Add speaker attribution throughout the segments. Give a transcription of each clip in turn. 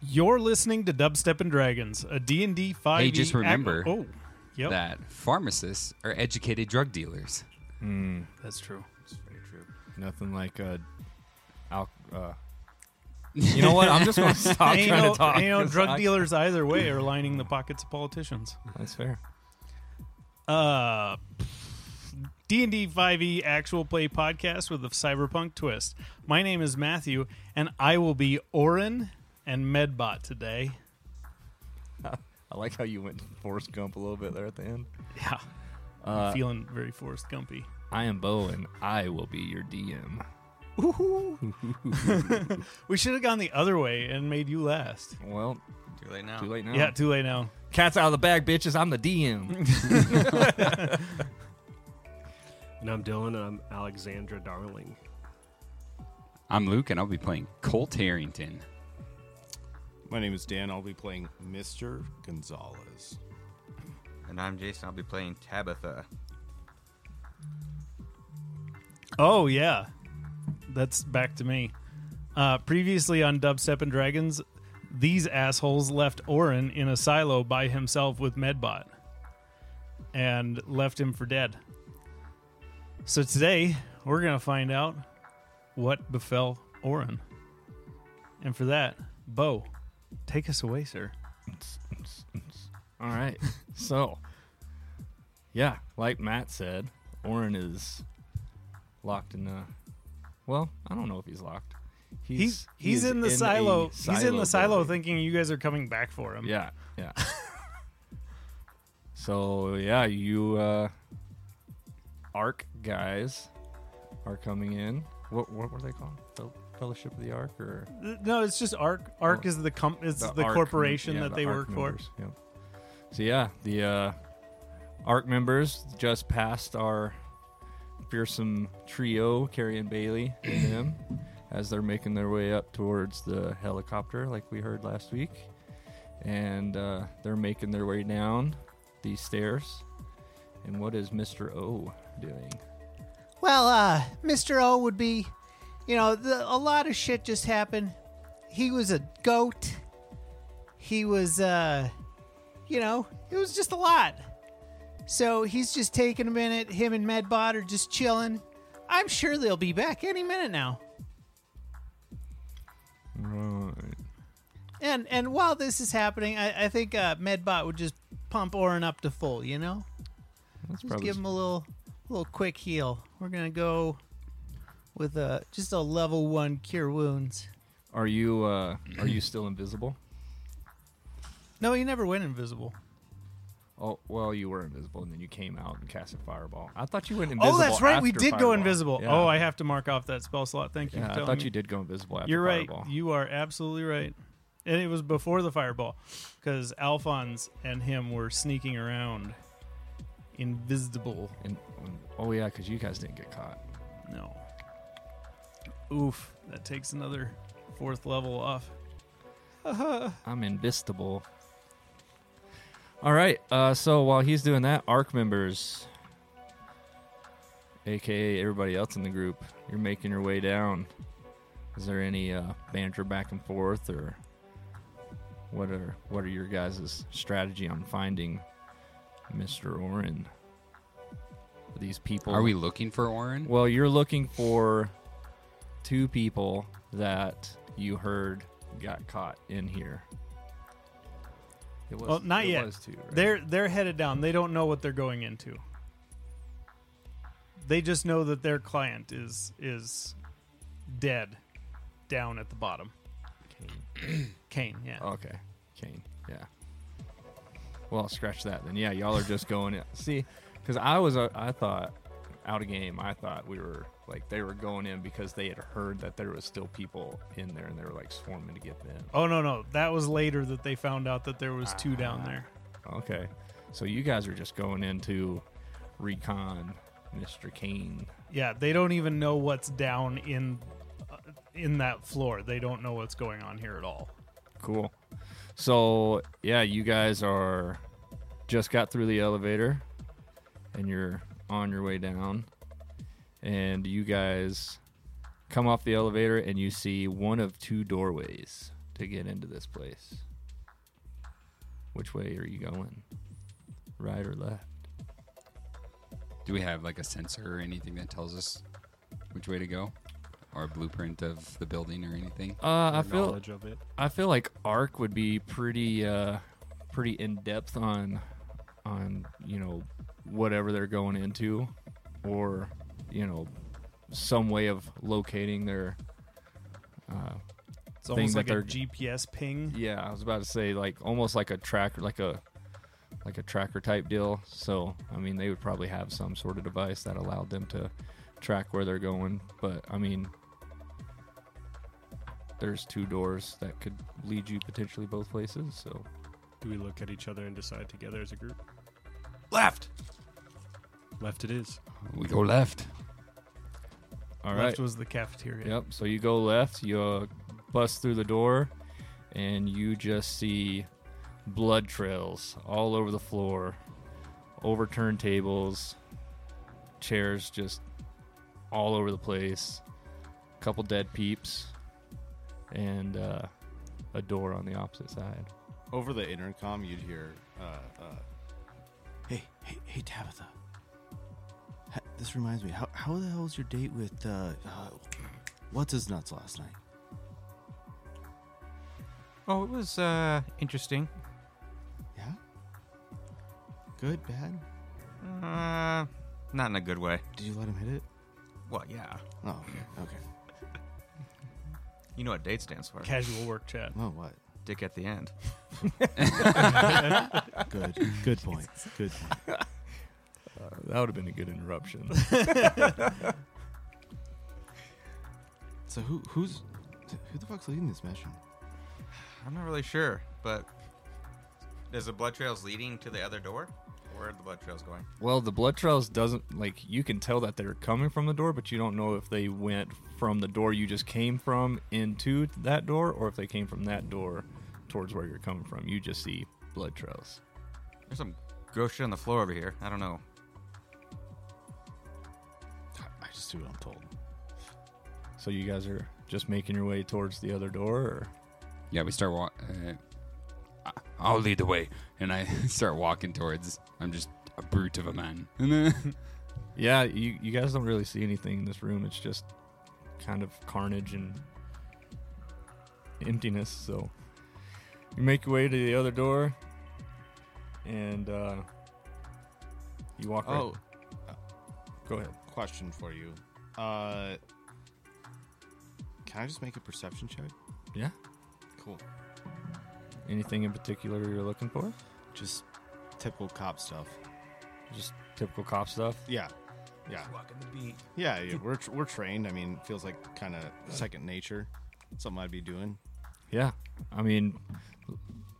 Speaker 1: You're listening to Dubstep and Dragons, a D&D 5e...
Speaker 2: Hey, just
Speaker 1: ac-
Speaker 2: remember
Speaker 1: oh, yep,
Speaker 2: that pharmacists are educated drug dealers.
Speaker 1: that's true.
Speaker 3: Nothing like uh, al- uh You know what? I'm just going to stop
Speaker 1: ain't
Speaker 3: trying
Speaker 1: no,
Speaker 3: to talk.
Speaker 1: ain't no
Speaker 3: 'cause
Speaker 1: drug
Speaker 3: I-
Speaker 1: dealers either way are lining the pockets of politicians.
Speaker 3: That's fair.
Speaker 1: Uh, D&D 5e E actual play podcast with a cyberpunk twist. My name is Matthew, and I will be Orin and Medbot today.
Speaker 3: I like how you went Forrest Gump a little bit there at the end.
Speaker 1: Yeah, I'm feeling very Forrest Gumpy.
Speaker 3: I am Bo, and I will be your DM.
Speaker 1: We should have gone the other way and made you last.
Speaker 3: Well,
Speaker 2: Too late now.
Speaker 3: too late now.
Speaker 1: Oh, Yeah, too late now.
Speaker 3: Cat's out of the bag, bitches. I'm the DM.
Speaker 4: And I'm Dylan, and I'm Alexandra Darling.
Speaker 2: I'm Luke, and I'll be playing Colt Harrington.
Speaker 5: My name is Dan. I'll be playing Mr. Gonzalez.
Speaker 6: And I'm Jason. I'll be playing Tabitha.
Speaker 1: Oh yeah, that's back to me. Uh, previously on Dubstep and Dragons, these assholes left Orin in a silo by himself with Medbot, and left him for dead. So today we're gonna find out what befell Orin, and for that, Bo, take us away, sir.
Speaker 3: All right. So, yeah, like Matt said, Oren is locked in a. Well, I don't know if he's locked. He's
Speaker 1: He's
Speaker 3: he
Speaker 1: he's
Speaker 3: is
Speaker 1: in the
Speaker 3: a
Speaker 1: silo. He's in the silo,
Speaker 3: building.
Speaker 1: thinking you guys are coming back for him.
Speaker 3: Yeah, yeah. so yeah, you uh Arc guys are coming in. What what were they called? Fel- Fellowship of the Arc or
Speaker 1: No, it's just Arc. Arc
Speaker 3: Oh.
Speaker 1: is the comp. It's the,
Speaker 3: Arc-
Speaker 1: corporation
Speaker 3: yeah,
Speaker 1: that
Speaker 3: the
Speaker 1: they work
Speaker 3: Arc members, Yep. So yeah, the uh Arc members just passed our fearsome trio, Carrie and Bailey and them, as they're making their way up towards the helicopter, like we heard last week. And uh, they're making their way down these stairs. And what is Mr. O doing?
Speaker 7: Well, uh, Mr. O would be, you know, the, a lot of shit just happened. He was a goat. He was, uh, you know, it was just a lot. So he's just taking a minute. Him and Medbot are just chilling. I'm sure they'll be back any minute now. And and while this is happening, I, I think uh, Medbot would just pump Orin up to full. You know.
Speaker 3: That's
Speaker 7: Just give him a little, little quick heal. We're gonna go with
Speaker 1: uh,
Speaker 7: a just a level one cure wounds.
Speaker 3: Are you uh, are you still invisible?
Speaker 7: No, he never went invisible.
Speaker 3: Oh well, you were invisible, and then you came out and cast a fireball. I thought you went invisible.
Speaker 1: oh, that's right. We
Speaker 3: after
Speaker 1: did go
Speaker 3: fireball.
Speaker 1: invisible.
Speaker 3: Yeah.
Speaker 1: Oh, I have to mark off that spell slot. Thank you.
Speaker 3: yeah,
Speaker 1: for
Speaker 3: I
Speaker 1: telling
Speaker 3: thought
Speaker 1: me.
Speaker 3: you did go invisible after
Speaker 1: You're right.
Speaker 3: fireball.
Speaker 1: You are absolutely right. And it was before the fireball, because Alphonse and him were sneaking around, invisible.
Speaker 3: And, oh yeah, because you guys didn't get caught.
Speaker 1: No. Oof. That takes another fourth level off.
Speaker 3: I'm invisible. All right. Uh, so while he's doing that, arc members, aka everybody else in the group, you're making your way down. Is there any uh, banter back and forth, or what are what are your guys' strategy on finding Mister Orin? These people
Speaker 2: Are we looking for Oren?
Speaker 3: Well, you're looking for two people that you heard got caught in here. It was
Speaker 1: Well, not
Speaker 3: it
Speaker 1: yet.
Speaker 3: was two, right?
Speaker 1: They're they're headed down. They don't know what they're going into. They just know that their client is is dead down at the bottom. Kane, yeah.
Speaker 3: okay. Kane. Yeah. Well, scratch that then. Yeah, y'all are just going. In. See, because I was, uh, I thought out of game. I thought we were like they were going in because they had heard that there was still people in there and they were like swarming to get them.
Speaker 1: Oh no, no. That was later that they found out that there was two
Speaker 3: Ah.
Speaker 1: down there.
Speaker 3: Okay. So you guys are just going into recon, Mr. Kane.
Speaker 1: Yeah, they don't even know what's down in uh, in that floor. They don't know what's going on here at all.
Speaker 3: Cool. So yeah, you guys are just got through the elevator, and you're on your way down, and you guys come off the elevator and you see one of two doorways. to get into this place. Which way are you going? Right or left?
Speaker 2: Do we have like a sensor or anything that tells us which way to go, or a blueprint of the building or anything?
Speaker 3: Uh, I
Speaker 4: Your
Speaker 3: feel
Speaker 4: knowledge of it.
Speaker 3: I feel like Ark would be pretty uh pretty in depth on on, you know, whatever they're going into or, you know, some way of locating their uh
Speaker 8: It's almost
Speaker 3: that
Speaker 8: like a
Speaker 3: they're-
Speaker 8: GPS ping.
Speaker 3: Yeah, I was about to say like almost like a tracker, like a like a tracker type deal. So I mean, they would probably have some sort of device that allowed them to track where they're going. But I mean, there's two doors that could lead you potentially both places. So
Speaker 4: Do we look at each other and decide together as a group?
Speaker 2: Left.
Speaker 4: Left it is.
Speaker 2: We go left.
Speaker 3: all
Speaker 8: Left
Speaker 3: right,
Speaker 8: was the cafeteria.
Speaker 3: yep. So you go left, you uh, bust through the door, and you just see blood trails all over the floor, overturned tables, chairs just all over the place, a couple dead peeps, and uh, a door on the opposite side.
Speaker 5: Over the intercom, you'd hear, uh, uh, "Hey, hey, hey, Tabitha. Ha- This reminds me. How, how the hell was your date with uh, uh, what's his nuts last night?
Speaker 6: Oh, it was uh interesting.
Speaker 5: Yeah. Good, bad.
Speaker 6: Uh, not in a good way.
Speaker 5: Did you let him hit it?
Speaker 6: Well, yeah.
Speaker 5: Oh, okay. okay.
Speaker 6: You know what date stands for?
Speaker 8: Casual work chat.
Speaker 5: Well, what?
Speaker 6: Dick at the end.
Speaker 5: Good. Good point. Good. Point.
Speaker 3: Uh, that would have been a good interruption.
Speaker 5: So who who's who the fuck's leading this mission?
Speaker 6: I'm not really sure, but is the blood trails leading to the other door? Where are the blood trails going?
Speaker 3: well, the blood trails doesn't like you can tell that they're coming from the door, but you don't know if they went from the door you just came from into that door, or if they came from that door towards where you're coming from. You just see blood trails.
Speaker 6: There's some gross shit on the floor over here. I don't know.
Speaker 5: I just do what I'm told.
Speaker 3: So you guys are just making your way towards the other door, or
Speaker 2: Yeah, we start walk. Uh, I- I'll lead the way, and I start walking towards. I'm just a brute of a man. And then-
Speaker 3: yeah, you you guys don't really see anything in this room. It's just kind of carnage and emptiness. So you make your way to the other door, and uh, you walk. right-
Speaker 5: Oh,
Speaker 3: go ahead.
Speaker 5: question for you. Uh, can I just make a perception check?
Speaker 3: Yeah.
Speaker 5: Cool.
Speaker 3: Anything in particular you're looking for?
Speaker 5: Just typical cop stuff.
Speaker 3: Just typical cop stuff.
Speaker 5: Yeah. Yeah.
Speaker 6: Walking the beat.
Speaker 5: Yeah. yeah. We're, we're trained. I mean, feels like kind of second nature. Something I'd be doing.
Speaker 3: Yeah. I mean,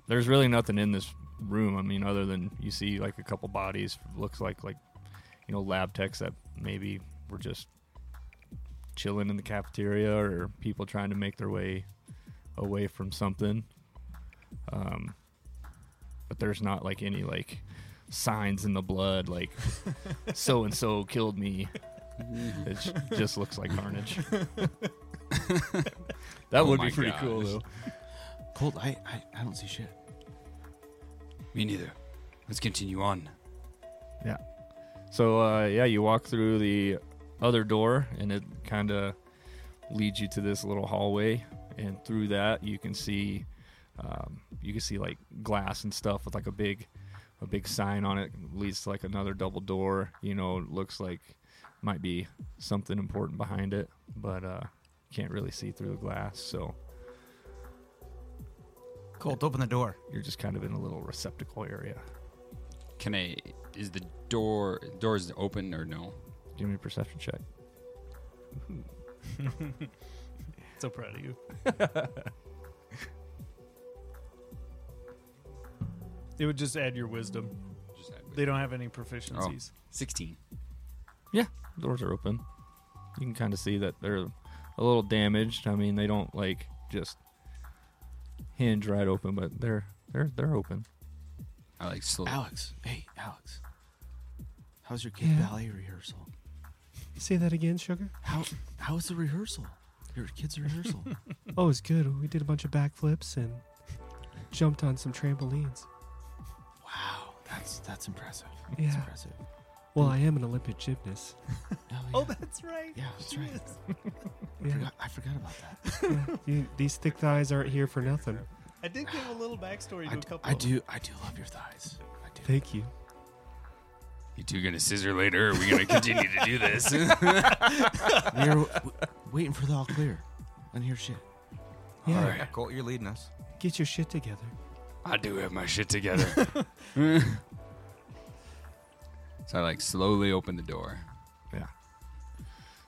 Speaker 3: there's really nothing in this room. I mean, other than you see like a couple bodies, looks like like you know lab techs that maybe were just chilling in the cafeteria or people trying to make their way away from something. Um, but there's not like any like signs in the blood like so and so killed me. It just looks like carnage. that
Speaker 2: Oh
Speaker 3: would
Speaker 2: my
Speaker 3: be pretty cool
Speaker 2: gosh.
Speaker 3: though.
Speaker 5: Cold. I, I, I don't see shit.
Speaker 2: Me neither. Let's continue on.
Speaker 3: So uh, yeah, you walk through the other door, and it kind of leads you to this little hallway. And through that, you can see um, you can see like glass and stuff with like a big a big sign on it. Leads to like another double door. You know, it looks like might be something important behind it, but uh, can't really see through the glass. So
Speaker 6: Colt, open the door.
Speaker 3: you're just kind of in a little receptacle area.
Speaker 2: Can I? Is the door doors open or no?
Speaker 3: Give me a perception check.
Speaker 8: So proud of you. it would just add your wisdom.
Speaker 2: Just that way.
Speaker 8: They don't have any
Speaker 5: Oh.
Speaker 8: proficiencies.
Speaker 2: Sixteen.
Speaker 3: Yeah, doors are open. You can kind of see that they're a little damaged. I mean, they don't like just hinge right open, but they're they're they're open.
Speaker 2: I like slow.
Speaker 5: Alex. Hey, Alex. How's your kid ballet rehearsal?
Speaker 4: Say that again, sugar.
Speaker 5: How How was the rehearsal? Your kid's rehearsal.
Speaker 9: Oh, it was good. We did a bunch of backflips and jumped on some trampolines.
Speaker 5: Wow, that's that's impressive. That's
Speaker 9: Yeah.
Speaker 5: impressive.
Speaker 9: Well, I am an Olympic gymnast.
Speaker 1: Oh, that's right.
Speaker 5: yeah, that's right.
Speaker 9: Yeah.
Speaker 5: Forgot- I forgot about that.
Speaker 9: yeah. You- these thick thighs aren't here for nothing.
Speaker 8: I did give a little backstory
Speaker 5: I,
Speaker 8: to a
Speaker 5: d-
Speaker 8: couple.
Speaker 5: I do. I do love your thighs. I do.
Speaker 9: Thank you.
Speaker 2: You two gonna scissor later? Or are we gonna continue to do this?
Speaker 5: We are w- w- waiting for the all clear. I didn't hear shit.
Speaker 9: Yeah.
Speaker 2: All right,
Speaker 6: Colt, you're leading us.
Speaker 9: Get your shit together.
Speaker 2: I do have my shit together. so I like slowly open the door.
Speaker 3: Yeah.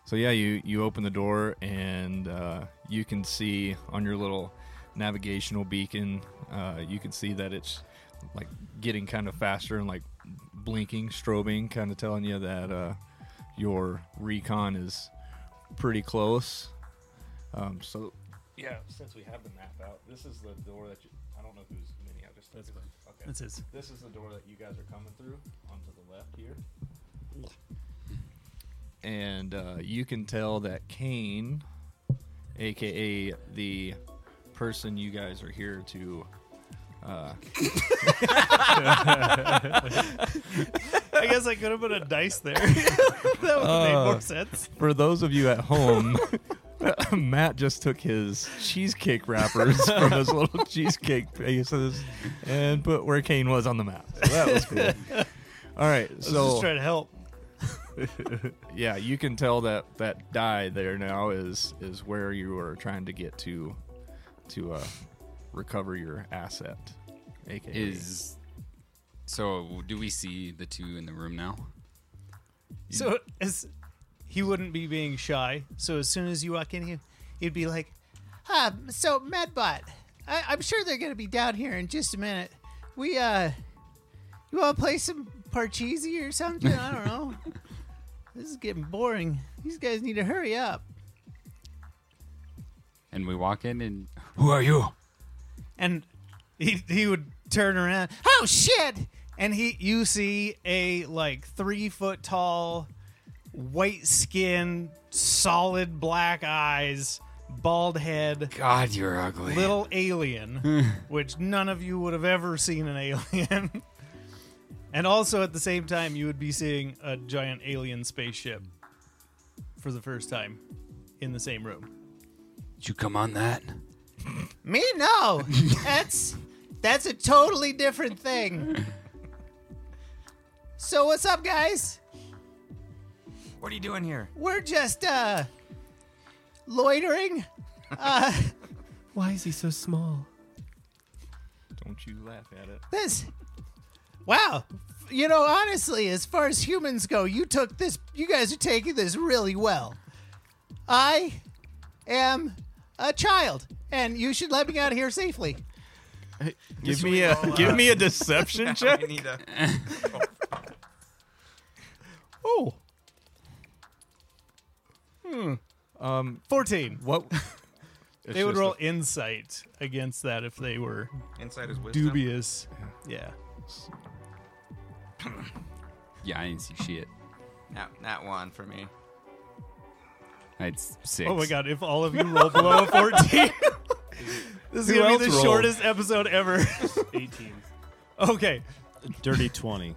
Speaker 3: So yeah, you you open the door and uh, you can see on your little navigational beacon, uh, you can see that it's like getting kind of faster and like blinking, strobing, kind of telling you that uh, your recon is pretty close. Um, so yeah, since we have the map out, this is the door that you, I don't know who's mini. I just
Speaker 8: That's
Speaker 3: okay.
Speaker 8: That's his.
Speaker 3: This is the door that you guys are coming through onto the left here. And uh, you can tell that Kane, aka the person you guys are here to. Uh,
Speaker 8: I guess I could have put a dice there. that would have made
Speaker 5: Uh,
Speaker 8: more sense.
Speaker 3: for those of you at home, Matt just took his cheesecake wrappers from his little cheesecake pieces and put where Kane was on the map. So that was cool. All right,
Speaker 8: I was just
Speaker 3: so
Speaker 8: trying to help.
Speaker 3: yeah, you can tell that that die there now is is where you are trying to get to to uh, recover your asset. AKA.
Speaker 2: Is so? Do we see the two in the room now?
Speaker 8: So as he wouldn't be being shy.
Speaker 1: So as soon as you walk in here, you'd be like, "Ah, so Medbot, I, I'm sure they're gonna be down here in just a minute. We uh, you want to play some Parcheesi or something? I don't know. This is getting boring. These guys need to hurry up."
Speaker 2: And we walk in, and who are you?
Speaker 1: and he, he would turn around oh shit
Speaker 8: And he, you see a like three foot tall, white skin, solid black eyes, bald head,
Speaker 2: God, you're ugly.
Speaker 8: little alien, which none of you would have ever seen an alien. and also at the same time, you would be seeing a giant alien spaceship for the first time in the same room.
Speaker 2: Did you come on that?
Speaker 1: me no that's that's a totally different thing so what's up guys
Speaker 6: What are you doing here?
Speaker 1: we're just uh loitering
Speaker 9: Why is he so small?
Speaker 3: Don't you laugh at it.
Speaker 1: this wow you know honestly as far as humans go you took this you guys are taking this really well i am a child and you should let me out of here safely
Speaker 3: Give me a give me a deception check.
Speaker 6: We need a
Speaker 8: Oh,
Speaker 6: Hmm.
Speaker 3: Um,
Speaker 8: 14.
Speaker 3: what?
Speaker 8: they would roll insight against that if they were
Speaker 6: insider's wisdom.
Speaker 8: dubious. Yeah.
Speaker 2: Yeah, I didn't see shit.
Speaker 6: Not, not one for me.
Speaker 2: I had s- six.
Speaker 8: Oh my god, if all of you roll below a 14, this is going to
Speaker 3: else
Speaker 8: be the
Speaker 3: rolled?
Speaker 8: shortest episode ever.
Speaker 4: 18.
Speaker 8: okay.
Speaker 5: Dirty twenty.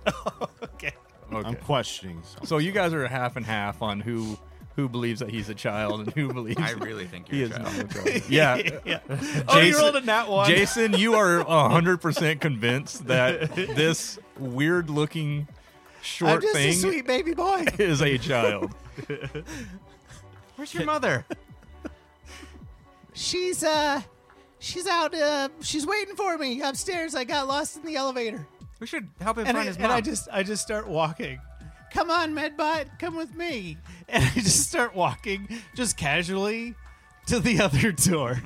Speaker 8: Okay.
Speaker 5: I'm questioning.
Speaker 3: So you guys are half and half on who who believes that he's a child and who believes
Speaker 6: I really think
Speaker 3: he
Speaker 6: you're a
Speaker 3: is
Speaker 6: child.
Speaker 3: not a child. Yeah,
Speaker 8: Yeah. oh, you
Speaker 3: Jason-
Speaker 8: rolled a nat one.
Speaker 3: Jason, you are hundred percent convinced that this weird
Speaker 1: i'm
Speaker 3: looking short
Speaker 1: just a
Speaker 3: thing
Speaker 1: sweet baby boy
Speaker 3: is a child.
Speaker 6: Where's your mother?
Speaker 1: She's uh she's out uh she's waiting for me upstairs. I got lost in the elevator.
Speaker 6: We should help him
Speaker 8: and,
Speaker 6: find
Speaker 8: I,
Speaker 6: his
Speaker 8: and
Speaker 6: mom.
Speaker 8: I just I just start walking.
Speaker 1: Come on, Medbot, come with me.
Speaker 8: And I just start walking just casually to the other door.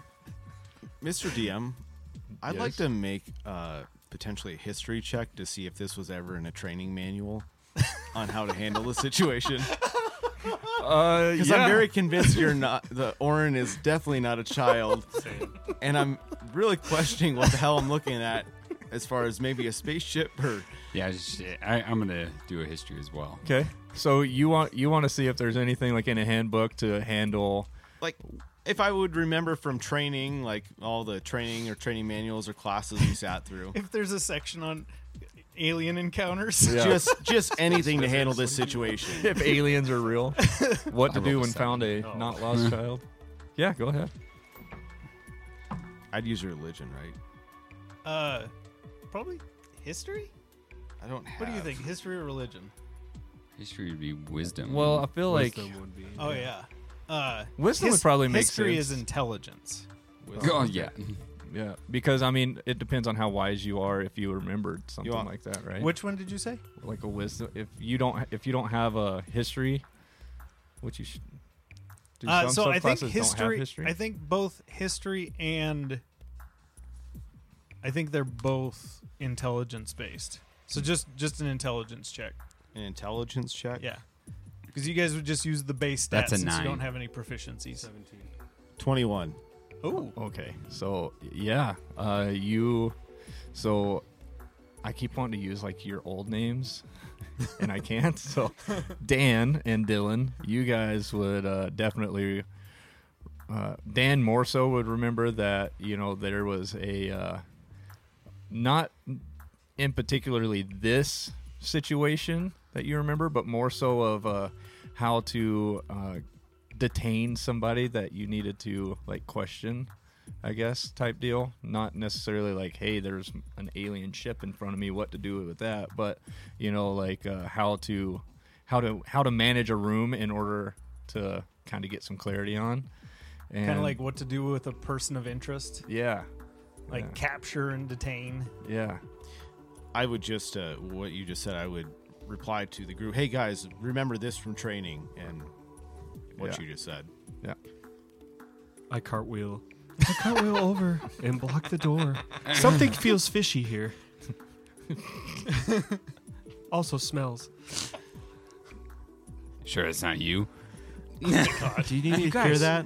Speaker 5: Mr. DM, I'd like
Speaker 3: Yes?
Speaker 5: to make uh, potentially a history check to see if this was ever in a training manual on how to handle the situation.
Speaker 3: Uh,
Speaker 5: Because I'm very convinced you're not. The Orin is definitely not a child, and I'm really questioning what the hell I'm looking at as far as maybe a spaceship or
Speaker 2: Yeah, shit. I, I'm gonna do a history as well.
Speaker 3: okay. So you want you want to see if there's anything like in a handbook to handle
Speaker 5: like if I would remember from training, like all the training or training manuals or classes we sat through,
Speaker 8: If there's a section on alien encounters,
Speaker 5: just just anything to handle this situation.
Speaker 3: if aliens are real, what
Speaker 2: rolled
Speaker 3: to
Speaker 2: a
Speaker 3: do when
Speaker 2: seven.
Speaker 3: found a not lost child? Yeah, go ahead.
Speaker 5: I'd use religion, right?
Speaker 8: uh, probably history.
Speaker 5: I don't. Have,
Speaker 8: What do you think? History or religion?
Speaker 2: History would be wisdom.
Speaker 3: Well, I feel like
Speaker 4: Wisdom would be.
Speaker 8: Oh yeah. Uh,
Speaker 3: Wisdom would probably make
Speaker 8: history
Speaker 3: sense.
Speaker 8: is intelligence.
Speaker 2: oh yeah.
Speaker 3: yeah, because I mean, it depends on how wise you are. If you remembered something
Speaker 5: want-
Speaker 3: like that, right?
Speaker 8: Which one did you say?
Speaker 3: like a wisdom. If you don't, if you don't have a history, which you should. Do
Speaker 8: Uh,
Speaker 3: some
Speaker 8: so I think
Speaker 3: subclasses Don't
Speaker 8: history,
Speaker 3: have history.
Speaker 8: I think both history and I think they're both intelligence based. So just just an intelligence check.
Speaker 5: An intelligence check.
Speaker 8: Yeah. Because you guys would just use the base stats
Speaker 2: That's a
Speaker 8: since
Speaker 2: nine.
Speaker 8: you don't have any proficiencies.
Speaker 5: Twenty-one.
Speaker 8: Oh,
Speaker 3: Okay, so yeah, uh, you. So, I keep wanting to use like your old names, and I can't. So, Dan and Dylan, you guys would uh, definitely. Uh, Dan more so would remember that you know there was a uh, not in particularly this situation that you remember, but more so of uh, how to uh, detain somebody that you needed to like question, I guess, type deal. Not necessarily like, hey, there's an alien ship in front of me, what to do with that, but you know, like uh, how to how to how to manage a room in order to kind of get some clarity on. And
Speaker 8: kind of like what to do with a person of interest,
Speaker 3: yeah,
Speaker 8: like
Speaker 3: Yeah.
Speaker 8: capture and detain.
Speaker 3: yeah.
Speaker 5: I would just uh, what you just said. I would reply to the group. Hey guys, remember this from training and what
Speaker 3: Yeah.
Speaker 5: you just said.
Speaker 4: I cartwheel
Speaker 9: I cartwheel over and block the door. Something feels fishy here. also smells.
Speaker 2: Sure, it's not you.
Speaker 5: Uh, Do you need
Speaker 6: You
Speaker 5: to hear
Speaker 6: guys-
Speaker 5: that?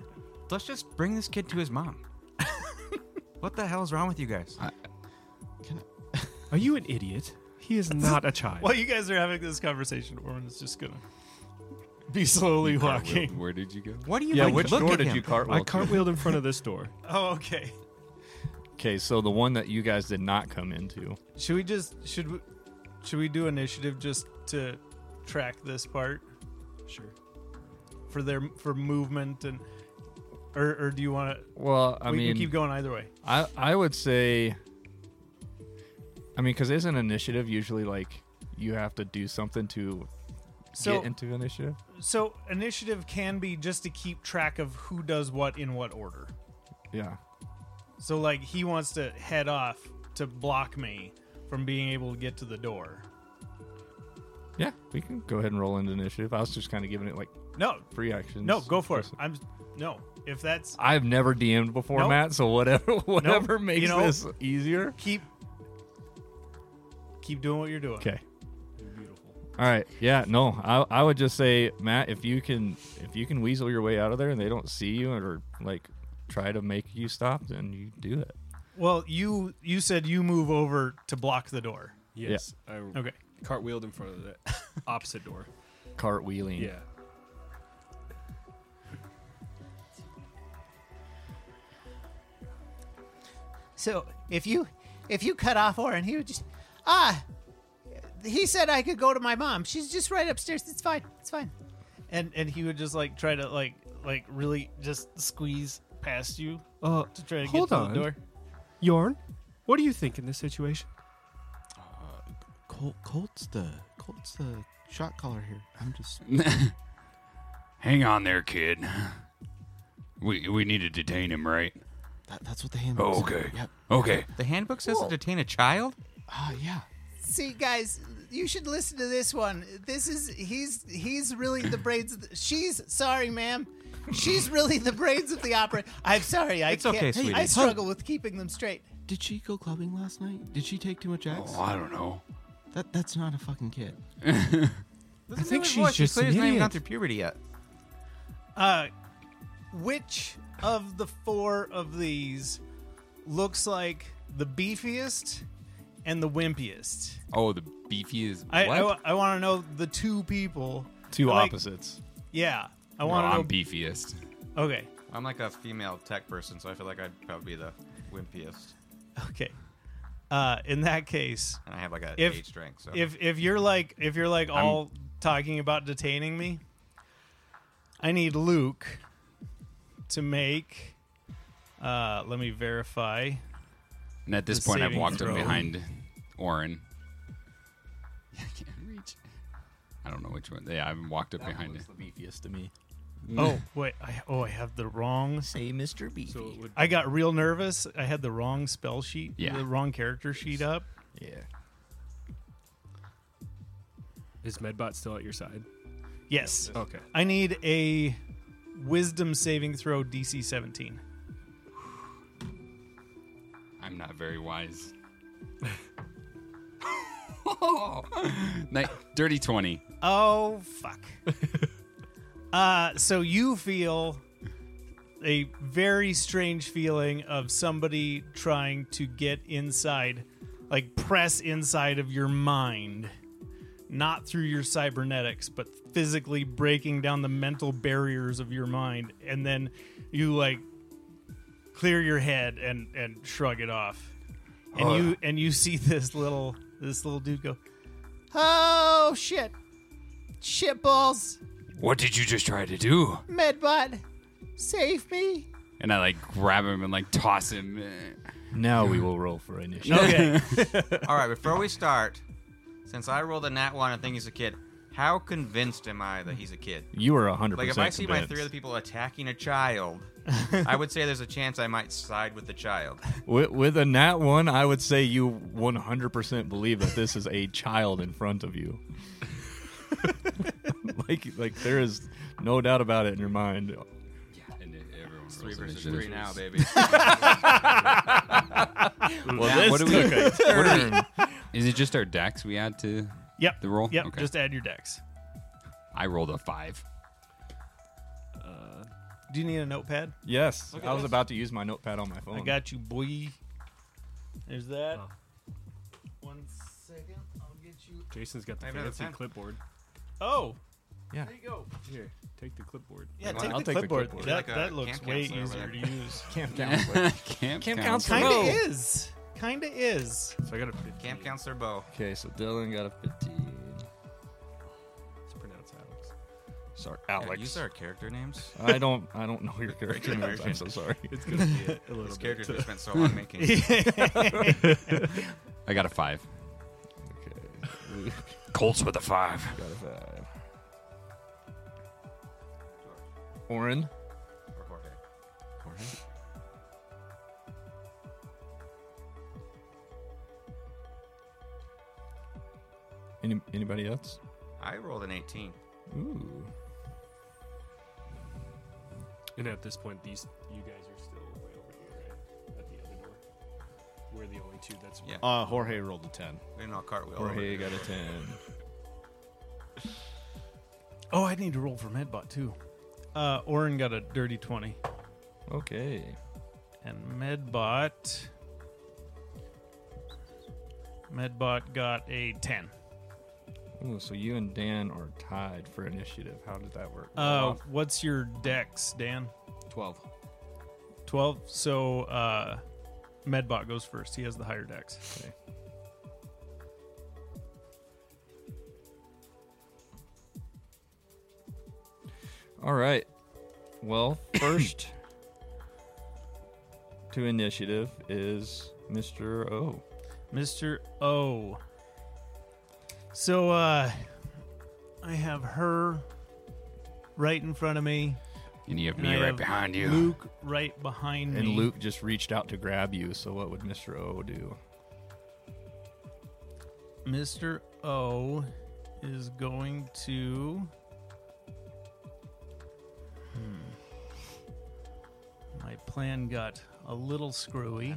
Speaker 6: Let's just bring this kid to his mom. what the hell is wrong with you guys?
Speaker 9: Are you an idiot? He is not a child.
Speaker 8: While you guys are having this conversation, Orman is just gonna be slowly walking.
Speaker 2: Where did you go?
Speaker 6: What do you
Speaker 3: Yeah,
Speaker 6: like?
Speaker 3: which
Speaker 6: Look
Speaker 3: door
Speaker 6: at
Speaker 3: did
Speaker 6: him.
Speaker 3: you cartwheel?
Speaker 9: I
Speaker 3: to?
Speaker 9: cartwheeled in front of this door.
Speaker 8: Oh, okay.
Speaker 3: Okay, so the one that you guys did not come into.
Speaker 8: Should we just should we should we do initiative just to track this part? Sure. For their for movement and or or do you want to?
Speaker 3: Well, I
Speaker 8: we
Speaker 3: mean,
Speaker 8: can keep going either way.
Speaker 3: I I would say. I mean, because isn't initiative usually like you have to do something to
Speaker 8: So
Speaker 3: get into initiative?
Speaker 8: so initiative can be just to keep track of who does what in what order.
Speaker 3: Yeah.
Speaker 8: So like he wants to head off to block me from being able to get to the door.
Speaker 3: Yeah, we can go ahead and roll into initiative. I was just kind of giving it like
Speaker 8: No,
Speaker 3: free actions.
Speaker 8: no, go for it. I'm no. If that's
Speaker 3: I've never DM'd before,
Speaker 8: Nope.
Speaker 3: Matt. So whatever, whatever
Speaker 8: You
Speaker 3: makes
Speaker 8: know-
Speaker 3: this easier.
Speaker 8: keep keep doing what you're doing.
Speaker 3: Okay. All right. Yeah. No. I, I would just say, Matt, if you can if you can weasel your way out of there and they don't see you or like try to make you stop, then you do it.
Speaker 8: Well, you you said you move over to block the door.
Speaker 4: Yes. I
Speaker 8: Okay.
Speaker 4: cartwheeled in front of the opposite door.
Speaker 3: Cartwheeling.
Speaker 4: Yeah.
Speaker 1: So if you if you cut off Oren, he would just ah. He said I could go to my mom. She's just right upstairs. It's fine. It's fine.
Speaker 8: And and he would just like try to like like really just squeeze past you
Speaker 9: Uh,
Speaker 8: to try to
Speaker 9: Hold
Speaker 8: get to
Speaker 9: on.
Speaker 8: the door.
Speaker 9: Yorn, what do you think in this situation?
Speaker 5: Colt, Colt's the Colt's the shot caller here. I'm just
Speaker 2: Hang on there, kid. We we need to detain him, right?
Speaker 5: that, that's what the handbook.
Speaker 2: Oh,
Speaker 5: said.
Speaker 2: okay.
Speaker 5: Yep.
Speaker 2: Okay.
Speaker 6: The handbook says
Speaker 1: Whoa.
Speaker 6: to detain a child.
Speaker 5: Ah, yeah.
Speaker 1: See, guys, you should listen to this one. This is he's he's really the braids. Of the, she's sorry, ma'am. She's really the braids of the opera. I'm sorry. I
Speaker 6: It's
Speaker 1: can't,
Speaker 6: okay, sweetie.
Speaker 1: I struggle with keeping them straight.
Speaker 5: Did she go clubbing last night? Did she take too much X?
Speaker 2: Oh, I don't know.
Speaker 5: That that's not a fucking kid.
Speaker 6: Listen
Speaker 9: think
Speaker 6: to his
Speaker 9: she's
Speaker 6: voice.
Speaker 9: just
Speaker 6: He's clear
Speaker 9: an
Speaker 6: he's not even gone
Speaker 9: idiot.
Speaker 6: through puberty yet.
Speaker 8: Uh which of the four of these looks like the beefiest and the wimpiest?
Speaker 2: Oh, the beefy is
Speaker 8: I I,
Speaker 2: what?
Speaker 8: wa- I want to know the two people.
Speaker 3: Two
Speaker 8: Like,
Speaker 3: opposites.
Speaker 8: Yeah. I
Speaker 2: No,
Speaker 8: want to know
Speaker 2: I'm beefiest.
Speaker 8: Okay.
Speaker 6: I'm like a female tech person, so I feel like I'd probably be the wimpiest.
Speaker 8: Okay. Uh, in that case,
Speaker 6: And I have like a
Speaker 8: If-
Speaker 6: eight strength. So
Speaker 8: if if you're like if you're like all talking about detaining me, I need Luke to make. Uh, let me verify.
Speaker 2: And at this
Speaker 8: The
Speaker 2: point, I've
Speaker 8: saving
Speaker 2: walked
Speaker 8: throw.
Speaker 2: up behind Orin. I can't reach. I don't know which one. Yeah, I've walked up behind it.
Speaker 10: the beefiest to me.
Speaker 8: Oh wait, I, oh I have the wrong.
Speaker 10: Say, Mr. Beefy.
Speaker 4: So it would
Speaker 8: I got real nervous. I had the wrong spell sheet.
Speaker 2: Yeah.
Speaker 8: The wrong character sheet up.
Speaker 10: yeah.
Speaker 4: is Medbot still at your side?
Speaker 8: Yes.
Speaker 4: Okay.
Speaker 8: I need a wisdom saving throw DC 17.
Speaker 2: I'm not very wise. oh, Ni- dirty twenty.
Speaker 8: Oh fuck. uh so you feel a very strange feeling of somebody trying to get inside, like press inside of your mind. Not through your cybernetics, but physically breaking down the mental barriers of your mind and then you like clear your head and and shrug it off. And you and you see this little this little dude go,
Speaker 1: Oh shit! Shitballs,
Speaker 2: What did you just try to do?
Speaker 1: Medbot, save me!
Speaker 2: And I like grab him and like toss him. eh.
Speaker 10: Now we will roll for initiative.
Speaker 8: "Okay,
Speaker 6: All right, before we start, since I rolled a nat one and think he's a kid, how convinced am I that he's a kid?
Speaker 3: You are 100%
Speaker 6: Like, if I see my
Speaker 3: convinced.
Speaker 6: three other people attacking a child, I would say there's a chance I might side with the child.
Speaker 3: With, with a nat one, I would say you 100% believe that this is a child in front of you. like, like there is no doubt about it in your mind.
Speaker 2: And it- everyone
Speaker 6: Three
Speaker 2: rolls
Speaker 6: versus
Speaker 2: initiative.
Speaker 6: three now, baby.
Speaker 3: Well,
Speaker 2: Now, what do we?
Speaker 3: took a turn.
Speaker 2: Is it just our decks we add to?
Speaker 8: Yep.
Speaker 2: The roll?
Speaker 8: Yep.
Speaker 2: Okay.
Speaker 8: Just add your dex.
Speaker 2: I rolled a five.
Speaker 8: Do you need a notepad?
Speaker 3: yes, I was about to use my notepad on my phone.
Speaker 8: I got you, boy. There's that.
Speaker 4: Oh.
Speaker 8: One second. I'll get you.
Speaker 4: Jason's got the
Speaker 6: I have another
Speaker 4: fancy
Speaker 6: pen.
Speaker 4: clipboard.
Speaker 8: Oh.
Speaker 3: Yeah.
Speaker 8: There you go.
Speaker 4: Here, take the clipboard.
Speaker 8: Yeah,
Speaker 6: Well,
Speaker 8: take,
Speaker 3: I'll take
Speaker 8: the,
Speaker 3: the
Speaker 8: clipboard.
Speaker 3: clipboard.
Speaker 8: That,
Speaker 6: Like a
Speaker 8: that looks
Speaker 6: camp
Speaker 8: way
Speaker 6: counselor or
Speaker 8: easier to
Speaker 6: whatever.
Speaker 8: use.
Speaker 3: camp counselor.
Speaker 2: Camp,
Speaker 3: Camp
Speaker 2: counselor.
Speaker 3: counselor.
Speaker 8: Kinda
Speaker 3: Bro.
Speaker 8: is. Kinda is.
Speaker 4: So I got a 15.
Speaker 6: Camp Counselor Bo.
Speaker 3: okay, so Dylan got a 15.
Speaker 4: It's pronounced Alex.
Speaker 3: Sorry,
Speaker 6: Yeah,
Speaker 3: Alex.
Speaker 6: These are character names.
Speaker 3: I don't, I don't know your character. names. I'm so sorry.
Speaker 4: It's gonna be a, a little
Speaker 6: These
Speaker 4: bit.
Speaker 6: characters we spent so long making.
Speaker 2: I got a five.
Speaker 3: Okay,
Speaker 2: Colts with a five.
Speaker 3: got a five. Oren.
Speaker 6: Or Jorge.
Speaker 3: Any, anybody else?
Speaker 6: I rolled an 18.
Speaker 3: Ooh.
Speaker 4: And at this point, these you guys are still way over here right? at the other door. We're the only two that's
Speaker 6: Yeah.
Speaker 5: Uh, Jorge rolled a 10.
Speaker 6: We didn't all cartwheel. over
Speaker 3: Jorge
Speaker 6: here.
Speaker 3: got a 10.
Speaker 8: Oh, I need to roll for Medbot too. Uh, Oren got a dirty twenty,
Speaker 3: Okay.
Speaker 8: and Medbot. Medbot got a ten.
Speaker 3: Ooh, so you and Dan are tied for initiative. How did that
Speaker 2: Oh,
Speaker 3: work?
Speaker 8: Uh, what's your dex, Dan?
Speaker 10: 12.
Speaker 8: 12 so uh medbot goes first he has the higher dex
Speaker 3: Okay. All right. Well, first to initiative is Mr. O.
Speaker 8: mr o so uh i have her right in front of me
Speaker 2: And you have
Speaker 8: and
Speaker 2: me
Speaker 8: I
Speaker 2: right
Speaker 8: have
Speaker 2: behind you.
Speaker 8: luke right behind
Speaker 3: And
Speaker 8: me
Speaker 3: Luke just reached out to grab you, so what would Mr. O do?
Speaker 8: mr o is going to hmm. my plan got a little screwy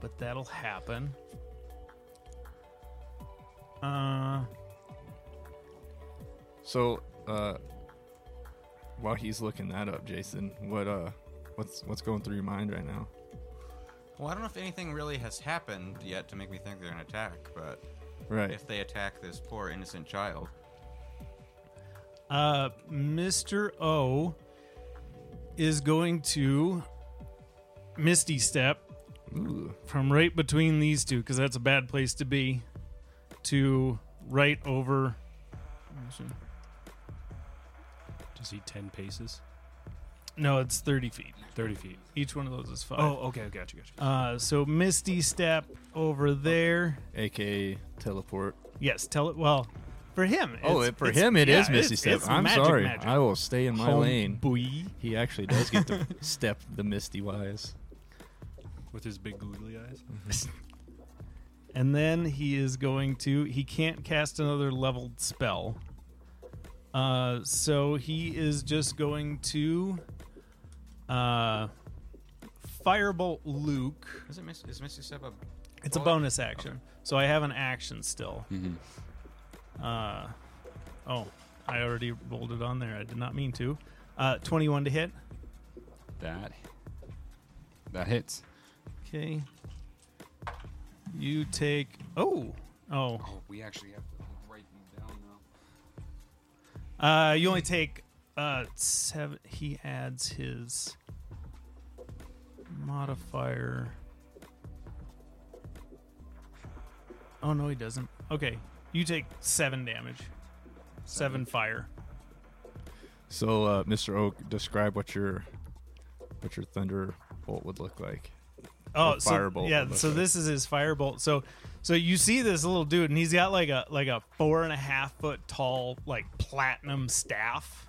Speaker 8: but that'll happen. Uh,
Speaker 3: So, uh while he's looking that up, Jason, what uh what's what's going through your mind right now?
Speaker 6: Well, I don't know if anything really has happened yet to make me think they're an attack, but
Speaker 3: Right.
Speaker 6: if they attack this poor innocent child,
Speaker 8: uh, Mr. O is going to Misty Step from right between these two, because that's a bad place to be, to right over.
Speaker 4: Does he 10 paces?
Speaker 8: No, it's 30 feet.
Speaker 4: 30 feet.
Speaker 8: Each one of those is five.
Speaker 4: Oh, okay. Gotcha, gotcha.
Speaker 8: Uh, so Misty Step over there.
Speaker 3: aka teleport.
Speaker 8: Yes, tell it. Well, for him.
Speaker 3: Oh,
Speaker 8: it's-
Speaker 3: it- for
Speaker 8: it's-
Speaker 3: him it
Speaker 8: yeah,
Speaker 3: is Misty
Speaker 8: it's-
Speaker 3: Step.
Speaker 8: it's
Speaker 3: I'm
Speaker 8: magic,
Speaker 3: sorry.
Speaker 8: magic.
Speaker 3: I will stay in my
Speaker 8: Home
Speaker 3: lane.
Speaker 8: buoy.
Speaker 3: He actually does get to step the Misty Wise.
Speaker 4: With his big googly eyes.
Speaker 8: And then he is going to. He can't cast another leveled spell. Uh, so he is just going to. Uh, Firebolt Luke.
Speaker 6: Is it miss? Is Misty Step up?
Speaker 8: It's a
Speaker 6: Bullet?
Speaker 8: bonus action. So I have an action still.
Speaker 2: Mhm.
Speaker 8: Uh, oh, I already rolled it on there. I did not mean to. Uh, 21 to hit.
Speaker 2: That that hits.
Speaker 8: Okay. You take. Oh. Oh.
Speaker 2: Oh, we actually have to write them down now.
Speaker 8: Uh, you only take uh seven. He adds his modifier. Oh no, he doesn't. Okay, you take seven damage. Seven fire.
Speaker 3: So, uh, Mr. Oak, describe what your what your thunder bolt would look like.
Speaker 8: Oh,
Speaker 3: Or
Speaker 8: so,
Speaker 3: firebolt
Speaker 8: Yeah,
Speaker 3: would look
Speaker 8: so
Speaker 3: like.
Speaker 8: this is his firebolt. So, so you see this little dude, and he's got like a like a four and a half foot tall like platinum staff,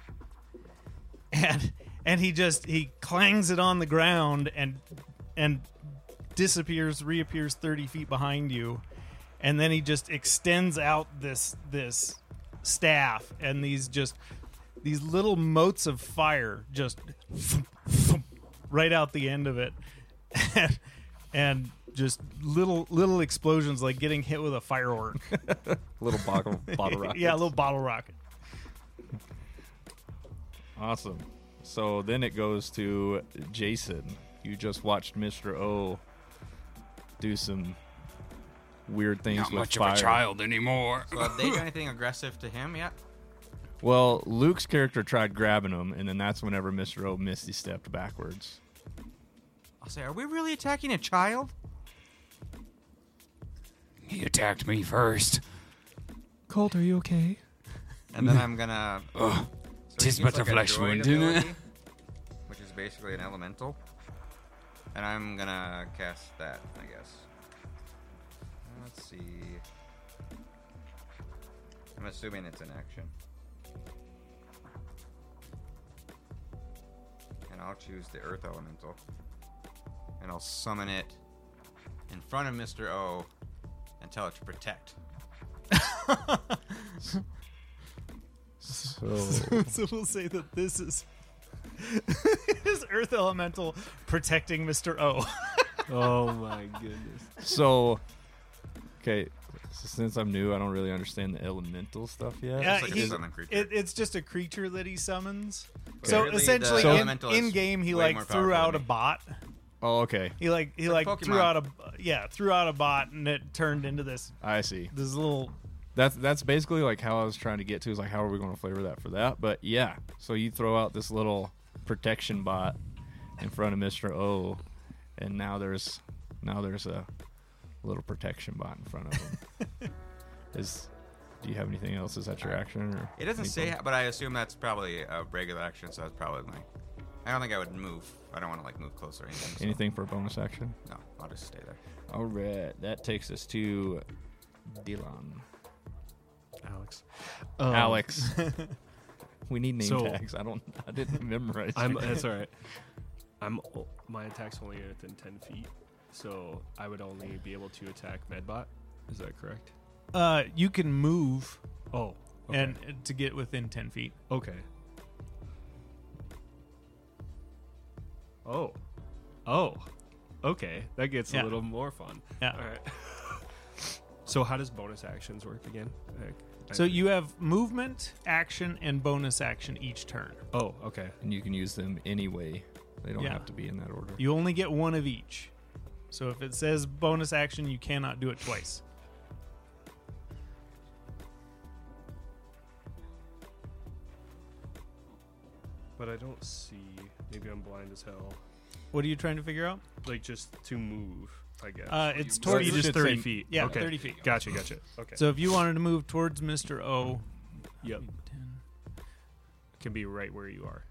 Speaker 8: and and he just he clangs it on the ground and and disappears, reappears thirty feet behind you, and then he just extends out this this staff and these just these little motes of fire just right out the end of it and, and just little little explosions like getting hit with a firework
Speaker 3: Little bottle bottle rocket.
Speaker 8: yeah a little bottle rocket
Speaker 3: Awesome. So then it goes to Jason. You just watched Mr. O do some weird things
Speaker 2: Not
Speaker 3: with
Speaker 2: much
Speaker 3: fire.
Speaker 2: of a child anymore.
Speaker 6: So have they done anything aggressive to him yet?
Speaker 3: Well, Luke's character tried grabbing him, and then that's whenever Mr. O misty stepped backwards.
Speaker 6: I'll say, are we really attacking a child?
Speaker 2: He attacked me first.
Speaker 9: Colt, are you okay?
Speaker 6: And then I'm gonna.
Speaker 2: Ugh.
Speaker 6: so
Speaker 2: Tis
Speaker 6: he
Speaker 2: but
Speaker 6: gets,
Speaker 2: a
Speaker 6: like,
Speaker 2: flesh
Speaker 6: droid
Speaker 2: wound, isn't it?
Speaker 6: ability, Which is basically an elemental. And I'm gonna cast that, I guess. Let's see. I'm assuming it's an action. And I'll choose the earth elemental. And I'll summon it in front of Mr. O and tell it to protect.
Speaker 3: So
Speaker 8: so we'll say that this is is earth elemental protecting mr o
Speaker 4: oh, my goodness.
Speaker 3: So, okay, so since I'm new, I don't really understand the elemental stuff yet.
Speaker 8: Yeah,
Speaker 6: like a
Speaker 8: Uh, he-
Speaker 6: summon creature.
Speaker 8: it, it's just a creature that he summons
Speaker 6: But
Speaker 8: so
Speaker 6: really, the
Speaker 8: essentially
Speaker 3: So-
Speaker 8: in,
Speaker 6: elemental is
Speaker 8: in game he
Speaker 6: way
Speaker 8: like
Speaker 6: more
Speaker 8: threw
Speaker 6: powerful
Speaker 8: out a
Speaker 6: than me.
Speaker 8: bot
Speaker 3: Oh, okay,
Speaker 8: he like he
Speaker 6: like
Speaker 8: like threw
Speaker 6: Pokemon.
Speaker 8: out a yeah threw out a bot and it turned into this
Speaker 3: I see.
Speaker 8: this little
Speaker 3: That's that's basically like how I was trying to get to is like how are we going to flavor that for that? But yeah, so you throw out this little protection bot in front of Mr. O, and now there's now there's a little protection bot in front of him. is do you have anything else? Is that your action? Or
Speaker 6: It doesn't say,
Speaker 3: anything?
Speaker 6: how, but I assume that's probably a regular action, so that's probably like. I don't think I would move. I don't want to like move close or anything. so-
Speaker 3: anything for a bonus action.
Speaker 6: No, I'll just stay there.
Speaker 3: All right, that takes us to Dylan.
Speaker 4: Alex.
Speaker 6: Oh.
Speaker 4: Um,
Speaker 3: Alex. we need name
Speaker 4: So-
Speaker 3: tags. I don't. I didn't memorize.
Speaker 4: I'm,
Speaker 3: it.
Speaker 4: that's all right. I'm, o- my attack's only within 10 feet, so I would only be able to attack Medbot. Is that correct?
Speaker 8: uh you can move
Speaker 4: Oh.
Speaker 8: and to get within 10 feet
Speaker 4: Okay. Oh. Oh. Okay. That gets a
Speaker 8: Yeah.
Speaker 4: little more fun.
Speaker 8: Yeah.
Speaker 4: All right. so how does bonus actions work again? I- I
Speaker 8: So
Speaker 4: didn't-
Speaker 8: you have movement, action, and bonus action each turn.
Speaker 4: Oh, okay.
Speaker 3: and you can use them anyway. They don't
Speaker 8: Yeah.
Speaker 3: have to be in that order.
Speaker 8: You only get one of each. So if it says bonus action, you cannot do it twice.
Speaker 4: But I don't see Maybe I'm blind as hell.
Speaker 8: What are you trying to figure out?
Speaker 4: Like just to move, I guess.
Speaker 8: Uh, it's
Speaker 4: So
Speaker 8: towards
Speaker 4: you just
Speaker 8: should
Speaker 4: thirty
Speaker 8: say-
Speaker 4: feet.
Speaker 8: Yeah,
Speaker 4: okay.
Speaker 8: 30 feet.
Speaker 4: Gotcha, gotcha. Okay.
Speaker 8: So if you wanted to move towards Mr. O,
Speaker 4: yep, can be right where you are.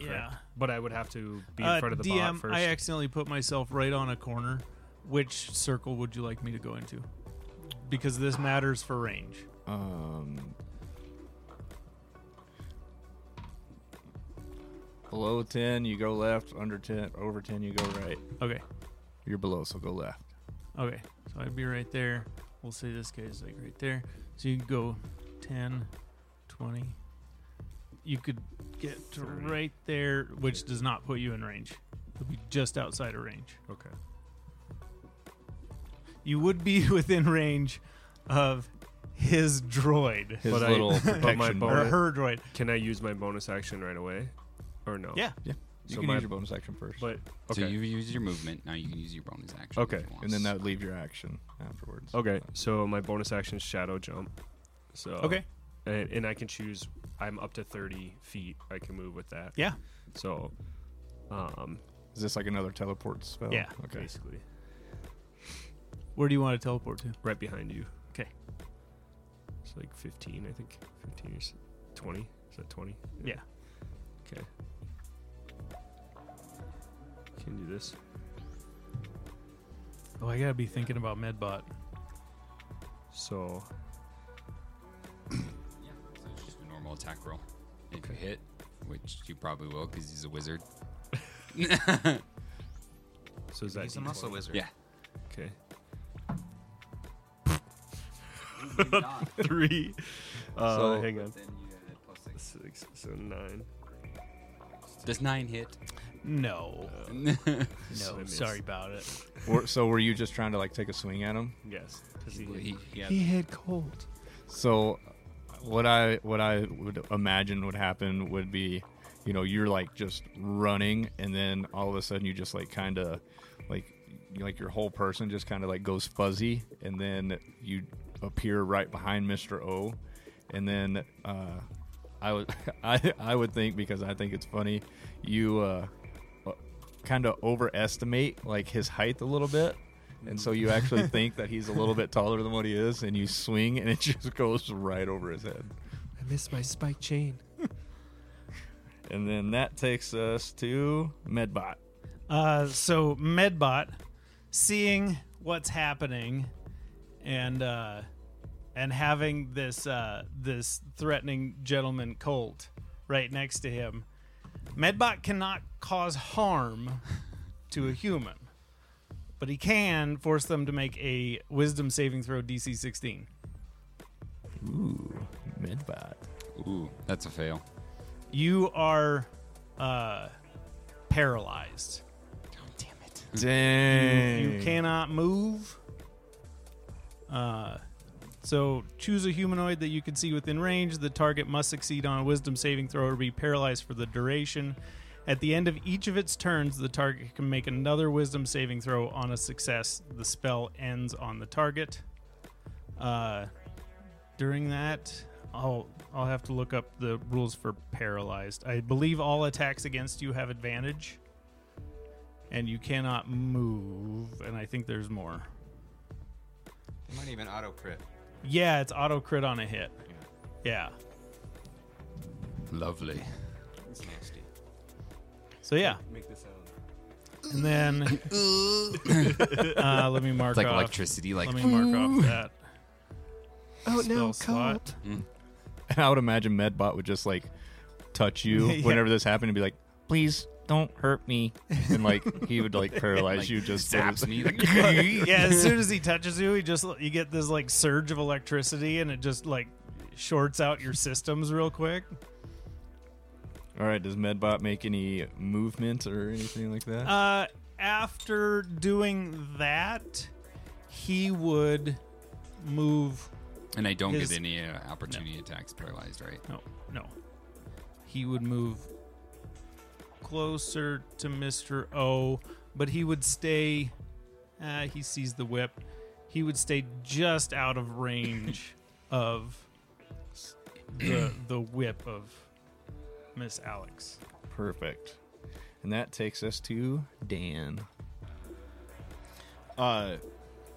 Speaker 8: yeah.
Speaker 4: But I would have to be in
Speaker 8: Uh,
Speaker 4: front of the
Speaker 8: DM,
Speaker 4: bot first.
Speaker 8: I accidentally put myself right on a corner. Which circle would you like me to go into? Because this matters for range.
Speaker 3: Um, below 10, you go left. Under 10, over 10, you go right.
Speaker 8: Okay.
Speaker 3: You're below, so go left.
Speaker 8: Okay. So I'd be right there. We'll say this guy's like right there. So you can go 10, 20. You could get to right there, which does not put you in range. It'll be just outside of range.
Speaker 4: okay.
Speaker 8: You would be within range of his droid.
Speaker 3: His
Speaker 4: But I-
Speaker 3: little
Speaker 4: but my
Speaker 3: protection. bar.
Speaker 4: bone-
Speaker 8: Or
Speaker 4: Alright.
Speaker 8: her droid.
Speaker 4: Can I use my bonus action right away, or no?
Speaker 8: Yeah.
Speaker 3: You
Speaker 4: so
Speaker 3: can
Speaker 4: my-
Speaker 3: use your bonus action first.
Speaker 4: But okay.
Speaker 2: So you've used your movement. Now you can use your bonus action.
Speaker 4: Okay,
Speaker 2: if you want.
Speaker 3: and then that would leave your action afterwards.
Speaker 4: Okay, so my bonus action is shadow jump. So
Speaker 8: Okay.
Speaker 4: and, and I can choose. I'm up to thirty feet. I can move with that.
Speaker 8: Yeah.
Speaker 4: So, um,
Speaker 3: Is this like another teleport spell?
Speaker 8: Yeah.
Speaker 3: Okay.
Speaker 4: basically,
Speaker 8: Where do you want to teleport to?
Speaker 4: right behind you.
Speaker 8: 'Kay.
Speaker 4: It's like fifteen, I think. Fifteen or s- twenty? Is that twenty?
Speaker 8: Yeah.
Speaker 4: Okay. Can do this.
Speaker 8: Oh, I gotta be thinking about Medbot.
Speaker 4: So
Speaker 2: Yeah, so it's just a normal attack roll. If you hit, which you probably will because he's a wizard.
Speaker 4: so is that
Speaker 6: He's a muscle wizard.
Speaker 2: Yeah.
Speaker 4: Okay. Three. Uh,
Speaker 3: So-
Speaker 4: hang on. Six, so nine.
Speaker 2: Does nine hit?
Speaker 8: No.
Speaker 4: So I
Speaker 8: No.
Speaker 4: missed.
Speaker 8: Sorry about it.
Speaker 3: Were- so were you just trying to like take a swing at him?
Speaker 4: Yes.
Speaker 2: Well, he- he had-
Speaker 9: He had cold.
Speaker 3: So what I what I would imagine would happen would be, you know, you're like just running and then all of a sudden you just like kind of like like your whole person just kind of like goes fuzzy and then you appear right behind Mr. O and then uh I would I I would think because I think it's funny you uh kind of overestimate like his height a little bit and so you actually think that he's a little bit taller than what he is and you swing and it just goes right over his head
Speaker 9: I missed my spike chain.
Speaker 3: and then that takes us to medbot
Speaker 8: Uh, so Medbot, seeing what's happening, and uh, and having this uh, this threatening gentleman Colt right next to him, Medbot cannot cause harm to a human, but he can force them to make a Wisdom saving throw DC 16.
Speaker 3: ooh medbot
Speaker 2: Ooh, that's a fail.
Speaker 8: You are uh, paralyzed.
Speaker 2: Damn it.
Speaker 3: dang
Speaker 8: You cannot move. Uh, so choose a humanoid that you can see within range. The target must succeed on a wisdom saving throw or be paralyzed for the duration. At the end of each of its turns, the target can make another wisdom saving throw on a success. The spell ends on the target. Uh, during that, I'll I'll have to look up the rules for paralyzed. I believe all attacks against you have advantage and you cannot move. And I think there's more.
Speaker 6: He might even auto crit.
Speaker 8: Yeah, it's auto crit on a hit. Yeah.
Speaker 2: Lovely.
Speaker 6: It's nasty.
Speaker 8: So yeah,
Speaker 4: Make this sound.
Speaker 8: and then uh, let me mark
Speaker 2: It's like
Speaker 8: off.
Speaker 2: electricity. Like
Speaker 8: let me mark off that.
Speaker 9: Oh
Speaker 8: Spell
Speaker 9: no,
Speaker 8: slot.
Speaker 9: cold.
Speaker 3: and i would imagine medbot would just like touch you
Speaker 8: Yeah.
Speaker 3: whenever this happened and be like please don't hurt me and like he would like paralyze you just so
Speaker 2: zaps
Speaker 3: it's-
Speaker 2: me. Like,
Speaker 8: yeah, as soon as he touches you, he just you get this like surge of electricity, and it just like shorts out your systems real quick.
Speaker 3: all right does medbot make any movement or anything like that
Speaker 8: Uh, after doing that, he would move
Speaker 2: and I don't
Speaker 8: His-
Speaker 2: get any uh, opportunity attacks paralyzed, right?
Speaker 8: No, no. He would move closer to Mr. O, but he would stay. Uh, he sees the whip. He would stay just out of range of the the whip of Miss Alex.
Speaker 3: Perfect. And that takes us to Dan.
Speaker 5: Uh,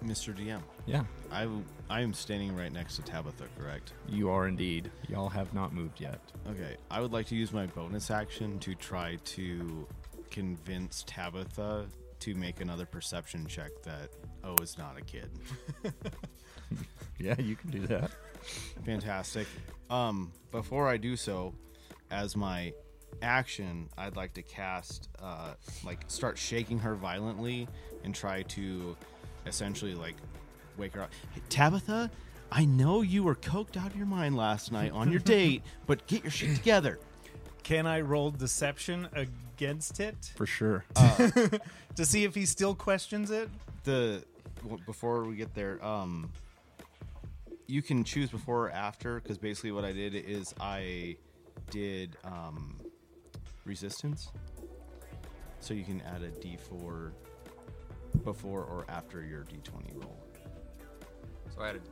Speaker 5: Mr. DM,
Speaker 3: Yeah,
Speaker 5: I w- I am standing right next to Tabitha, correct?
Speaker 3: you are indeed. Y'all have not moved yet.
Speaker 5: Okay, I would like to use my bonus action to try to convince Tabitha to make another perception check that O is not a kid.
Speaker 3: Yeah, you can do that.
Speaker 5: Fantastic. Um, before I do so, as my action, I'd like to cast, uh, like, start shaking her violently and try to essentially, like, wake her up. Hey, Tabitha, I know you were coked out of your mind last night on your date, but get your shit together.
Speaker 8: Can I roll deception against it Uh,
Speaker 3: For sure.
Speaker 8: to see if he still questions it?
Speaker 5: the w- before we get there um you can choose before or after because basically what i did is i did um resistance so you can add a d4 before or after your d20 roll
Speaker 6: So I added.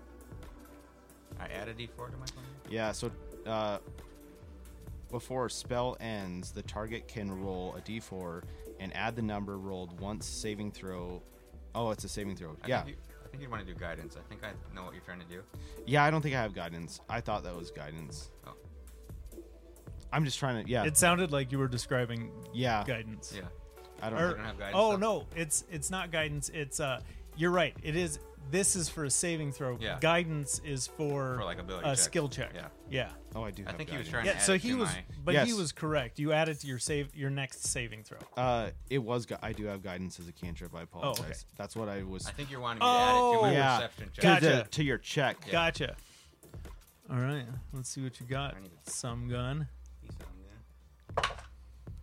Speaker 6: I added D4 to my phone.
Speaker 5: yeah so uh before a spell ends the target can roll a d4 and add the number rolled once saving throw oh it's a saving throw
Speaker 6: I
Speaker 5: yeah
Speaker 6: Think you, I think you want to do guidance. I think I know what you're trying to do.
Speaker 5: Yeah, I don't think I have guidance. I thought that was guidance.
Speaker 6: Oh.
Speaker 5: I'm just trying to. Yeah,
Speaker 8: It sounded like you were describing
Speaker 5: yeah.
Speaker 8: guidance.
Speaker 6: Yeah.
Speaker 5: I don't.
Speaker 8: Or-
Speaker 6: don't have guidance,
Speaker 8: oh
Speaker 6: though.
Speaker 8: no, it's it's not guidance. It's uh, you're right. It is. This is for a saving throw.
Speaker 6: Yeah.
Speaker 8: Guidance is for
Speaker 6: For, like, ability
Speaker 8: a
Speaker 6: checks.
Speaker 8: skill check.
Speaker 6: Yeah.
Speaker 8: Yeah.
Speaker 5: oh, I do.
Speaker 6: I
Speaker 5: Have
Speaker 6: think he was
Speaker 5: guidance.
Speaker 6: trying to
Speaker 8: Yeah.
Speaker 6: add
Speaker 8: So
Speaker 6: it
Speaker 8: he
Speaker 6: to
Speaker 8: was,
Speaker 6: my-
Speaker 8: but he
Speaker 5: Yes.
Speaker 8: was correct. You added to your save your next saving throw.
Speaker 5: Uh, it was. gu- I do have guidance as a cantrip. I apologize.
Speaker 8: okay.
Speaker 5: That's what I was.
Speaker 6: Oh, I think you're wanting me to add it to my
Speaker 8: Oh!
Speaker 5: yeah.
Speaker 6: perception
Speaker 5: To,
Speaker 6: check.
Speaker 8: Gotcha.
Speaker 5: the- to your check.
Speaker 8: Gotcha. All right. Let's see what you got.
Speaker 6: I need to-
Speaker 8: Some gun.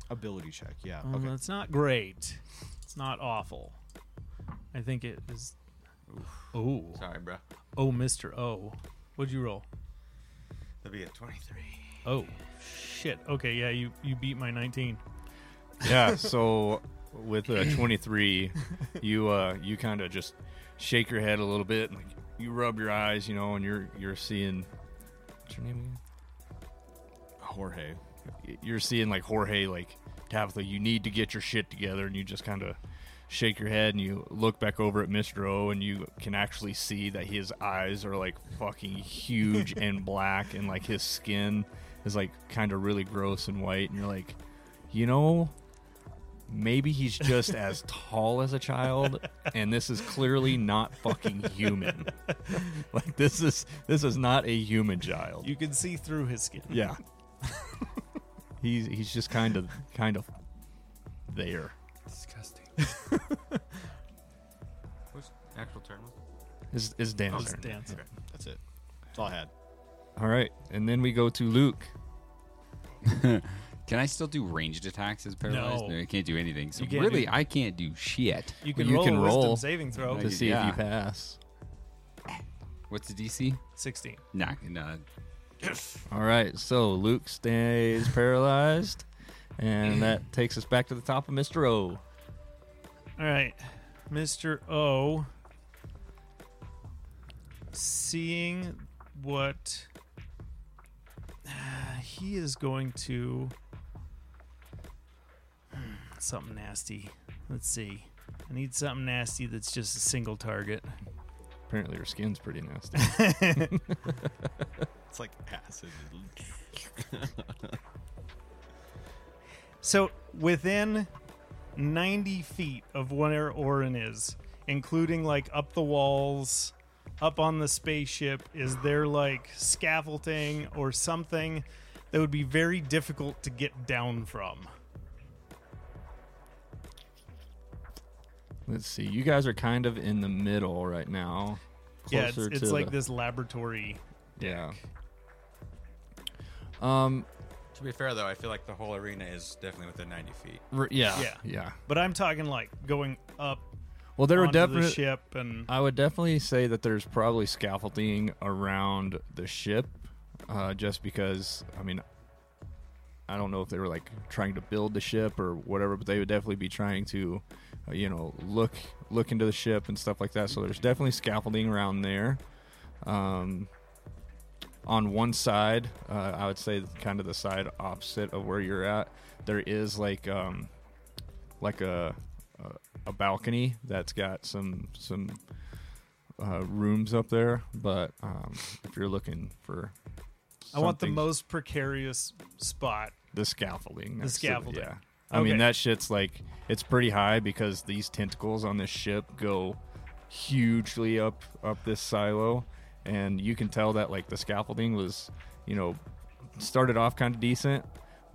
Speaker 5: Ability check. Yeah.
Speaker 8: Well,
Speaker 5: okay.
Speaker 8: That's not great. It's not awful. I think it is. Oh.
Speaker 6: Sorry, bro.
Speaker 8: Oh, Mr. O. What'd you roll?
Speaker 6: That'd be a 23.
Speaker 8: Oh, shit. Okay, yeah, you, you beat my 19.
Speaker 3: yeah so with uh, 23 you uh you kind of just shake your head a little bit and like you rub your eyes you know and you're you're seeing what's your name again
Speaker 5: Jorge.
Speaker 3: Y- you're seeing like jorge like tabitha you need to get your shit together and you just kind of shake your head and you look back over at mr o and you can actually see that his eyes are like fucking huge and black and like his skin is like kind of really gross and white and you're like you know maybe he's just as tall as a child and this is clearly not fucking human like this is this is not a human child
Speaker 8: You can see through his skin.
Speaker 3: yeah he's he's just kind of kind of there
Speaker 4: Disgusting.
Speaker 6: What's actual turn? was it?
Speaker 3: is is Dan
Speaker 8: Just dance.
Speaker 5: That's it. That's all I had.
Speaker 3: all right and then we go to luke
Speaker 2: Can I still do ranged attacks as paralyzed?
Speaker 8: No.
Speaker 2: I can't do anything. So
Speaker 8: You can't
Speaker 2: really,
Speaker 8: do-
Speaker 2: I can't do shit.
Speaker 8: You can
Speaker 3: you
Speaker 8: roll
Speaker 3: can
Speaker 8: a wisdom
Speaker 3: roll.
Speaker 8: saving throw.
Speaker 2: Nice.
Speaker 3: to see
Speaker 2: Yeah.
Speaker 3: if you pass
Speaker 2: What's the DC?
Speaker 8: 16.
Speaker 2: Nah, nah.
Speaker 3: all right so luke stays paralyzed and that takes us back to the top of mr o
Speaker 8: All right. Mr. O. Seeing what uh, he is going to. Hmm, Something nasty. Let's see. I need something nasty that's just a single target.
Speaker 3: apparently her skin's pretty nasty
Speaker 5: It's like acid.
Speaker 8: So within 90 feet of where Orin is, including like up the walls, up on the spaceship, is there like scaffolding or something that would be very difficult to get down from?
Speaker 3: Let's see. You guys are kind of in the middle right now.
Speaker 8: yeah, it's, it's like this laboratory.
Speaker 3: Yeah. Um.
Speaker 6: To be fair, though, I feel like the whole arena is definitely within 90 feet.
Speaker 3: r- yeah.
Speaker 8: Yeah.
Speaker 3: Yeah.
Speaker 8: But I'm talking like going up
Speaker 3: Well, there are
Speaker 8: onto the
Speaker 3: definitely.
Speaker 8: ship and
Speaker 3: I would definitely say that there's probably scaffolding around the ship, uh, just because. I mean, I don't know if they were like trying to build the ship or whatever, but they would definitely be trying to, uh, you know, look look into the ship and stuff like that. So there's definitely scaffolding around there. Um, on one side, uh, I would say kind of the side opposite of where you're at, there is like um, like a a, a balcony that's got some some uh, rooms up there. But um, if you're looking for,
Speaker 8: I want the
Speaker 3: something-
Speaker 8: most precarious spot.
Speaker 3: the scaffolding. next to it,
Speaker 8: scaffolding.
Speaker 3: yeah. I
Speaker 8: Okay.
Speaker 3: mean that shit's like it's pretty high because these tentacles on this ship go hugely up up this silo, and you can tell that like the scaffolding was, you know, started off kind of decent,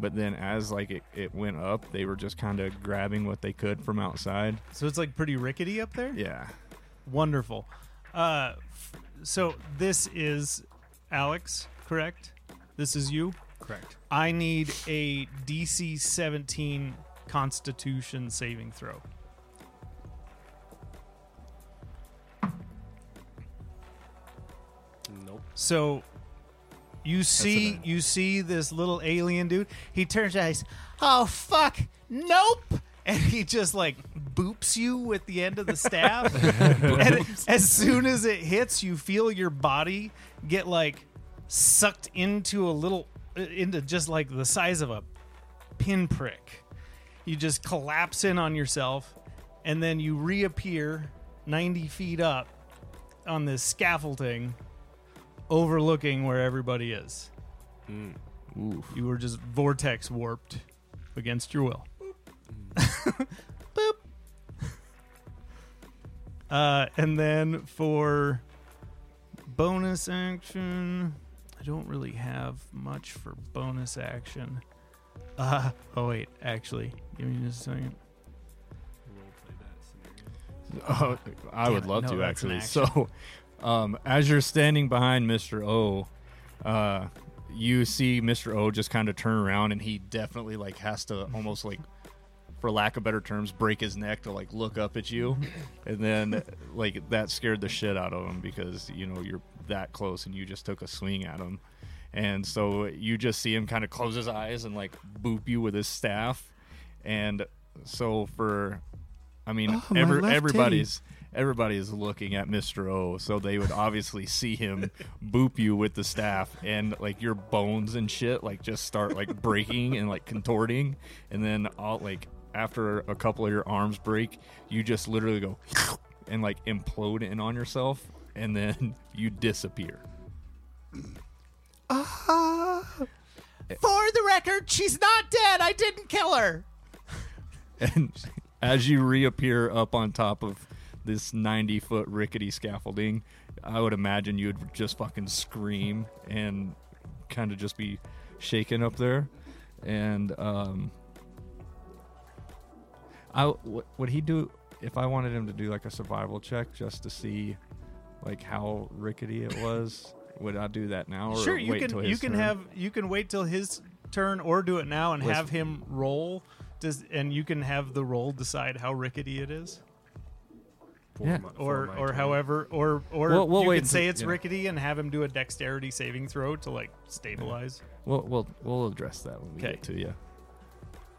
Speaker 3: but then as like it, it went up, they were just kind of grabbing what they could from outside.
Speaker 8: So it's like pretty rickety up there.
Speaker 3: Yeah,
Speaker 8: Wonderful. Uh, f- so this is Alex, correct? This is you.
Speaker 4: Correct.
Speaker 8: I need a DC 17 Constitution saving throw.
Speaker 4: Nope.
Speaker 8: So you see
Speaker 3: nine.
Speaker 8: you see this little alien dude. He turns out he's oh fuck nope, and he just like boops you with the end of the staff. and as soon as it hits, you feel your body get like sucked into a little uh, into just like the size of a pinprick. You just collapse in on yourself, and then you reappear ninety feet up on this scaffolding overlooking where everybody is. You were just vortex warped against your will. Boop. Uh, and then for bonus action, I don't really have much for bonus action. Uh, oh wait, actually, give me just a second.
Speaker 3: Oh, I would
Speaker 8: it,
Speaker 3: love
Speaker 8: no,
Speaker 3: to
Speaker 8: that's an
Speaker 3: actually. So, um, as you're standing behind Mr. O, uh, you see Mr. O just kind of turn around, and he definitely like has to almost like, for lack of better terms, break his neck to like look up at you,
Speaker 8: Mm-hmm.
Speaker 3: and then like that scared the shit out of him because you know you're that close and you just took a swing at him, and so you just see him kind of close his eyes and like boop you with his staff, and so for I mean,
Speaker 9: Oh, my
Speaker 3: every,
Speaker 9: left
Speaker 3: everybody's everybody is looking at Mr. O, so they would obviously see him boop you with the staff, and like your bones and shit like just start like breaking and like contorting, and then all like after a couple of your arms break, you just literally go and like implode in on yourself, and then you disappear.
Speaker 1: Uh, For the record, she's not dead. I didn't kill her.
Speaker 3: And as you reappear up on top of this 90 foot rickety scaffolding, I would imagine you would just fucking scream and kind of just be shaken up there. And um, I w- would he do if I wanted him to do like a survival check just to see like how rickety it was? would I do that now? Or
Speaker 8: sure, you
Speaker 3: wait till
Speaker 8: can
Speaker 3: his
Speaker 8: you can
Speaker 3: turn?
Speaker 8: have you can wait till his turn or do it now and
Speaker 3: Let's-
Speaker 8: have him roll. Does and you can have the roll decide how rickety it is.
Speaker 3: Yeah.
Speaker 8: or or however or or
Speaker 3: We'll- we'll
Speaker 8: you
Speaker 3: wait
Speaker 8: could say
Speaker 3: until-
Speaker 8: it's
Speaker 3: yeah.
Speaker 8: rickety and have him do a dexterity saving throw to like stabilize.
Speaker 3: We'll we'll we'll address that when we
Speaker 8: Okay.
Speaker 3: get to you.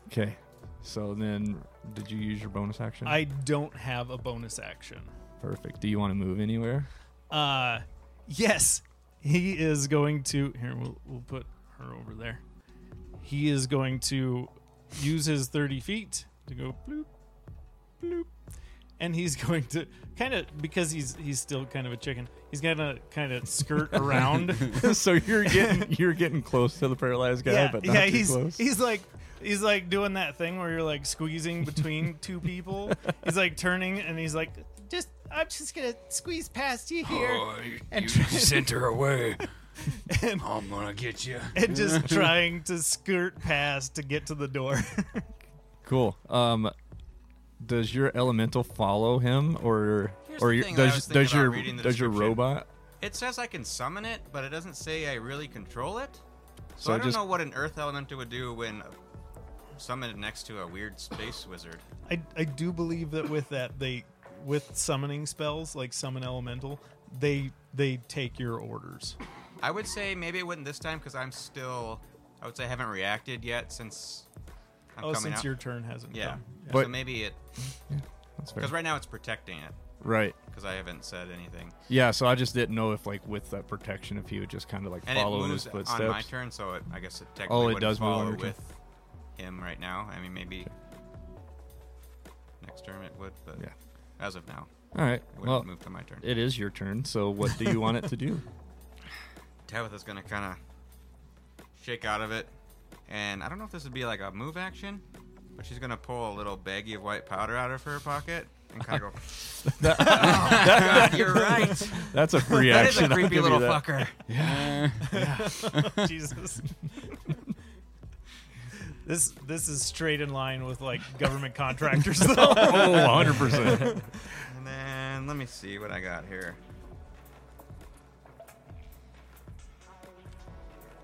Speaker 3: Okay. So then, did you use your bonus action?
Speaker 8: I don't have a bonus action.
Speaker 3: perfect. Do you want to move anywhere?
Speaker 8: Uh yes, he is going to here we'll we'll put her over there. He is going to use his 30 feet to go bloop bloop. And he's going to kind of because he's he's still kind of a chicken. He's going to kind of skirt around
Speaker 3: so you're getting you're getting close to the paralyzed guy, but not too
Speaker 8: he's
Speaker 3: close.
Speaker 8: he's like he's like doing that thing where you're like squeezing between two people. He's like turning and he's like
Speaker 1: Just, I'm just gonna squeeze past you here.
Speaker 2: Oh, you sent her away. I'm gonna get you.
Speaker 8: and just trying to skirt past to get to the door.
Speaker 3: cool. Um, does your elemental follow him, or
Speaker 6: Here's
Speaker 3: or
Speaker 6: the
Speaker 3: your,
Speaker 6: thing that I
Speaker 3: does
Speaker 6: was thinking
Speaker 3: does
Speaker 6: about
Speaker 3: your
Speaker 6: reading the
Speaker 3: does your
Speaker 6: description.
Speaker 3: robot?
Speaker 6: It says I can summon it, but it doesn't say I really control it. So,
Speaker 3: So
Speaker 6: I don't
Speaker 3: just-
Speaker 6: know what an earth elemental would do when summoned next to a weird space wizard.
Speaker 8: I I do believe that with that they with summoning spells like summon elemental, they they take your orders.
Speaker 6: I would say maybe it wouldn't this time because I'm still. I would say I haven't reacted yet since. I'm
Speaker 8: oh,
Speaker 6: coming
Speaker 8: since
Speaker 6: out.
Speaker 8: your turn hasn't
Speaker 6: Yeah.
Speaker 8: come.
Speaker 6: so
Speaker 3: But-
Speaker 6: maybe it.
Speaker 3: That's fair.
Speaker 6: Because right now it's protecting it
Speaker 3: Right.
Speaker 6: because I haven't said anything.
Speaker 3: Yeah. So I just didn't know if like with that protection, if he would just kind of like
Speaker 6: And
Speaker 3: follow
Speaker 6: it
Speaker 3: in
Speaker 6: moves
Speaker 3: his footsteps.
Speaker 6: on my turn, so it, I guess it technically
Speaker 3: Oh, it
Speaker 6: wouldn't
Speaker 3: does move on
Speaker 6: follow
Speaker 3: your turn.
Speaker 6: with him right now. I mean, maybe next turn it would, but
Speaker 3: Yeah.
Speaker 6: as of now,
Speaker 3: All right.
Speaker 6: it would
Speaker 3: Well,
Speaker 6: move to my turn.
Speaker 3: it is your turn. So what do you want it to do?
Speaker 6: Tabitha's gonna kind of shake out of it, and I don't know if this would be like a move action, but she's gonna pull a little baggie of white powder out of her pocket and kind of go. oh, God, you're right.
Speaker 3: That's a free
Speaker 6: That is a
Speaker 3: action. I'll
Speaker 6: creepy
Speaker 3: give you
Speaker 6: little
Speaker 3: that.
Speaker 6: fucker.
Speaker 8: Oh, Jesus. This this is straight in line with like government contractors though.
Speaker 3: Oh, 100 percent.
Speaker 6: And then let me see what I got here.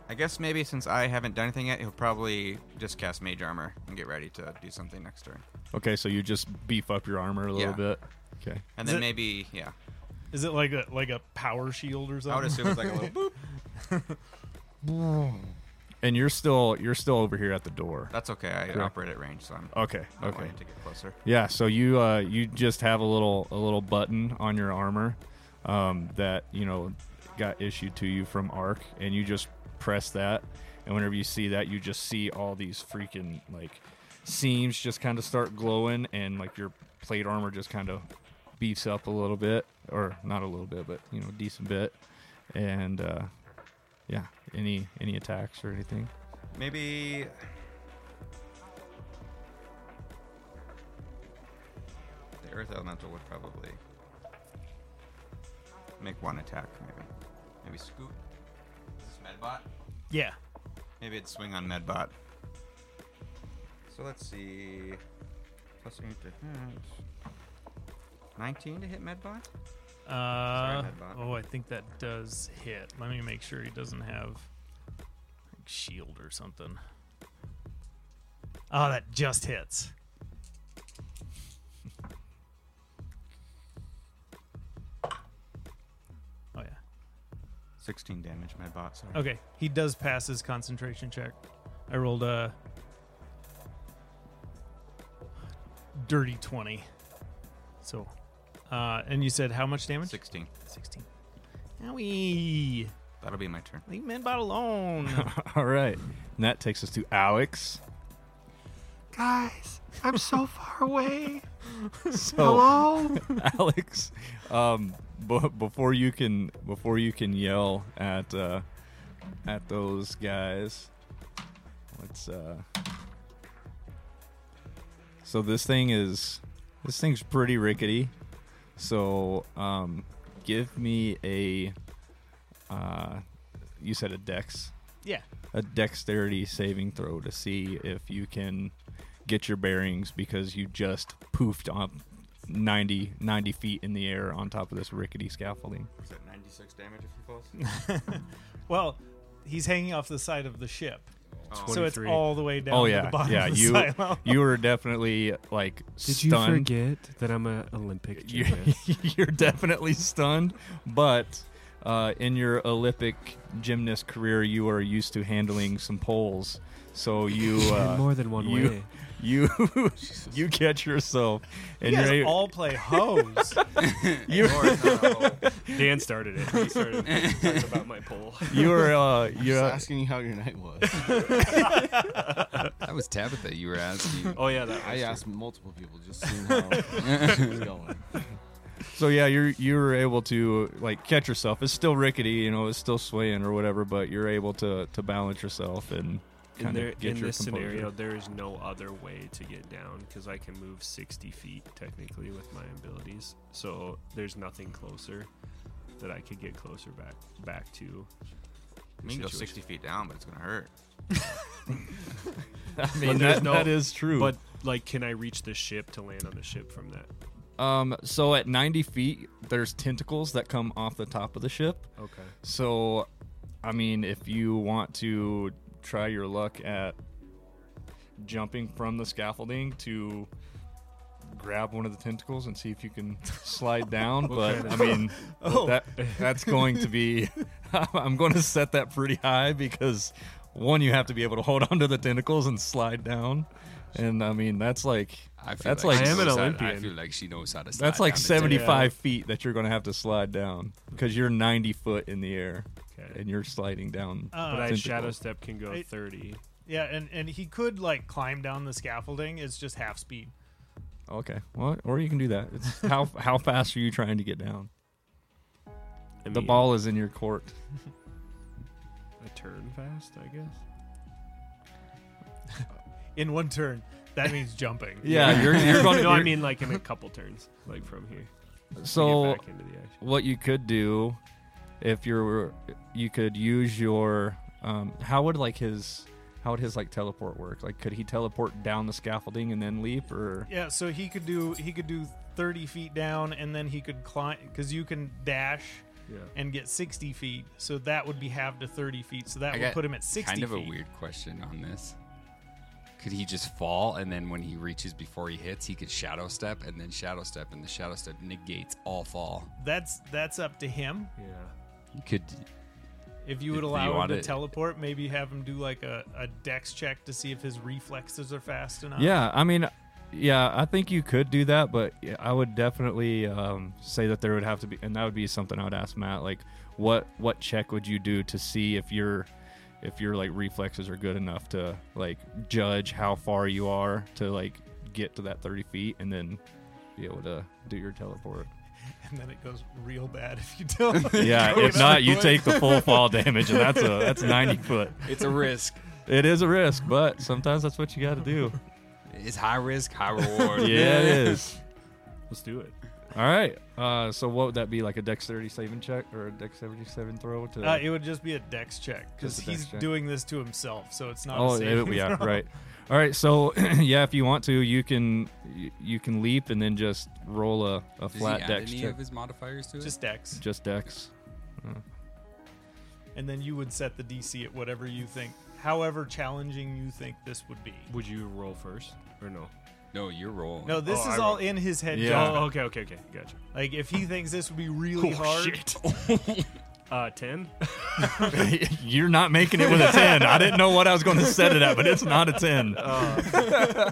Speaker 6: I guess maybe since I haven't done anything yet, he'll probably just cast Mage Armor and get ready to do something next turn.
Speaker 3: Okay, so you just beef up your armor a little
Speaker 6: Yeah.
Speaker 3: bit. Okay.
Speaker 6: And
Speaker 8: Is
Speaker 6: then
Speaker 8: it-
Speaker 6: maybe, yeah.
Speaker 8: Is it like a like a power shield or
Speaker 6: I would
Speaker 8: something?
Speaker 6: assume it's like a little boop.
Speaker 3: And you're still you're still over here at the door.
Speaker 6: That's okay. I
Speaker 3: Sure.
Speaker 6: operate at range, so I'm
Speaker 3: Okay.
Speaker 6: not
Speaker 3: Okay.
Speaker 6: wanting to get closer.
Speaker 3: Yeah, so you uh, you just have a little a little button on your armor um, that you know got issued to you from Arc, and you just press that, and whenever you see that, you just see all these freaking like seams just kind of start glowing, and like your plate armor just kind of beefs up a little bit, or not a little bit, but you know, decent bit, and uh, yeah, any any attacks or anything.
Speaker 6: Maybe. The Earth Elemental would probably make one attack, maybe. Maybe Scoot. Is this Medbot?
Speaker 8: yeah.
Speaker 6: Maybe it'd swing on Medbot. So let's see. Plus eight to hit. 19 to hit Medbot?
Speaker 8: Uh,
Speaker 6: Medbot.
Speaker 8: oh, I think that does hit. Let me make sure he doesn't have like, shield or something. Oh, that just hits. Oh yeah.
Speaker 6: 16 damage, Medbot. Sorry.
Speaker 8: Okay, he does pass his concentration check. I rolled a dirty 20. So, uh, and you said how much damage?
Speaker 6: 16.
Speaker 8: 16. Owie!
Speaker 6: That'll be my turn.
Speaker 8: Leave Menbot alone.
Speaker 3: all right, and that takes us to Alex.
Speaker 9: Guys, I'm so far away.
Speaker 3: So,
Speaker 9: Hello?
Speaker 3: Alex, um, b- before you can before you can yell at uh, at those guys, let's. Uh, so this thing is this thing's pretty rickety. So um, give me a. Uh, you said a dex
Speaker 8: yeah.
Speaker 3: a dexterity saving throw to see if you can get your bearings because you just poofed up 90, 90 feet in the air on top of this rickety scaffolding.
Speaker 6: Is that 96 damage if he falls?
Speaker 8: Well, he's hanging off the side of the ship. So it's
Speaker 3: 23.
Speaker 8: all the way down
Speaker 3: oh
Speaker 8: to
Speaker 3: yeah,
Speaker 8: the bottom
Speaker 3: yeah.
Speaker 8: of the
Speaker 3: You
Speaker 8: silo.
Speaker 3: you were definitely like
Speaker 9: Did you
Speaker 3: stunned.
Speaker 9: forget that I'm an Olympic
Speaker 3: You-
Speaker 9: gymnast?
Speaker 3: you're definitely stunned, but uh, in your Olympic gymnast career, you are used to handling some poles. So you uh,
Speaker 9: In more than one
Speaker 3: you-
Speaker 9: way.
Speaker 3: you you catch yourself and
Speaker 8: you guys
Speaker 3: you're
Speaker 8: all play hose.
Speaker 4: Dan started it. He started talking about my poll.
Speaker 3: you're uh you're
Speaker 5: Just asking you how your night was.
Speaker 2: That was Tabitha you were asking.
Speaker 4: Oh yeah, that
Speaker 5: I asked multiple people just seeing how it was going.
Speaker 3: so yeah you're you were able to like catch yourself it's still rickety you know it's still swaying or whatever but you're able to to balance yourself and
Speaker 4: in,
Speaker 3: kind
Speaker 4: there,
Speaker 3: of get
Speaker 4: in
Speaker 3: your
Speaker 4: this
Speaker 3: composure.
Speaker 4: scenario, there is no other way to get down because I can move 60 feet technically with my abilities. So there's nothing closer that I could get closer back back to.
Speaker 6: We can go
Speaker 4: situation.
Speaker 6: 60 feet down, but it's going to hurt.
Speaker 3: I mean,
Speaker 4: But there's
Speaker 3: that,
Speaker 4: no-
Speaker 3: that is true
Speaker 4: But like, can I reach the ship to land on the ship from that?
Speaker 3: um so at 90 feet there's tentacles that come off the top of the ship
Speaker 4: Okay.
Speaker 3: so i mean if you want to try your luck at jumping from the scaffolding to grab one of the tentacles and see if you can slide down but i mean that that's going to be i'm going to set that pretty high because one you have to be able to hold onto the tentacles and slide down and i mean that's like
Speaker 2: I feel
Speaker 3: that's
Speaker 2: like
Speaker 3: like
Speaker 2: she
Speaker 4: I am an
Speaker 2: knows how- I
Speaker 4: Olympian.
Speaker 2: feel like she knows how to. slide
Speaker 3: that's like
Speaker 2: down the
Speaker 4: seventy-
Speaker 3: 75 feet that you're going to have to slide down because you're 90 foot in the air
Speaker 4: Okay.
Speaker 3: and you're sliding down.
Speaker 4: but I
Speaker 8: Uh,
Speaker 3: Tentacles.
Speaker 4: shadow step can go
Speaker 8: I-
Speaker 4: 30.
Speaker 8: yeah, and, and he could like climb down the scaffolding. It's just half speed.
Speaker 3: Okay. Well, or you can do that. It's how how fast are you trying to get down?
Speaker 4: I
Speaker 3: The
Speaker 4: mean,
Speaker 3: ball is in your court.
Speaker 4: A turn fast, I guess.
Speaker 8: in one turn. That means jumping.
Speaker 3: Yeah, you're you're going to
Speaker 4: no, I mean like in a couple turns, like from here. to
Speaker 3: so
Speaker 4: get back into the action.
Speaker 3: what you could do if you're you could use your um, how would like his how would his like teleport work like could he teleport down the scaffolding and then leap or
Speaker 8: Yeah, so he could do he could do 30 feet down and then he could climb cuz you can dash
Speaker 4: Yeah.
Speaker 8: and get 60 feet. So that would be halved to 30 feet. So that
Speaker 2: I
Speaker 8: would
Speaker 2: got
Speaker 8: put him at 60
Speaker 2: Kind of
Speaker 8: feet.
Speaker 2: a weird question on this. Could he just fall and then when he reaches before he hits, he could shadow step and then shadow step and the shadow step negates all fall?
Speaker 8: That's that's up to him.
Speaker 4: Yeah.
Speaker 2: You could.
Speaker 8: If you would
Speaker 2: If you
Speaker 8: allow him
Speaker 2: want
Speaker 8: to
Speaker 2: it-
Speaker 8: teleport, maybe have him do like a, a dex check to see if his reflexes are fast enough.
Speaker 3: yeah i mean yeah i think you could do that but yeah, i would definitely um, say that there would have to be and that would be something i would ask matt like what what check would you do to see if your if your like reflexes are good enough to like judge how far you are to like get to that 30 feet and then be able to do your teleport
Speaker 8: And then it goes real bad if you don't.
Speaker 3: Yeah, if not, you take the full fall damage, and that's a that's ninety foot.
Speaker 2: It's a risk.
Speaker 3: It is a risk, but sometimes that's what you got to do.
Speaker 2: It's high risk, high reward.
Speaker 3: Yeah, it is.
Speaker 4: Let's do it.
Speaker 3: All right. Uh, so what would that be like a dexterity saving check or a dexterity saving throw to?
Speaker 8: Uh, it would just be a dex check because
Speaker 3: Just a dex
Speaker 8: he's
Speaker 3: check.
Speaker 8: doing this to himself, so it's not.
Speaker 3: oh,
Speaker 8: a
Speaker 3: yeah,
Speaker 8: saving
Speaker 3: yeah,
Speaker 8: throw.
Speaker 3: right. All right. So yeah, if you want to, you can you, you can leap and then just roll a, a
Speaker 2: Does
Speaker 3: flat
Speaker 2: he add
Speaker 3: dex
Speaker 2: any
Speaker 3: check.
Speaker 2: of his modifiers to it?
Speaker 8: Just dex,
Speaker 3: Just dex.
Speaker 8: and then you would set the DC at whatever you think, however challenging you think this would be.
Speaker 4: Would you roll first or no?
Speaker 2: no, you're rolling.
Speaker 8: No, this
Speaker 4: Oh,
Speaker 8: is
Speaker 4: I
Speaker 8: all
Speaker 4: roll-
Speaker 8: in his head.
Speaker 3: Yeah.
Speaker 8: John.
Speaker 4: Oh, okay, okay, okay. Gotcha.
Speaker 8: Like if he thinks this would be really
Speaker 3: Oh,
Speaker 8: hard,
Speaker 4: Uh, ten.
Speaker 3: You're not making it with a ten. I didn't know what I was going to set it at, but it's not a ten.
Speaker 4: Oh,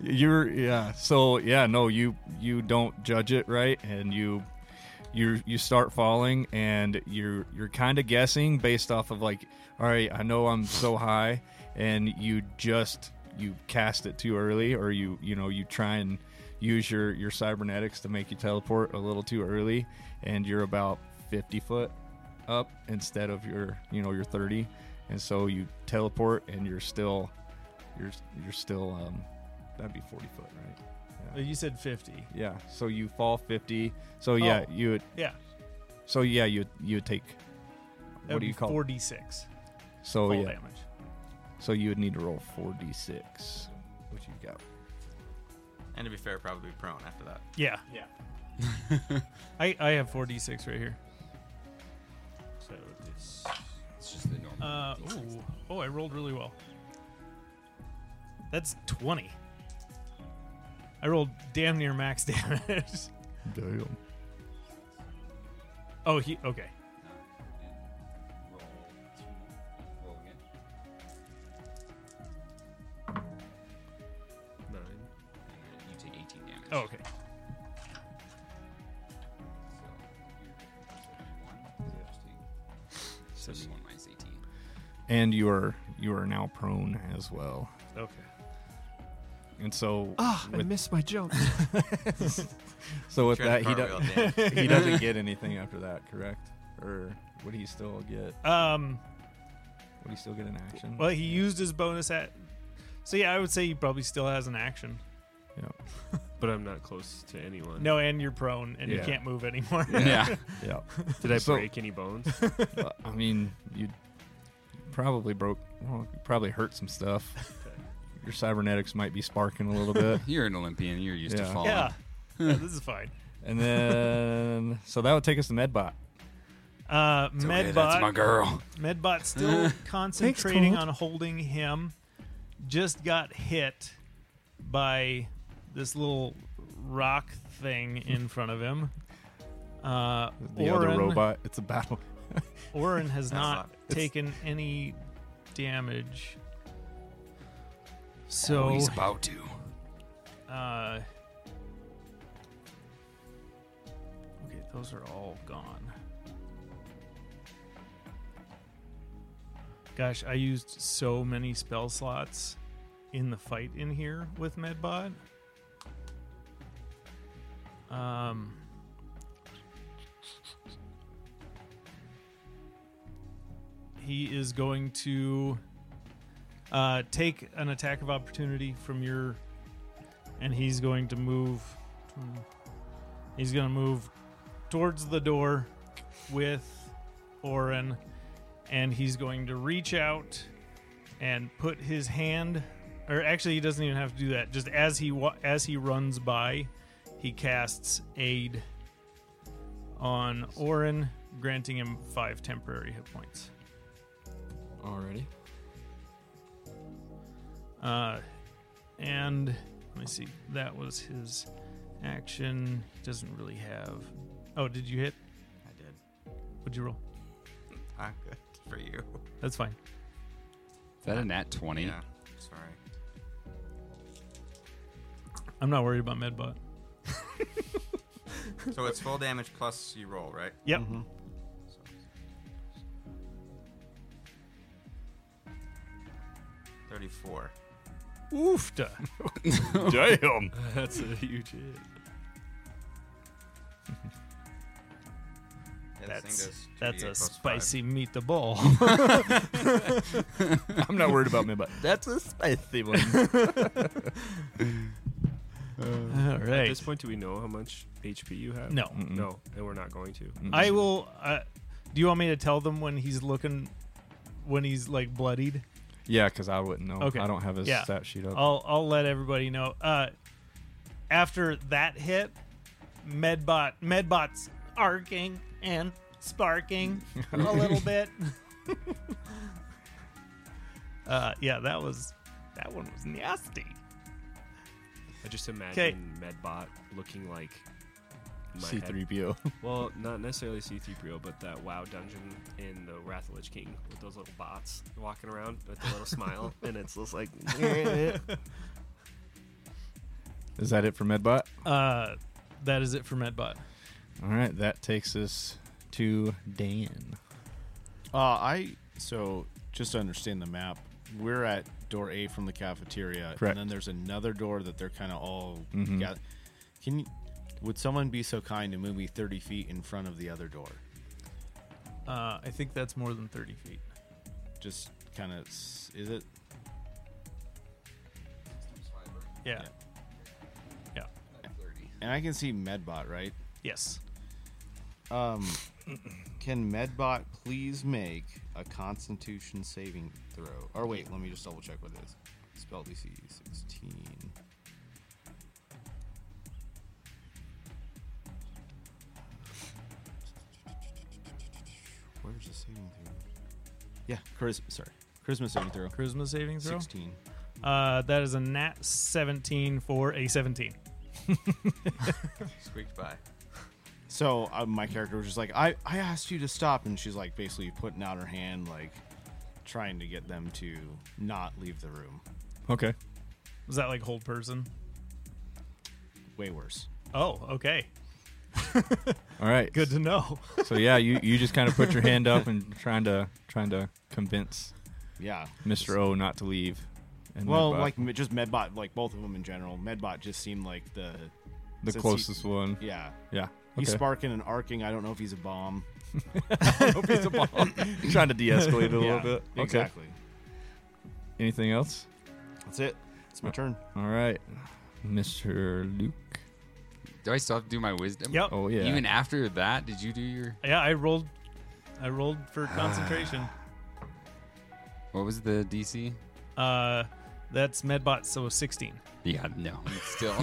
Speaker 3: You're yeah. So yeah, no, you you don't judge it right, and you you you start falling, and you're you're kind of guessing based off of like, all right, I know I'm so high, and you just you cast it too early, or you you know you try and use your your cybernetics to make you teleport a little too early, and you're about fifty foot up instead of your you know your 30 and so you teleport and you're still you're you're still um that'd be 40 foot right
Speaker 8: Oh, you said fifty.
Speaker 3: yeah so you fall 50 so yeah
Speaker 8: Oh.
Speaker 3: you would
Speaker 8: Yeah,
Speaker 3: so yeah you would- you would take
Speaker 8: that
Speaker 3: what do
Speaker 8: would be
Speaker 3: you call
Speaker 8: four
Speaker 3: it
Speaker 8: D six
Speaker 3: so
Speaker 8: fall
Speaker 3: yeah
Speaker 8: damage.
Speaker 3: so you would need to roll 4d6 what you got
Speaker 6: And to be fair, probably prone after that.
Speaker 8: Yeah, yeah. I I have four D six right here.
Speaker 4: so this.
Speaker 2: It's just the normal.
Speaker 8: Uh, ooh. Oh, I rolled really well. That's 20. I rolled damn near max damage.
Speaker 3: Damn.
Speaker 8: Oh, he. Okay.
Speaker 4: Nine.
Speaker 2: You take 18 damage.
Speaker 8: Oh, okay.
Speaker 2: Seventy-one minus eighteen.
Speaker 3: and you are you are now prone as well
Speaker 8: Okay.
Speaker 3: and so
Speaker 9: Ah, I
Speaker 3: With-
Speaker 9: missed my jump.
Speaker 3: so with
Speaker 6: Try
Speaker 3: that
Speaker 6: to
Speaker 3: he does
Speaker 6: cartwheel, Dan.
Speaker 3: he doesn't get anything after that, correct? Or would he still get?
Speaker 8: Um.
Speaker 3: Would he still get an action?
Speaker 8: Well, he used his bonus at. So yeah, I would say he probably still has an action.
Speaker 4: But I'm not close to anyone.
Speaker 8: No, and you're prone, and you
Speaker 3: Yeah.
Speaker 8: can't move anymore.
Speaker 2: Yeah.
Speaker 3: Yeah.
Speaker 4: Did I
Speaker 3: So-
Speaker 4: break any bones?
Speaker 3: Uh, I mean, you probably broke. Well, you probably hurt some stuff. Your cybernetics might be sparking a little bit,
Speaker 2: You're an Olympian. You're used
Speaker 3: Yeah.
Speaker 2: to falling.
Speaker 8: yeah. Yeah, This is fine.
Speaker 3: and then so that would take us to Medbot.
Speaker 8: Uh,
Speaker 2: It's okay,
Speaker 8: Medbot.
Speaker 2: That's my girl.
Speaker 8: Medbot still concentrating on holding him. Just got hit by this little rock thing in front of him. Uh,
Speaker 3: The other
Speaker 8: Orin-
Speaker 3: robot. It's a battle.
Speaker 8: Orin has
Speaker 6: That's
Speaker 8: not
Speaker 6: not-
Speaker 8: taken any damage.
Speaker 2: Oh,
Speaker 8: So,
Speaker 2: he's about to.
Speaker 8: uh, okay, those are all gone. Gosh, I used so many spell slots in the fight in here with Medbot. Um, he is going to uh, take an attack of opportunity from your, and he's going to move. He's going to move towards the door with Oren, and he's going to reach out and put his hand, or actually, he doesn't even have to do that. Just as he wa- as he runs by, he casts aid on Orin, granting him five temporary hit points.
Speaker 3: Already.
Speaker 8: Uh, and let me see. That was his action. He doesn't really have. Oh, did you hit?
Speaker 6: I did.
Speaker 8: What'd you roll?
Speaker 6: Ah, good for you.
Speaker 8: That's fine.
Speaker 2: Is that a nat 20?
Speaker 6: Yeah. Sorry.
Speaker 8: I'm not worried about Medbot.
Speaker 6: So it's full damage plus you roll, right?
Speaker 8: Yep.
Speaker 6: So, Thirty-four.
Speaker 8: Oofta.
Speaker 10: Damn.
Speaker 3: That's a huge hit.
Speaker 6: Yeah, this thing
Speaker 8: That's
Speaker 6: does 2d8
Speaker 8: that's a
Speaker 6: plus five.
Speaker 8: spicy meatball.
Speaker 3: I'm not worried about me, but
Speaker 10: That's a spicy one.
Speaker 8: Mm. All
Speaker 4: At
Speaker 8: right.
Speaker 4: this point, do we know how much HP you have?
Speaker 8: No.
Speaker 3: Mm-hmm.
Speaker 4: No, and we're not going to.
Speaker 8: I will. Uh, do you want me to tell them when he's looking, when he's like bloodied?
Speaker 3: Yeah, because I wouldn't know.
Speaker 8: Okay.
Speaker 3: I don't have his
Speaker 8: Yeah.
Speaker 3: stat sheet up.
Speaker 8: I'll I'll let everybody know. Uh, after that hit, Medbot Medbot's arcing and sparking a little bit. uh, yeah, that was that one was nasty.
Speaker 4: I just imagine Medbot looking like my head.
Speaker 10: C3PO.
Speaker 4: Well, not necessarily C3PO, but that WoW dungeon in the Wrath of Lich King with those little bots walking around with the little smile, and it's just like
Speaker 3: Is that it for Medbot?
Speaker 8: Uh, that is it for Medbot.
Speaker 3: All right, that takes us to Dan.
Speaker 5: Uh, I so just to understand the map, we're at door A from the cafeteria,
Speaker 3: Correct.
Speaker 5: and then there's another door that they're kind of all
Speaker 3: Mhm.
Speaker 5: got. Can you, would someone be so kind to move me thirty feet in front of the other door?
Speaker 8: Uh, I think that's more than thirty feet.
Speaker 5: Just kind of is it?
Speaker 8: Yeah.
Speaker 5: Yeah. And I can see Medbot, right?
Speaker 8: Yes.
Speaker 5: Um, can Medbot please make a Constitution saving throw? Or wait, let me just double check what it is. Spell DC 16. Where's the saving throw? Yeah, charisma. Sorry, charisma saving throw.
Speaker 8: Charisma saving throw.
Speaker 5: 16.
Speaker 8: Uh, that is a nat 17 for a 17.
Speaker 6: Squeaked by.
Speaker 5: So uh, my character was just like, I, I asked you to stop, and she's like basically putting out her hand, like trying to get them to not leave the room.
Speaker 3: Okay.
Speaker 8: Was that like hold person?
Speaker 5: Way worse.
Speaker 8: Oh, okay.
Speaker 3: All right.
Speaker 8: Good to know.
Speaker 3: So yeah, you, you just kind of put your hand up and trying to trying to convince
Speaker 5: Yeah.
Speaker 3: Mr. O not to leave. And uh,
Speaker 5: Well,
Speaker 3: Medbot,
Speaker 5: like m- just Medbot, like both of them in general. Medbot just seemed like the
Speaker 3: the
Speaker 5: since he-
Speaker 3: closest one.
Speaker 5: yeah.
Speaker 3: Yeah.
Speaker 5: He's
Speaker 3: okay.
Speaker 5: sparking and arcing. I don't know if he's a bomb.
Speaker 3: Piece of ball. trying to de-escalate it a
Speaker 5: Yeah,
Speaker 3: little bit. Okay.
Speaker 5: Exactly.
Speaker 3: Anything else?
Speaker 5: That's it. It's
Speaker 3: Uh,
Speaker 5: my turn.
Speaker 3: All right, Mr. Luke.
Speaker 2: Do I still have to do my wisdom?
Speaker 8: Yep.
Speaker 3: Oh yeah.
Speaker 2: Even after that, did you do your.
Speaker 8: Yeah, I rolled I rolled for concentration.
Speaker 2: What was the DC?
Speaker 8: Uh that's medbot so 16.
Speaker 2: Yeah, no. it's Still.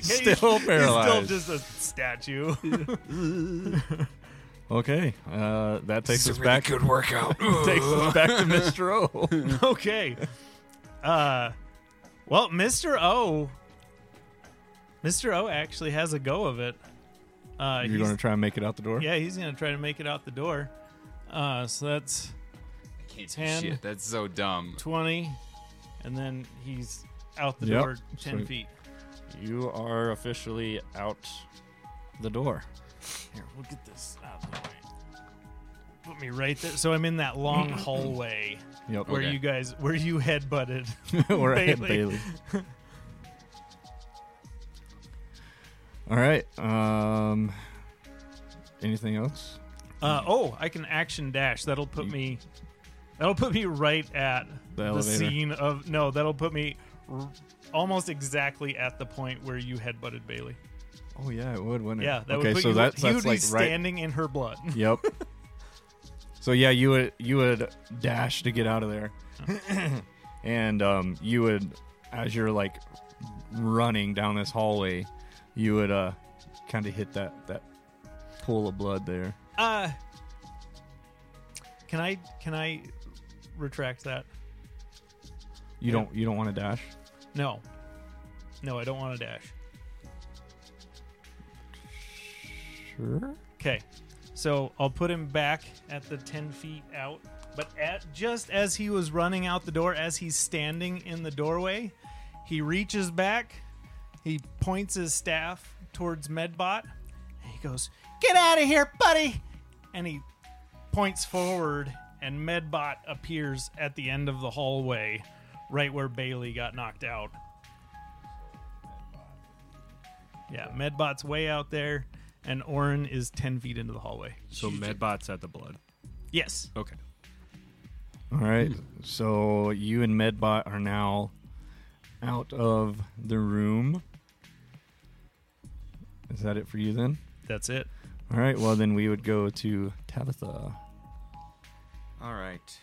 Speaker 3: still paralyzed.
Speaker 8: He's still just a statue.
Speaker 3: okay. Uh, that takes
Speaker 2: It's a
Speaker 3: us
Speaker 2: really
Speaker 3: back.
Speaker 2: good workout.
Speaker 3: Takes us back to Mr. O.
Speaker 8: okay. Uh well, Mr. O Mr. O actually has a go of it. Uh
Speaker 3: You're
Speaker 8: he's-
Speaker 3: going to try and make it out the door.
Speaker 8: Yeah, he's going to try to make it out the door. Uh so that's
Speaker 2: Can't do
Speaker 8: 10.
Speaker 2: Shit, that's so dumb.
Speaker 8: 20 and then he's out the
Speaker 3: Yep.
Speaker 8: door 10
Speaker 3: Sweet.
Speaker 8: feet.
Speaker 10: You are officially out the door.
Speaker 8: Here, we'll get this Ah, out of the way. Put me right there. So I'm in that long hallway
Speaker 3: Yep.
Speaker 8: where
Speaker 2: Okay.
Speaker 8: you guys, where you headbutted.
Speaker 3: We're ahead,
Speaker 8: Bailey.
Speaker 3: Bailey. All right. Um, anything else?
Speaker 8: Uh, oh, I can action dash. That'll put me. That'll put me right at
Speaker 3: The
Speaker 8: the,
Speaker 3: elevator.
Speaker 8: scene of no. That'll put me r- almost exactly at the point where you headbutted Bailey.
Speaker 3: Oh yeah, it would, wouldn't it?
Speaker 8: Yeah, that
Speaker 3: okay,
Speaker 8: would put
Speaker 3: so
Speaker 8: you.
Speaker 3: that's
Speaker 8: you
Speaker 3: that's
Speaker 8: would
Speaker 3: like
Speaker 8: be
Speaker 3: right.
Speaker 8: standing in her blood.
Speaker 3: Yep. so yeah, you would you would dash to get out of there, and um, you would as you're like running down this hallway, you would uh kind of hit that that pool of blood there.
Speaker 8: Uh, can I can I retract that?
Speaker 3: You don't you don't want to dash.
Speaker 8: No, no, I don't want to dash.
Speaker 3: Sure.
Speaker 8: Okay, so I'll put him back at the ten feet out. But at, just as he was running out the door, as he's standing in the doorway, he reaches back. He points his staff towards Medbot. And he goes, "Get out of here, buddy!" And he points forward, and Medbot appears at the end of the hallway, right where Bailey got knocked out. Yeah, Medbot's way out there, and Orin is 10 feet into the hallway.
Speaker 4: So Medbot's at the blood.
Speaker 8: Yes.
Speaker 4: Okay.
Speaker 3: All right.
Speaker 6: Mm-hmm.
Speaker 3: So you and Medbot are now out of the room. Is that it for you then?
Speaker 8: That's it.
Speaker 3: All right. Well, then we would go to Tabitha.
Speaker 6: All right.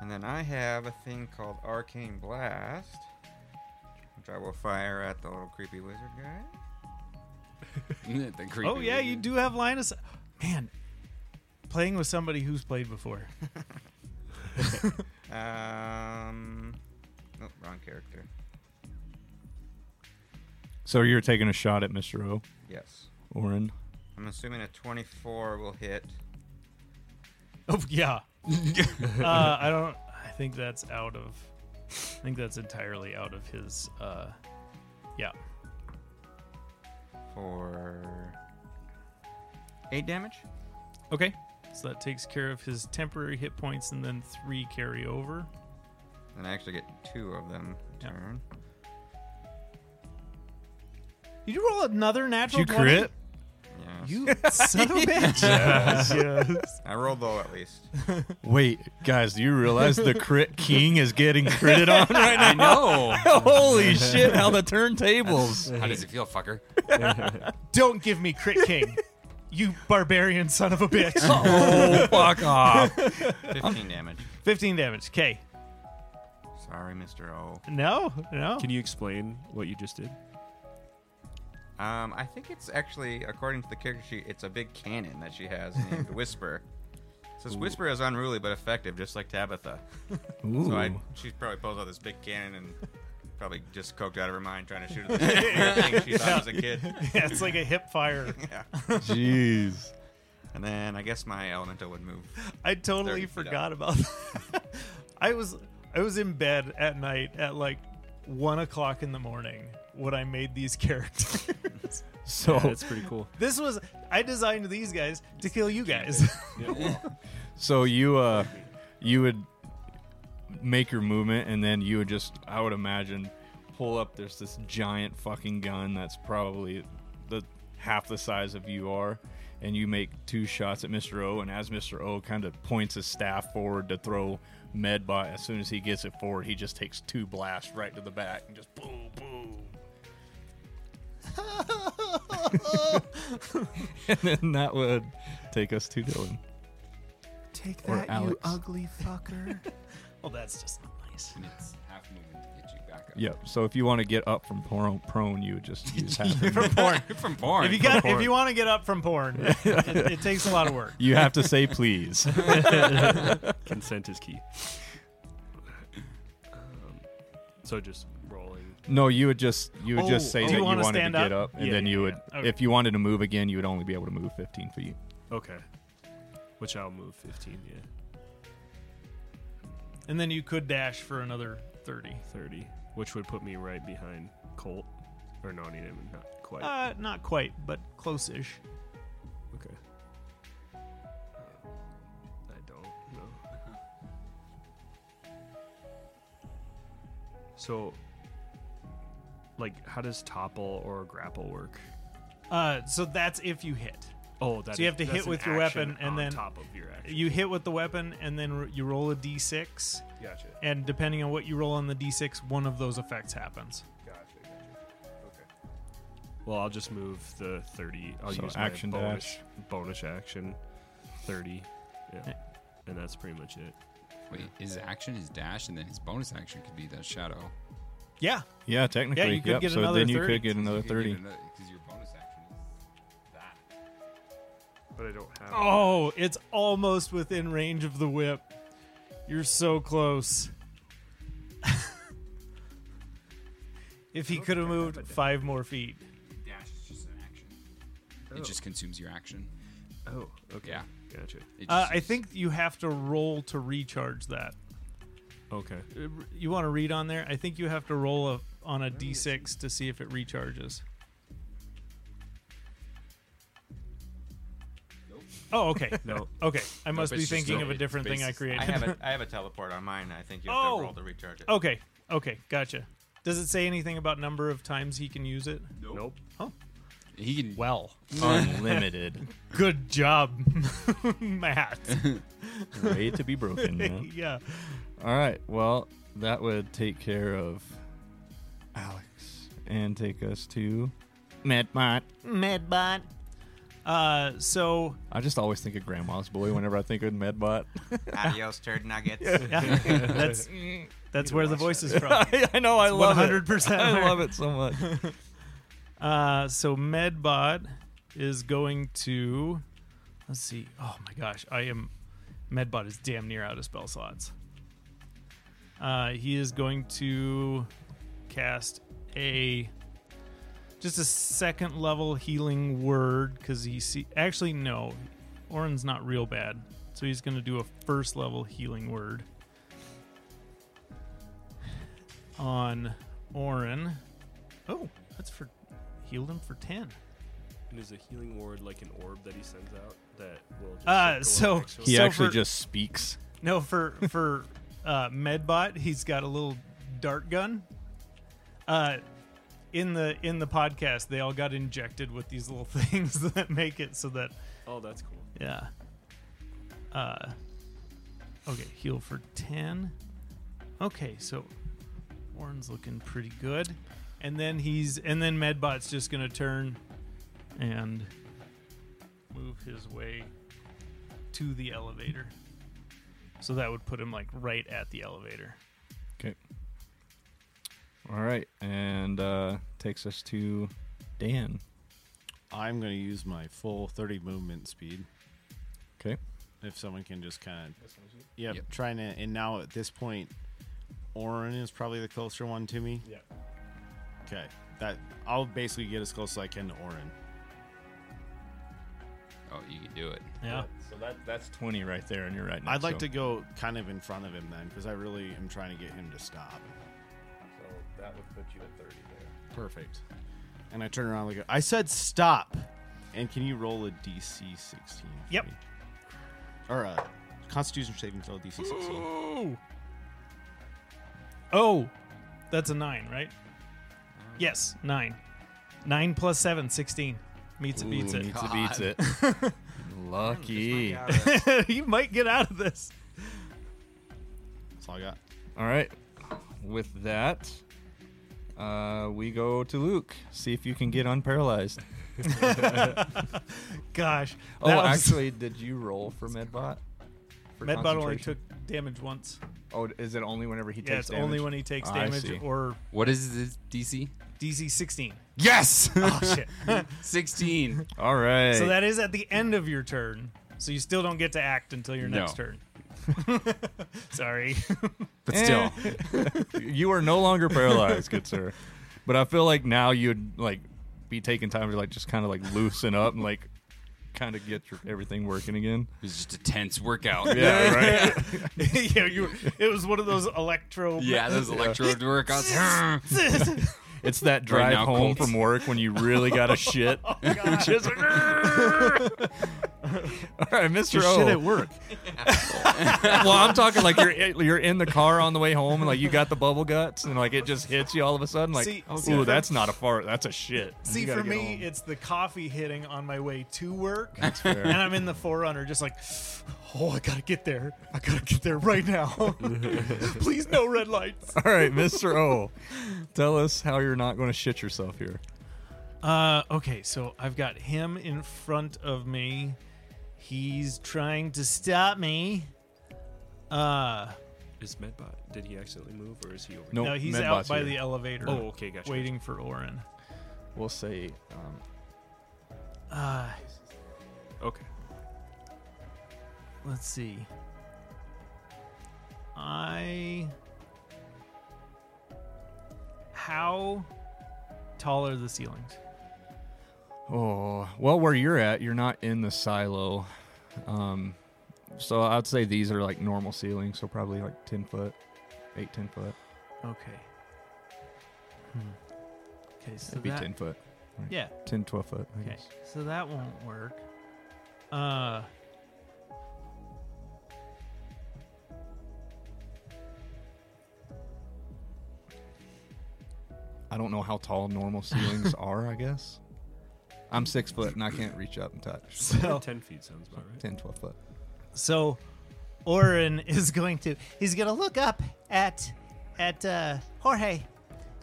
Speaker 6: And then I have a thing called Arcane Blast, which I will fire at the little creepy wizard guy.
Speaker 2: the creepy
Speaker 8: Oh, yeah, you
Speaker 2: wizard.
Speaker 8: do have line of si- Man, playing with somebody who's played before.
Speaker 6: Um, nope, wrong character.
Speaker 3: So you're taking a shot at Mr. O,
Speaker 6: Yes,
Speaker 3: Oren.
Speaker 6: I'm assuming a 24 will hit.
Speaker 8: Oh, yeah. uh, I don't. I think that's out of. I think that's entirely out of his. Uh, yeah.
Speaker 6: for eight damage.
Speaker 8: Okay. So that takes care of his temporary hit points and then three carryover.
Speaker 6: And I actually get two of them a
Speaker 8: Yeah.
Speaker 6: turn.
Speaker 8: Did you roll another natural?
Speaker 6: Oh,
Speaker 3: you
Speaker 8: 20?
Speaker 3: crit?
Speaker 6: Yes.
Speaker 8: You son of a bitch.
Speaker 6: I rolled low at least.
Speaker 3: Wait, guys, do you realize the crit king is getting critted on right
Speaker 2: I know.
Speaker 3: now? Holy shit, how the turntables.
Speaker 2: How does it feel, fucker?
Speaker 8: Don't give me Crit King. you barbarian son of a bitch.
Speaker 3: oh, fuck off.
Speaker 6: 15 damage.
Speaker 8: 15 damage. Okay.
Speaker 6: Sorry, Mr. O.
Speaker 8: No, no.
Speaker 4: Can you explain what you just did?
Speaker 6: Um, I think it's actually, according to the character sheet, it's a big cannon that she has named Whisper. It says Whisper is unruly but effective, just like Tabitha.
Speaker 3: Ooh.
Speaker 6: So I, she probably pulls out this big cannon and probably just coked out of her mind trying to shoot at this weird thing she thought was a kid.
Speaker 8: yeah, it's like a hip fire.
Speaker 6: Yeah.
Speaker 3: Jeez.
Speaker 6: And then I guess my elemental would move.
Speaker 8: I
Speaker 6: 30
Speaker 8: totally
Speaker 6: feet
Speaker 8: forgot about that. I was I was in bed at night at like one o'clock in the morning when I made these characters.
Speaker 3: So
Speaker 4: That's pretty cool.
Speaker 8: this was I designed these guys to kill you guys.
Speaker 3: So you uh you would make your movement and then you would just I would imagine pull up there's this giant fucking gun that's probably the half the size of you are and you make two shots at Mr. O and as Mr. O kind of points his staff forward to throw Medbot as soon as he gets it forward he just takes two blasts right to the back and just boom boom and then that would take us to Dylan
Speaker 9: Take
Speaker 3: Or
Speaker 9: that, you
Speaker 3: Alex.
Speaker 9: ugly fucker.
Speaker 8: well, that's just not nice.
Speaker 2: And it's half movement to get you back up.
Speaker 3: Yep. So if you want to get up from prone, prone you would just use half. of it.
Speaker 2: Porn. From porn.
Speaker 8: If you got if you want to get up from porn, it, it takes a lot of work.
Speaker 3: You have to say please.
Speaker 4: Consent is key. Um, so just rolling.
Speaker 3: no, you would just you would
Speaker 8: Oh,
Speaker 3: just say
Speaker 8: do
Speaker 3: that
Speaker 8: you
Speaker 3: you
Speaker 8: wanna
Speaker 3: wanted to
Speaker 8: stand
Speaker 3: get up,
Speaker 8: up?
Speaker 3: and
Speaker 8: Yeah,
Speaker 3: then
Speaker 8: yeah,
Speaker 3: you
Speaker 8: yeah.
Speaker 3: would,
Speaker 8: Okay.
Speaker 3: if you wanted to move again, you would only be able to move 15 feet.
Speaker 4: Okay. Which I'll move 15, yeah.
Speaker 8: And then you could dash for another thirty.
Speaker 4: 30, which would put me right behind Colt. Or no, not even, not quite.
Speaker 8: Uh, not quite, but close-ish.
Speaker 4: okay. I don't know. So, like, how does topple or grapple work?
Speaker 8: Uh, so that's if you hit.
Speaker 4: Oh, that's
Speaker 8: So you have to hit with your weapon and
Speaker 4: on
Speaker 8: then-
Speaker 4: top of your action.
Speaker 8: You hit with the weapon, and then r- you roll a d6,
Speaker 4: gotcha,
Speaker 8: and depending on what you roll on the d6, one of those effects happens.
Speaker 4: gotcha, gotcha. Okay. Well, I'll just move the thirty. I'll
Speaker 3: So
Speaker 4: use
Speaker 3: action
Speaker 4: my bonus
Speaker 3: dash.
Speaker 4: bonus action, thirty. Yeah, and that's pretty much it.
Speaker 2: Wait, his action is dash, and then his bonus action could be that shadow.
Speaker 8: Yeah,
Speaker 3: Yeah, technically.
Speaker 8: Yeah, you could
Speaker 3: yep.
Speaker 8: get
Speaker 3: so
Speaker 8: another
Speaker 3: then you
Speaker 8: 30.
Speaker 3: could get another thirty.
Speaker 2: Because your bonus action is that.
Speaker 4: But I don't have.
Speaker 8: Oh, it's almost within range of the whip. You're so close. if he could have moved five more feet.
Speaker 2: Dash is just an action. It just consumes your action.
Speaker 4: Oh, okay.
Speaker 2: Yeah.
Speaker 4: Gotcha.
Speaker 2: It
Speaker 8: Uh,
Speaker 2: just-
Speaker 8: I think you have to roll to recharge that.
Speaker 4: Okay.
Speaker 8: Uh, You want to read on there? I think you have to roll a, on a d6 to see if it recharges. Oh, okay.
Speaker 4: No.
Speaker 8: Okay. I must
Speaker 2: it's
Speaker 8: be
Speaker 2: just
Speaker 8: thinking
Speaker 2: still-
Speaker 8: of a
Speaker 2: it's
Speaker 8: different thing I
Speaker 2: based- I
Speaker 8: created.
Speaker 6: I have a I have a teleport on mine. I think you have
Speaker 8: Oh.
Speaker 6: to roll to recharge it.
Speaker 8: Okay. Okay. Gotcha. Does it say anything about number of times he can use it?
Speaker 4: Nope.
Speaker 2: he can.
Speaker 8: Well,
Speaker 10: Unlimited.
Speaker 8: good job, Matt.
Speaker 3: Way to be broken. man.
Speaker 8: yeah.
Speaker 3: All right. Well, that would take care of Alex and take us to Medmont.
Speaker 1: Medbot.
Speaker 8: Uh, so
Speaker 3: I just always think of Grandma's Boy whenever I think of Medbot.
Speaker 6: Adios, turd nuggets.
Speaker 8: that's that's where the voice is from.
Speaker 3: I, I know. I
Speaker 8: One
Speaker 3: love
Speaker 8: hundred
Speaker 3: it. I
Speaker 8: percent.
Speaker 3: love it so much.
Speaker 8: Uh, so Medbot is going to. Let's see. Oh my gosh, I am. Medbot is damn near out of spell slots. Uh, he is going to cast a just a second level healing word because he see. Actually, no, Orin's not real bad, so he's going to do a first level healing word on Orin. Oh, that's for healed him for 10.
Speaker 4: And is a healing ward like an orb that he sends out that will? Just
Speaker 8: Uh,
Speaker 4: like, go
Speaker 8: so-
Speaker 4: up next to
Speaker 8: He
Speaker 3: He
Speaker 8: So
Speaker 4: him?
Speaker 8: actually
Speaker 3: actually
Speaker 8: for-
Speaker 3: just speaks.
Speaker 8: No, for for uh, Medbot, he's got a little dart gun. Uh, in the in the podcast, they all got injected with these little things that make it so that
Speaker 4: oh, that's cool.
Speaker 8: yeah. Uh, okay, heal for ten. Okay, so Warren's looking pretty good, and then he's and then Medbot's just gonna turn and move his way to the elevator. So that would put him like right at the elevator.
Speaker 3: Okay. All right, and uh, takes us to Dan.
Speaker 5: I'm going to use my full 30 movement speed.
Speaker 3: Okay.
Speaker 5: If someone can just kind of. Yep,
Speaker 2: Yep.
Speaker 5: Trying to. And now at this point, Orin is probably the closer one to me.
Speaker 4: Yeah.
Speaker 5: Okay. That I'll basically get as close as I can to Orin.
Speaker 2: Oh, you can do it.
Speaker 8: Yeah.
Speaker 3: So that that's twenty right there, and you're right.
Speaker 5: I'd like to go kind of in front of him then, because I really am trying to get him to stop.
Speaker 10: So that would put you at 30 there.
Speaker 5: Perfect. And I turn around like I said, stop. And can you roll a DC 16? for
Speaker 8: Yep.
Speaker 5: me? Or a Constitution saving throw DC 16.
Speaker 8: Ooh. Oh, that's a nine, right? Yes, nine. Nine plus seven, 16. Meets it, beats it.
Speaker 3: Beats it, beats it. Lucky.
Speaker 8: you might get out of this.
Speaker 5: That's all I got.
Speaker 3: All right. With that, uh, we go to Luke. See if you can get unparalyzed.
Speaker 8: Gosh.
Speaker 3: Oh,
Speaker 8: that was-
Speaker 3: actually, did you roll for Medbot? For
Speaker 8: Medbot only
Speaker 3: concentration?
Speaker 8: took damage once.
Speaker 3: Oh, is it only whenever he
Speaker 8: Yeah,
Speaker 3: takes
Speaker 8: it's only
Speaker 3: damage? Oh,
Speaker 8: when he takes
Speaker 3: I
Speaker 8: damage
Speaker 3: see.
Speaker 8: or
Speaker 2: What is this DC?
Speaker 8: DC 16.
Speaker 2: Yes!
Speaker 8: Oh, shit.
Speaker 2: Sixteen.
Speaker 3: All right.
Speaker 8: so that is at the end of your turn. So you still don't get to act until your
Speaker 2: No.
Speaker 8: next turn. Sorry.
Speaker 2: But
Speaker 3: Eh.
Speaker 2: still,
Speaker 3: you are no longer paralyzed, good sir. But I feel like now you'd like be taking time to like just kind of like loosen up and like kind of get your, everything working again.
Speaker 2: it was just a tense workout.
Speaker 3: Yeah, right.
Speaker 8: yeah, you, it was one of those electro.
Speaker 2: Yeah, those electrode workouts.
Speaker 3: It's that drive
Speaker 2: now,
Speaker 3: home
Speaker 2: Colts.
Speaker 8: Oh,
Speaker 3: from work when you really got to shit.
Speaker 8: Just-
Speaker 3: All right, Mr.
Speaker 8: Just
Speaker 3: O.
Speaker 8: shit at work.
Speaker 3: well, I'm talking like you're you're in the car on the way home, and like you got the bubble guts, and like it just hits you all of a sudden, like,
Speaker 8: See-
Speaker 3: oh,
Speaker 8: see,
Speaker 3: ooh,
Speaker 8: for-
Speaker 3: that's not a fart, that's a shit. You
Speaker 8: See,
Speaker 3: gotta
Speaker 8: for
Speaker 3: get
Speaker 8: me,
Speaker 3: home.
Speaker 8: it's the coffee hitting on my way to work,
Speaker 3: fair.
Speaker 8: and I'm in the forerunner, just like, oh, I gotta get there. I gotta get there right now. Please, no red lights.
Speaker 3: all right, Mr. O. Tell us how you're not going to shit yourself here.
Speaker 8: Uh, okay, so I've got him in front of me. He's trying to stop me. Uh,
Speaker 4: Is Medbot? Did he accidentally move, or is he over?
Speaker 3: No,
Speaker 8: no, he's
Speaker 3: Medbot's
Speaker 8: out by
Speaker 3: here.
Speaker 8: the elevator.
Speaker 4: Oh, okay, gotcha.
Speaker 8: waiting for Oren.
Speaker 3: We'll say, um,
Speaker 8: Uh,
Speaker 4: Okay.
Speaker 8: let's see. I. How tall are the ceilings?
Speaker 3: oh, well, where you're at, you're not in the silo. Um, so I'd say these are like normal ceilings, so probably like 10 foot, 8, 10 foot.
Speaker 8: Okay. Hmm. Okay, so
Speaker 3: It'd be
Speaker 8: that,
Speaker 3: 10 foot,
Speaker 8: yeah,
Speaker 3: 10, 12 foot. I
Speaker 8: Okay,
Speaker 3: guess.
Speaker 8: so that won't work. Uh.
Speaker 3: I don't know how tall normal ceilings are, I guess. I'm six foot and I can't reach up and touch.
Speaker 8: So,
Speaker 4: Ten feet sounds about right.
Speaker 3: 10, 12 foot.
Speaker 8: so Oren is going to he's going to look up at at uh Jorge.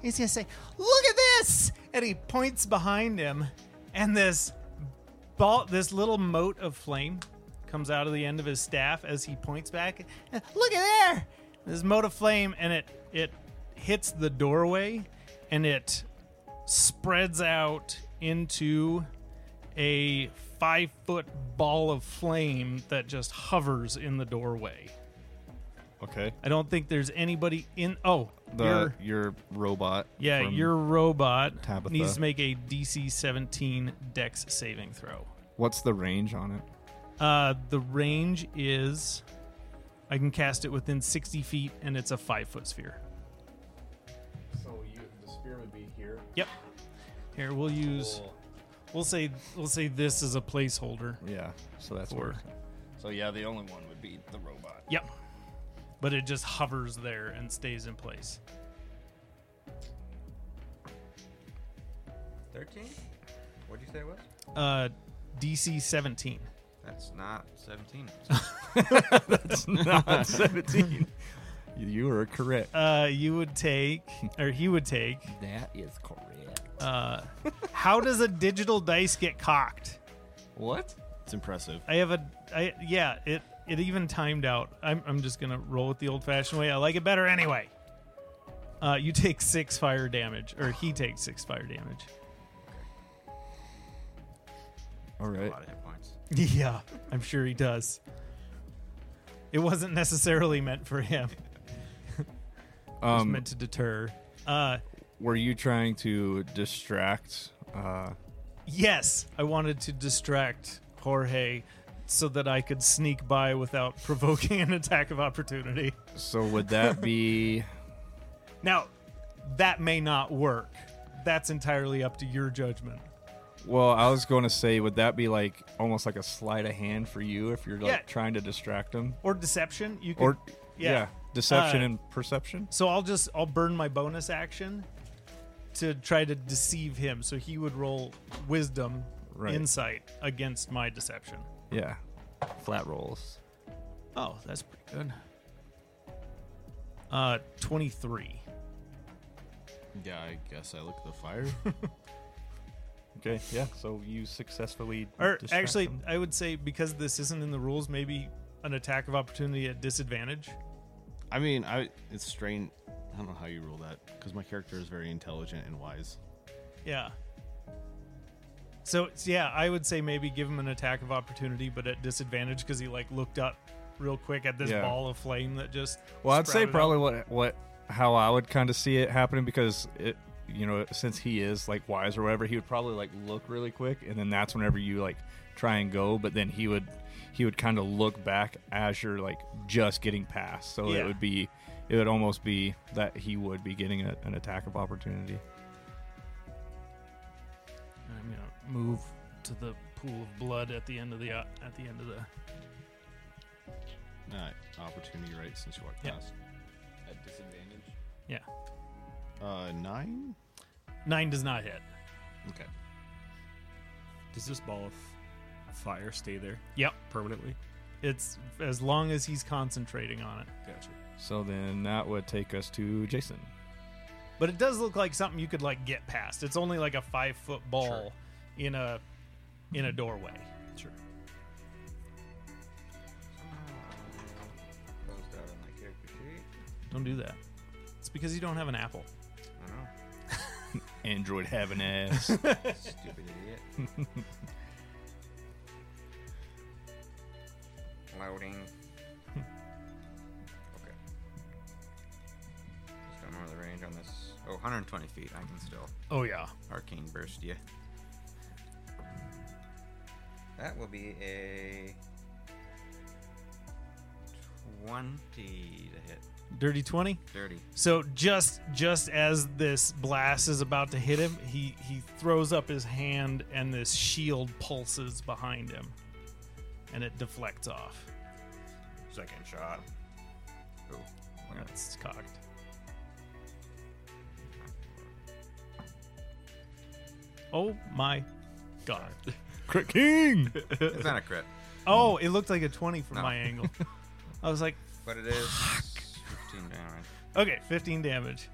Speaker 8: He's going to say, "Look at this." And he points behind him and this ball this little mote of flame comes out of the end of his staff as he points back. "Uh, Look at there. This mote of flame and it it hits the doorway and it spreads out into a five foot ball of flame that just hovers in the doorway.
Speaker 3: Okay.
Speaker 8: I don't think there's anybody in. Oh,
Speaker 3: The
Speaker 8: your,
Speaker 3: your, robot.
Speaker 8: yeah,
Speaker 3: from-
Speaker 8: your robot
Speaker 3: Tabitha.
Speaker 8: needs to make a DC 17 Dex saving throw.
Speaker 3: What's the range on it?
Speaker 8: Uh, the range is, I can cast it within 60 feet, and it's a five foot sphere.
Speaker 3: So you, the spear would be here.
Speaker 8: Yep. Here we'll use. We'll say we'll say this is a placeholder.
Speaker 3: Yeah. So that's
Speaker 8: Four.
Speaker 3: where. So yeah, the only one would be the robot.
Speaker 8: Yep. But it just hovers there and stays in place.
Speaker 6: 13? What'd you say it was?
Speaker 8: Uh, DC 17.
Speaker 6: That's not 17.
Speaker 3: That's not 17. You are correct.
Speaker 8: Uh, you would take, or he would take.
Speaker 3: That is correct.
Speaker 8: Uh, how does a digital dice get cocked?
Speaker 3: What?
Speaker 5: It's impressive.
Speaker 8: I have a, I yeah. It it even timed out. I'm I'm just gonna roll it the old-fashioned way. I like it better anyway. Uh, you take six fire damage, or he takes six fire damage.
Speaker 3: All
Speaker 6: A
Speaker 3: right.
Speaker 6: lot of hit points.
Speaker 8: Yeah, I'm sure he does. It wasn't necessarily meant for him. It was
Speaker 3: Um,
Speaker 8: meant to deter. Uh,
Speaker 3: were you trying to distract? Uh,
Speaker 8: Yes, I wanted to distract Jorge so that I could sneak by without provoking an attack of opportunity.
Speaker 3: so would that be?
Speaker 8: Now, that may not work. That's entirely up to your judgment.
Speaker 3: Well, I was going to say, would that be like almost like a sleight of hand for you if you're like
Speaker 8: Yeah.
Speaker 3: trying to distract them,
Speaker 8: Or deception, you could
Speaker 3: or
Speaker 8: yeah.
Speaker 3: yeah, deception
Speaker 8: Uh,
Speaker 3: and perception?
Speaker 8: So I'll just I'll burn my bonus action to try to deceive him so he would roll wisdom
Speaker 3: Right.
Speaker 8: insight against my deception.
Speaker 3: Yeah, flat rolls.
Speaker 8: Oh, that's pretty good. Uh 23.
Speaker 5: Yeah, I guess I look at the fire.
Speaker 3: Okay, yeah. So you successfully
Speaker 8: Or
Speaker 3: distract
Speaker 8: actually,
Speaker 3: them.
Speaker 8: I would say because this isn't in the rules, maybe an attack of opportunity at disadvantage.
Speaker 5: I mean, I it's strange. I don't know how you rule that because my character is very intelligent and wise.
Speaker 8: Yeah. So it's- yeah, I would say maybe give him an attack of opportunity, but at disadvantage because he like looked up real quick at this
Speaker 3: Yeah.
Speaker 8: ball of flame that just.
Speaker 3: Well, I'd say
Speaker 8: sprouted up.
Speaker 3: probably what what how I would kind of see it happening because it you know since he is like wise or whatever, he would probably like look really quick, and then that's whenever you like try and go, but then he would he would kind of look back as you're like just getting past, so
Speaker 8: Yeah.
Speaker 3: it would be it would almost be that he would be getting a, an attack of opportunity.
Speaker 8: I'm gonna move to the pool of blood at the end of the uh, at the end of the.
Speaker 5: Alright, opportunity right since you walked
Speaker 8: Yep.
Speaker 5: past.
Speaker 2: At disadvantage.
Speaker 8: Yeah,
Speaker 5: Uh, nine?
Speaker 8: nine does not hit.
Speaker 5: Okay.
Speaker 4: Does this ball of fire stay there
Speaker 8: Yep,
Speaker 4: permanently?
Speaker 8: it's as long as he's concentrating on it.
Speaker 4: Gotcha.
Speaker 3: So then that would take us to Jason.
Speaker 8: But it does look like something you could like get past. It's only like a five foot ball in a in a doorway.
Speaker 4: Sure.
Speaker 6: Closed out on my character sheet.
Speaker 8: Don't do that. It's because you don't have an apple.
Speaker 6: I know.
Speaker 3: Android having ass.
Speaker 6: Stupid idiot. Loading. Okay. Just don't know the range on this. Oh, 120 feet. I can still
Speaker 8: Oh yeah.
Speaker 6: arcane burst you. That will be a 20 to hit.
Speaker 8: Dirty twenty.
Speaker 6: 30.
Speaker 8: So just just as this blast is about to hit him, he he throws up his hand and this shield pulses behind him, and it deflects off.
Speaker 6: Second shot. Oh, I got
Speaker 8: That's cocked. Oh my god!
Speaker 3: Crit King!
Speaker 6: It's not a crit,
Speaker 8: Oh, it looked like a twenty from
Speaker 6: No.
Speaker 8: my angle. I was like,
Speaker 6: but it is 15 damage.
Speaker 8: okay, fifteen damage.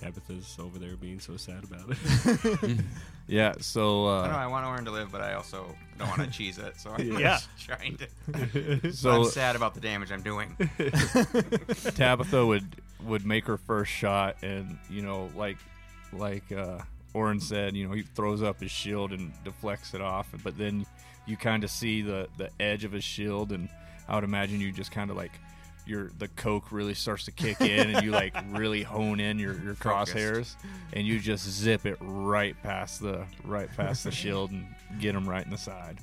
Speaker 4: Tabitha's over there being so sad about it.
Speaker 3: Yeah, so
Speaker 6: I know
Speaker 3: uh,
Speaker 6: I want to learn to live, but I also don't want to cheese it, so I'm
Speaker 8: Yeah.
Speaker 6: just trying to. I'm
Speaker 3: so
Speaker 6: sad about the damage I'm doing.
Speaker 3: Tabitha would would make her first shot and you know, like like uh Oren said, you know, he throws up his shield and deflects it off, but then you kind of see the the edge of his shield and I would imagine you just kind of like your the coke really starts to kick in and you like really hone in your, your
Speaker 6: Focused.
Speaker 3: crosshairs and you just zip it right past the right past the shield and get him right in the side.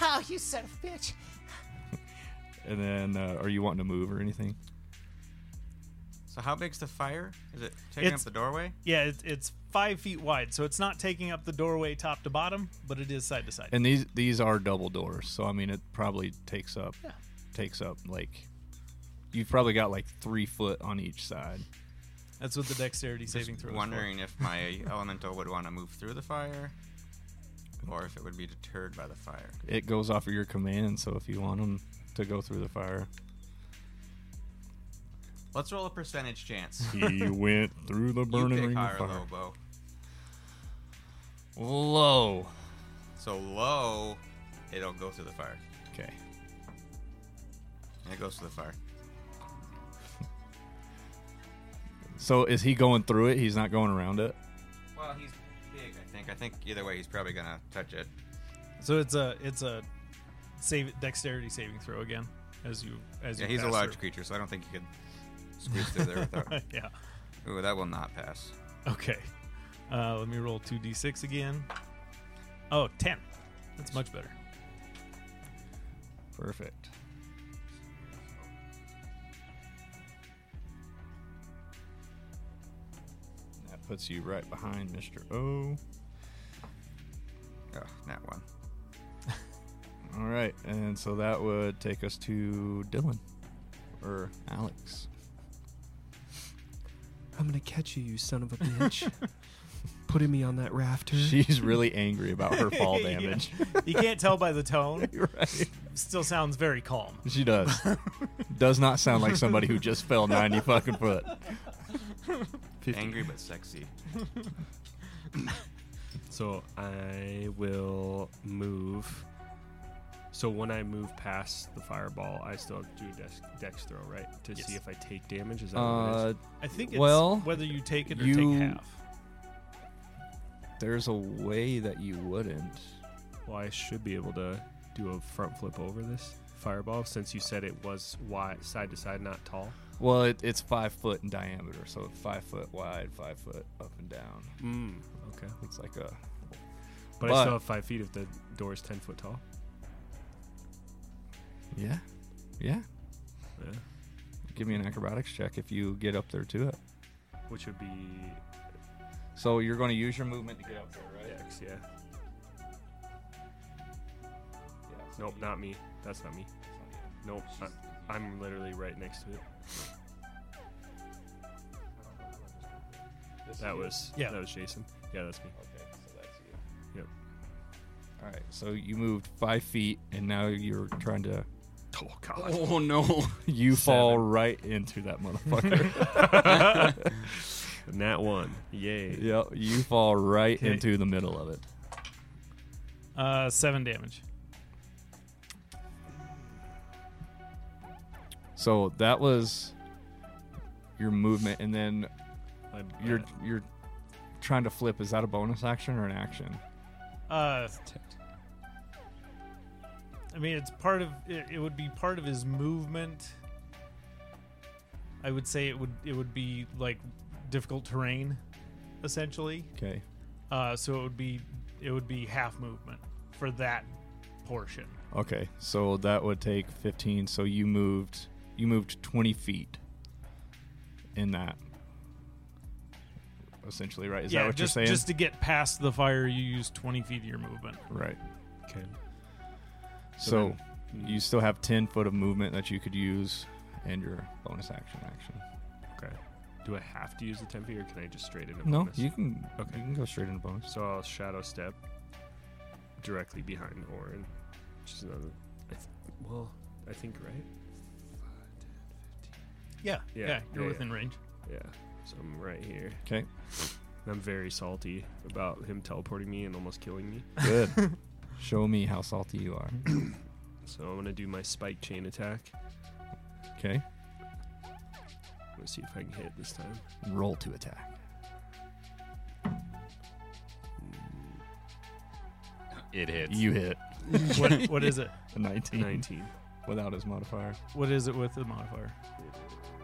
Speaker 1: Oh, you son of a bitch.
Speaker 3: And then, uh, are you wanting to move or anything?
Speaker 6: So how big's the fire? Is it taking
Speaker 8: It's-
Speaker 6: up the doorway?
Speaker 8: Yeah, it, it's five feet wide, so it's not taking up the doorway top to bottom, but it is side to side.
Speaker 3: And these these are double doors, so I mean, it probably takes up takes up like you've probably got like three foot on each side.
Speaker 8: That's what the dexterity saving throw. is for.
Speaker 6: Wondering if my elemental would want to move through the fire, or if it would be deterred by the fire.
Speaker 3: It goes off of your command, so if you want them to go through the fire,
Speaker 6: Let's roll a percentage chance.
Speaker 3: he went through the
Speaker 6: you pick high or low, Bo.
Speaker 3: Low.
Speaker 6: So low, it'll go through the fire.
Speaker 3: Okay.
Speaker 6: It goes through the fire.
Speaker 3: So is he going through it? He's not going around it.
Speaker 6: Well, he's big, I think. I think either way, he's probably gonna touch it.
Speaker 8: So it's a it's a save dexterity saving throw again as you as
Speaker 6: Yeah,
Speaker 8: you
Speaker 6: he's a
Speaker 8: pass
Speaker 6: large
Speaker 8: through.
Speaker 6: creature, so I don't think he could squeeze through there without.
Speaker 8: yeah.
Speaker 6: Ooh, that will not pass.
Speaker 8: Okay. Uh, let me roll two d six again. Oh, 10. That's much better.
Speaker 3: Perfect. That puts you right behind Mr. O.
Speaker 6: Oh, that one.
Speaker 3: All right, and so that would take us to Dylan or Alex.
Speaker 9: I'm gonna catch you, you son of a bitch. Putting me on that rafter.
Speaker 3: She's really angry about her fall damage.
Speaker 8: You can't tell by the tone.
Speaker 3: right.
Speaker 8: Still sounds very calm.
Speaker 3: She does. Does not sound like somebody who just fell 90 fucking foot.
Speaker 6: Angry but sexy.
Speaker 4: So I will move. So when I move past the fireball, I still have to do a dex, dex throw, right? To see
Speaker 8: Yes.
Speaker 4: if I take damage. Is that what it
Speaker 3: Uh,
Speaker 4: is?
Speaker 8: I think it's
Speaker 3: Well,
Speaker 8: whether you take it or
Speaker 3: you-
Speaker 8: take half.
Speaker 3: there's a way that you wouldn't.
Speaker 4: Well, I should be able to do a front flip over this fireball since you said it was wide, side to side, not tall.
Speaker 3: Well, it, it's five foot in diameter, so five foot wide, five foot up and down.
Speaker 4: Mm. Okay.
Speaker 3: It's like a
Speaker 4: But, I
Speaker 3: But-
Speaker 4: still have five feet if the door is 10 foot tall.
Speaker 3: yeah, yeah.
Speaker 4: Yeah.
Speaker 3: Give me an acrobatics check if you get up there to it.
Speaker 4: which would be
Speaker 3: So you're going to use your movement to get up there, right?
Speaker 4: X. Yeah.
Speaker 3: Yeah, so
Speaker 4: Nope,
Speaker 3: you-
Speaker 4: not me. That's not me. Nope. I, I'm literally right next to it.
Speaker 3: This
Speaker 4: That
Speaker 3: is you.
Speaker 4: was
Speaker 8: Yeah.
Speaker 4: That was Jason. Yeah, that's me.
Speaker 3: Okay, so that's you.
Speaker 4: Yep.
Speaker 3: All right, so you moved five feet, and now you're trying to.
Speaker 4: Oh God.
Speaker 2: Oh no!
Speaker 3: You fall right into that motherfucker.
Speaker 4: Nat one. Yay.
Speaker 3: yep, you fall right
Speaker 8: Okay.
Speaker 3: into the middle of it.
Speaker 8: Uh, seven damage.
Speaker 3: So that was your movement, and then
Speaker 4: My bad.
Speaker 3: you're you're trying to flip. Is that a bonus action or an action?
Speaker 8: Uh, I mean, it's part of it, it. Would be part of his movement. I would say it would it would be like difficult terrain, essentially.
Speaker 3: Okay.
Speaker 8: Uh, so it would be it would be half movement for that portion.
Speaker 3: Okay, so that would take 15. So you moved you moved 20 feet in that. Essentially, right? Is
Speaker 8: yeah,
Speaker 3: that what
Speaker 8: just
Speaker 3: you're saying?
Speaker 8: just to get past the fire, you use twenty feet of your movement.
Speaker 3: right.
Speaker 4: Okay.
Speaker 3: So, you still have 10 foot of movement that you could use and your bonus action action.
Speaker 4: Okay. Do I have to use the tempi, or can I just straight into
Speaker 3: No,
Speaker 4: bonus?
Speaker 3: you can
Speaker 4: Okay.
Speaker 3: you can go straight into bonus.
Speaker 4: So I'll shadow step directly behind Orin, which is another. I th- well, I think right.
Speaker 8: Yeah, yeah,
Speaker 4: Yeah,
Speaker 8: you're
Speaker 4: yeah,
Speaker 8: within range.
Speaker 4: Yeah. So I'm right here.
Speaker 3: Okay.
Speaker 4: I'm very salty about him teleporting me and almost killing me.
Speaker 3: Good. Show me how salty you are.
Speaker 4: So I'm gonna do my spike chain attack.
Speaker 3: Okay.
Speaker 4: Let's see if I can hit this time.
Speaker 3: Roll to attack.
Speaker 2: It hits.
Speaker 3: You hit
Speaker 8: what, what is it?
Speaker 3: a 19,
Speaker 4: 19.
Speaker 3: without his modifier.
Speaker 8: What is it with the modifier?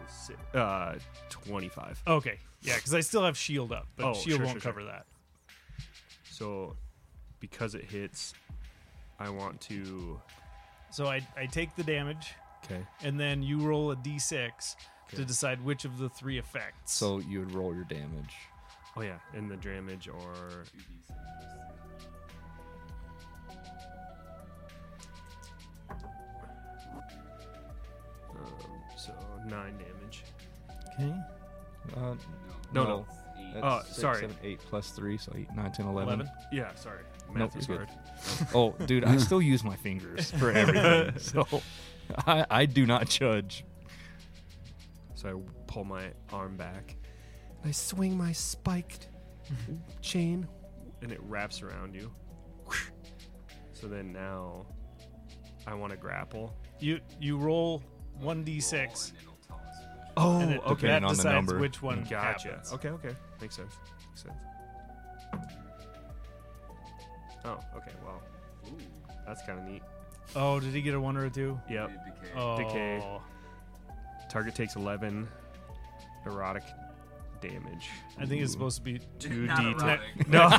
Speaker 4: Si- Uh, 25.
Speaker 8: Okay, yeah, because I still have shield up, but
Speaker 4: Oh,
Speaker 8: shield
Speaker 4: sure,
Speaker 8: won't
Speaker 4: sure,
Speaker 8: cover that.
Speaker 4: So because it hits, I want to.
Speaker 8: So I I take the damage.
Speaker 4: Okay.
Speaker 8: and then you roll a d6 to decide which of the three effects.
Speaker 3: So you would roll your damage.
Speaker 4: Oh yeah, and the damage or um, so nine damage.
Speaker 3: Okay. Uh,
Speaker 4: No, no.
Speaker 3: That's
Speaker 4: Oh,
Speaker 3: six,
Speaker 4: sorry.
Speaker 3: seven, eight plus three, so eight, nine, 10, 11.
Speaker 8: eleven.
Speaker 4: Yeah, sorry,
Speaker 3: Nope,
Speaker 4: math is
Speaker 3: you're good.
Speaker 4: hard.
Speaker 3: Oh, dude, I still use my fingers for everything. so I, I do not judge.
Speaker 4: So I pull my arm back,
Speaker 9: I swing my spiked chain.
Speaker 4: and it wraps around you. So then now, I want to grapple.
Speaker 8: You you roll one d6,
Speaker 4: Oh,
Speaker 8: and it,
Speaker 3: okay.
Speaker 8: that
Speaker 3: Depending on the
Speaker 8: decides
Speaker 3: number.
Speaker 8: which one
Speaker 4: Gotcha.
Speaker 8: happens.
Speaker 4: Okay, okay. Makes sense. Makes sense. Oh, okay. Well, that's kind of neat.
Speaker 8: Oh, did he get a one or a two?
Speaker 4: Yep.
Speaker 8: Oh,
Speaker 4: Decay. Target takes 11 erotic damage.
Speaker 8: I think it's supposed to be
Speaker 4: 2d10.
Speaker 8: no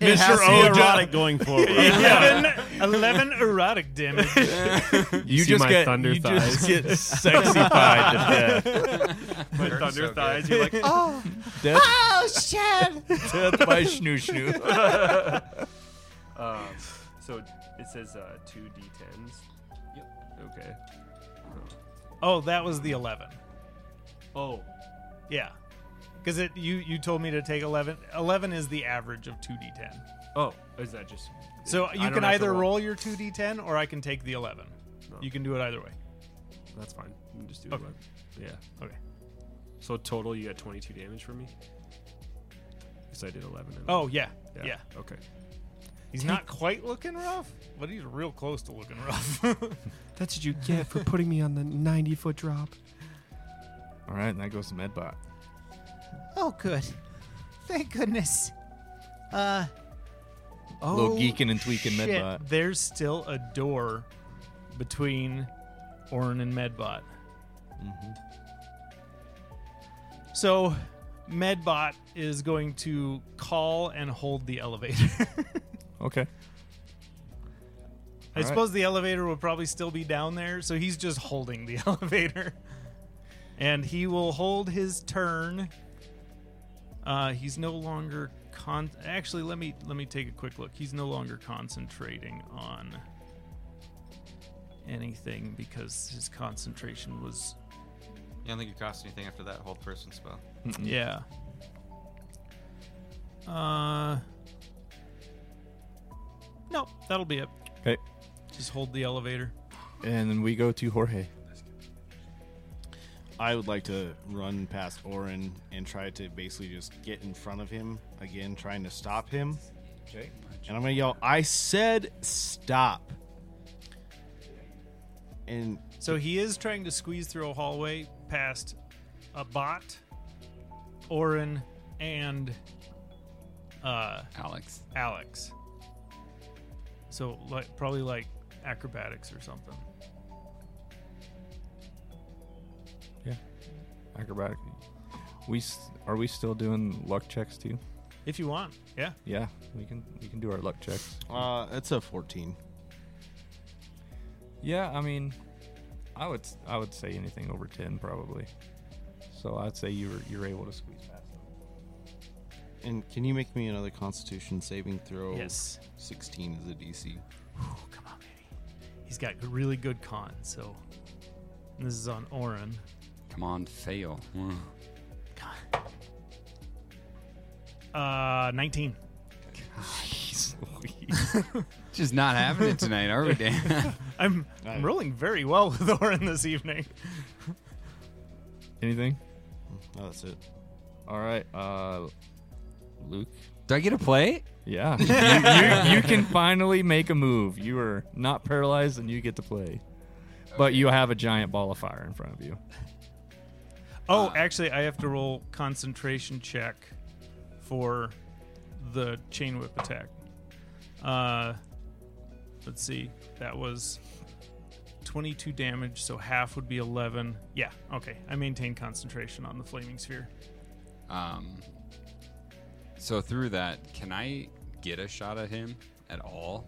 Speaker 5: Mr.
Speaker 8: Ojo.
Speaker 5: erotic going forward.
Speaker 8: 11, 11 erotic damage.
Speaker 3: You
Speaker 4: see
Speaker 3: just
Speaker 4: my
Speaker 3: get
Speaker 4: thunder
Speaker 3: you just
Speaker 4: thighs?
Speaker 3: get sexified to death.
Speaker 4: Thunder thighs. You're like,
Speaker 1: Oh,
Speaker 3: Death,
Speaker 1: oh, shit!
Speaker 3: death by schnoo schnoo.
Speaker 4: um, so it says uh, 2d10s. Yep. Okay.
Speaker 8: Oh, that was the 11.
Speaker 4: Oh,
Speaker 8: Yeah. Because it you you told me to take 11. 11 is the average of 2d10.
Speaker 4: oh, is that just?
Speaker 8: So
Speaker 4: I
Speaker 8: you
Speaker 4: don't
Speaker 8: can
Speaker 4: have to
Speaker 8: either roll. your 2d10 or I can take the 11.
Speaker 4: No.
Speaker 8: You can do it either way.
Speaker 4: That's fine. You can just do
Speaker 8: Okay.
Speaker 4: it. Yeah.
Speaker 8: Okay.
Speaker 4: So total, you got 22 damage from me. Because I did 11. And
Speaker 8: Oh, yeah. Yeah.
Speaker 4: Okay.
Speaker 8: He's not quite looking rough, but he's real close to looking rough.
Speaker 9: That's what you get for putting me on the 90 foot drop.
Speaker 3: All right, and that goes to Medbot.
Speaker 1: Oh, good. Thank goodness. Uh,
Speaker 8: oh,
Speaker 3: Little geeking and tweaking
Speaker 8: shit.
Speaker 3: Medbot.
Speaker 8: There's still a door between Orin and Medbot. So Medbot is going to call and hold the elevator.
Speaker 3: Okay.
Speaker 8: I
Speaker 3: All right.
Speaker 8: suppose the elevator would probably still be down there, so he's just holding the elevator. and he will hold his turn. Uh, he's no longer con. Actually, let me let me take a quick look. He's no longer concentrating on anything because his concentration was
Speaker 6: I don't think it costs anything after that whole person spell.
Speaker 8: yeah. Uh, no, that'll be it.
Speaker 3: Okay.
Speaker 8: Just hold the elevator.
Speaker 3: And then we go to Jorge.
Speaker 5: I would like to run past Orin and try to basically just get in front of him again, trying to stop him.
Speaker 3: Okay.
Speaker 5: And I'm gonna yell, "I said stop!" And
Speaker 8: So he is trying to squeeze through a hallway past a bot, Orin, and uh,
Speaker 2: Alex.
Speaker 8: Alex. So like probably like acrobatics or something.
Speaker 3: Acrobatic. We s- are we still doing luck checks too?
Speaker 8: If you want. Yeah.
Speaker 3: Yeah, we can we can do our luck checks.
Speaker 5: uh, that's a 14.
Speaker 3: Yeah, I mean, I would s- I would say anything over ten probably. So I'd say you were you're able to squeeze past. them.
Speaker 5: And can you make me another Constitution saving throw?
Speaker 8: Yes.
Speaker 5: 16 is a DC.
Speaker 8: Whew, come on, baby. He's got really good con, so and this is on Orin.
Speaker 2: Come on, fail. Mm.
Speaker 8: Uh nineteen.
Speaker 2: Just not having it tonight, are we, Dan?
Speaker 8: I'm I'm rolling very well with Orin this evening.
Speaker 3: Anything?
Speaker 5: Oh, that's it.
Speaker 3: All right, uh, Luke.
Speaker 2: Do I get a play?
Speaker 3: Yeah, you, you, you can finally make a move. You are not paralyzed, and you get to play. But you have a giant ball of fire in front of you.
Speaker 8: Oh, actually, I have to roll concentration check for the chain whip attack. Uh, let's see. That was 22 damage, so half would be 11. Yeah, okay. I maintain concentration on the flaming sphere.
Speaker 2: Um, so through that, can I get a shot at him at all?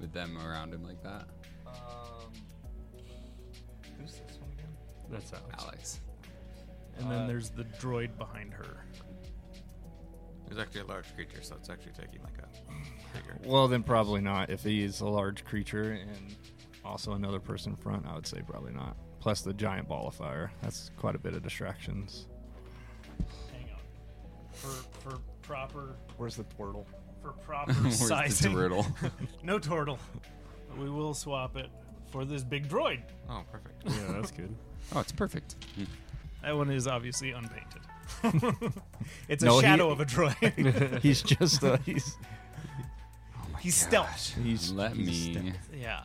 Speaker 2: With them around him like that,
Speaker 3: Who's this one again?
Speaker 4: That's Alex.
Speaker 2: Alex.
Speaker 8: And then
Speaker 3: Uh,
Speaker 8: there's the droid behind her.
Speaker 6: He's actually a large creature, so it's actually taking like a bigger.
Speaker 3: Well, then probably not. If he is a large creature and also another person in front, I would say probably not. Plus the giant ball of fire. That's quite a bit of distractions.
Speaker 8: Hang on. For, for proper
Speaker 3: Where's the turtle?
Speaker 8: for proper
Speaker 2: Where's the
Speaker 8: sizing.
Speaker 2: turtle?
Speaker 8: No turtle. We will swap it for this big droid.
Speaker 6: Oh, perfect.
Speaker 4: Yeah, that's good.
Speaker 2: Oh, it's perfect.
Speaker 8: That one is obviously unpainted. it's a
Speaker 3: No, he-
Speaker 8: shadow of a droid.
Speaker 3: he's just uh, he's
Speaker 8: He's stealth.
Speaker 3: he's
Speaker 2: Let me.
Speaker 8: Yeah.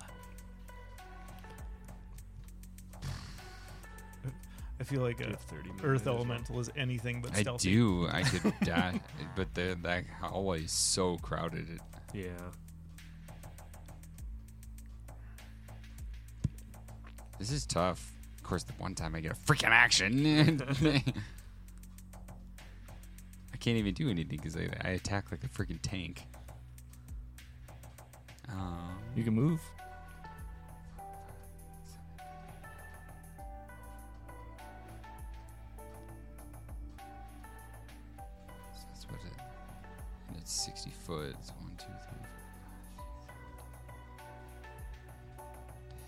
Speaker 8: I feel like a Earth Elemental is anything but
Speaker 2: I
Speaker 8: stealthy.
Speaker 2: do. I could dash, but the, that hallway is so crowded. It,
Speaker 4: Yeah.
Speaker 2: this is tough. Of course, the one time I get a freaking action, I can't even do anything because I, I attack like a freaking tank. Um,
Speaker 3: you can move.
Speaker 2: So that's what it. And it's 60 foot. It's one, two, three, four, five,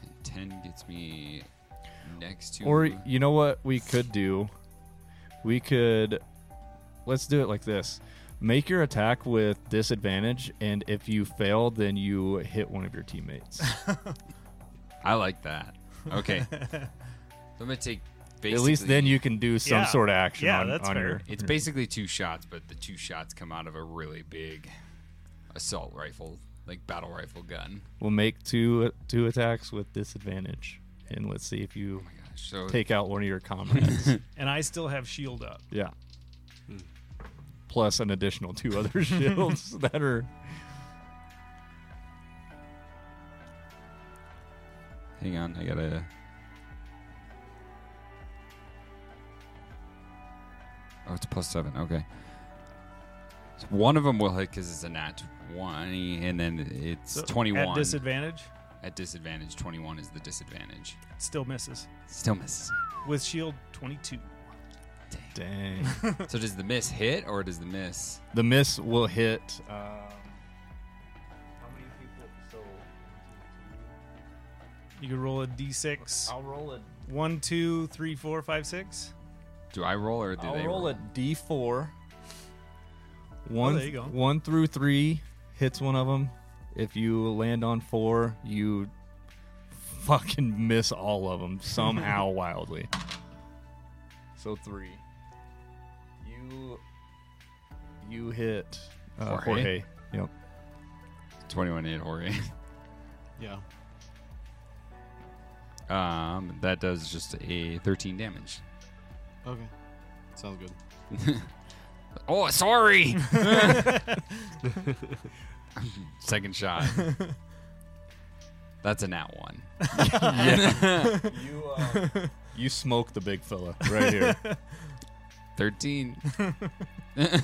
Speaker 2: six, seven, eight, nine, ten. 10 gets me next to.
Speaker 3: Or you know what we could do? We could let's do it like this. Make your attack with disadvantage, and if you fail, then you hit one of your teammates.
Speaker 2: I like that. Okay. so I'm going to take. Basically,
Speaker 3: At least then you can do some
Speaker 8: Yeah.
Speaker 3: sort of action
Speaker 8: Yeah,
Speaker 3: on,
Speaker 8: that's
Speaker 3: on
Speaker 8: fair.
Speaker 3: your.
Speaker 2: It's basically two shots, but the two shots come out of a really big assault rifle, like battle rifle gun.
Speaker 3: We'll make two two attacks with disadvantage, and let's see if you
Speaker 2: Oh my gosh. So
Speaker 3: take out one of your comrades.
Speaker 8: And I still have shield up.
Speaker 3: yeah.
Speaker 2: Hmm.
Speaker 3: Plus an additional two other shields that are.
Speaker 2: hang on. I got to. Oh, it's plus seven. Okay. So one of them will hit because it's a nat 20, and then it's
Speaker 8: So, At
Speaker 2: 21.
Speaker 8: disadvantage?
Speaker 2: At disadvantage, 21 is the disadvantage.
Speaker 8: Still misses.
Speaker 2: Still misses.
Speaker 8: With shield 22.
Speaker 3: Dang.
Speaker 2: so does the miss hit or does the miss?
Speaker 3: the miss will hit. Um, how many people? So
Speaker 8: You can roll a d6.
Speaker 3: I'll roll a.
Speaker 8: One, two, three, four, five, six.
Speaker 2: Do I roll or do
Speaker 3: I'll
Speaker 2: they
Speaker 3: roll a Oh, d4. One,
Speaker 8: there you go.
Speaker 3: one through three hits one of them. If you land on four, you fucking miss all of them somehow wildly. So three. You you hit uh,
Speaker 2: Jorge?
Speaker 3: Jorge. Yep.
Speaker 2: 21 hit Jorge.
Speaker 5: Yeah.
Speaker 2: Um, that does just a 13 damage.
Speaker 5: Okay. Sounds good.
Speaker 2: Oh, sorry. Second shot. That's a nat one.
Speaker 3: You uh, you smoke the big fella right here.
Speaker 2: 13.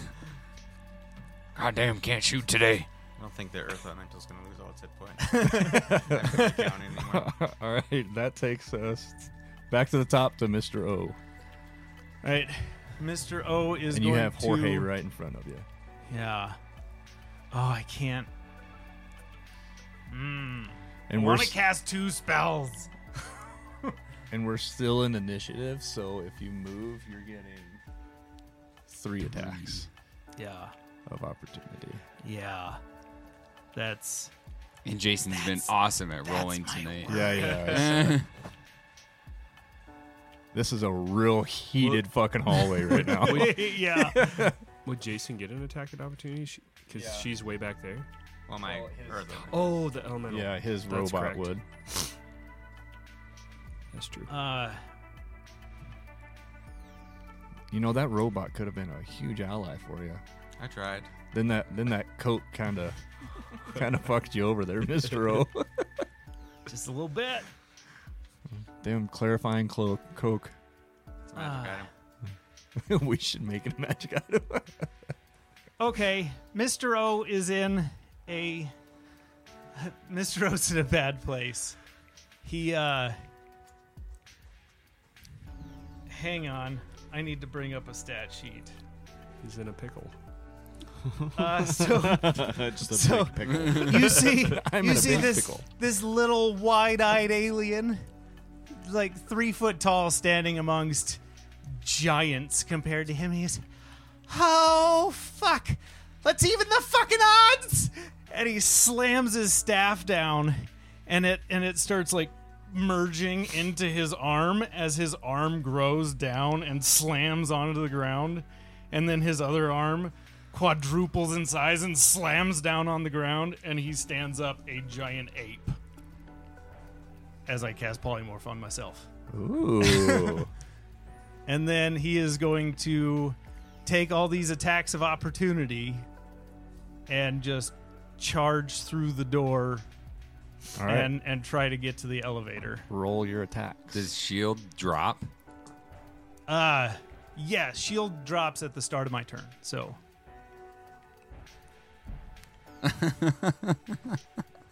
Speaker 2: Goddamn, can't shoot today.
Speaker 6: I don't think the Earth Elemental's gonna lose all its hit points. That doesn't count anymore.
Speaker 3: All right, that takes us back to the top to Mr. O,
Speaker 8: All right. Mr. O is
Speaker 3: and
Speaker 8: going
Speaker 3: you have Jorge
Speaker 8: to.
Speaker 3: right in front of you.
Speaker 8: Yeah. Oh, I can't. Mm.
Speaker 3: And we're
Speaker 8: Want to
Speaker 3: s-
Speaker 8: cast two spells.
Speaker 3: and we're still in initiative, so if you move, you're getting three attacks
Speaker 8: Yeah.
Speaker 3: of opportunity.
Speaker 8: Yeah. That's.
Speaker 2: And Jason's been awesome at rolling tonight.
Speaker 3: Yeah, yeah. this is a real heated fucking hallway right now.
Speaker 8: yeah.
Speaker 4: Would Jason get an attack at opportunity? Because
Speaker 3: Yeah.
Speaker 4: she's way back there.
Speaker 6: Well, my Earth Elemental.
Speaker 4: Oh, the elemental.
Speaker 3: yeah, his
Speaker 4: That's
Speaker 3: robot
Speaker 4: correct.
Speaker 3: would.
Speaker 4: That's true.
Speaker 8: Uh,
Speaker 3: You know that robot could have been a huge ally for you.
Speaker 6: I tried.
Speaker 3: Then that then that coat kind of kind of fucked you over there, Mister O.
Speaker 8: just a little bit.
Speaker 3: Damn clarifying clo- coke.
Speaker 6: It's a magic
Speaker 8: Ah.
Speaker 6: item.
Speaker 3: we should make it a magic item.
Speaker 8: Okay, Mr. O is in a Mr. O's in a bad place. He uh Hang on. I need to bring up a stat sheet.
Speaker 4: He's in a pickle.
Speaker 8: Uh, so
Speaker 5: Just a
Speaker 8: So-
Speaker 5: big pickle.
Speaker 8: you see
Speaker 3: I'm
Speaker 8: you
Speaker 3: in a
Speaker 8: see
Speaker 3: big
Speaker 8: this
Speaker 3: pickle.
Speaker 8: this little wide-eyed alien like 3 foot tall standing amongst giants compared to him he is Oh fuck! Let's even the fucking odds. And he slams his staff down, and it and it starts like merging into his arm as his arm grows down and slams onto the ground, and then his other arm quadruples in size and slams down on the ground, and he stands up a giant ape. As I cast polymorph on myself.
Speaker 3: Ooh.
Speaker 8: And then he is going to take all these attacks of opportunity and just charge through the door
Speaker 3: All right.
Speaker 8: and, and try to get to the elevator.
Speaker 3: roll your attacks.
Speaker 2: Does shield drop?
Speaker 8: Uh yeah, shield drops at the start of my turn. So
Speaker 2: How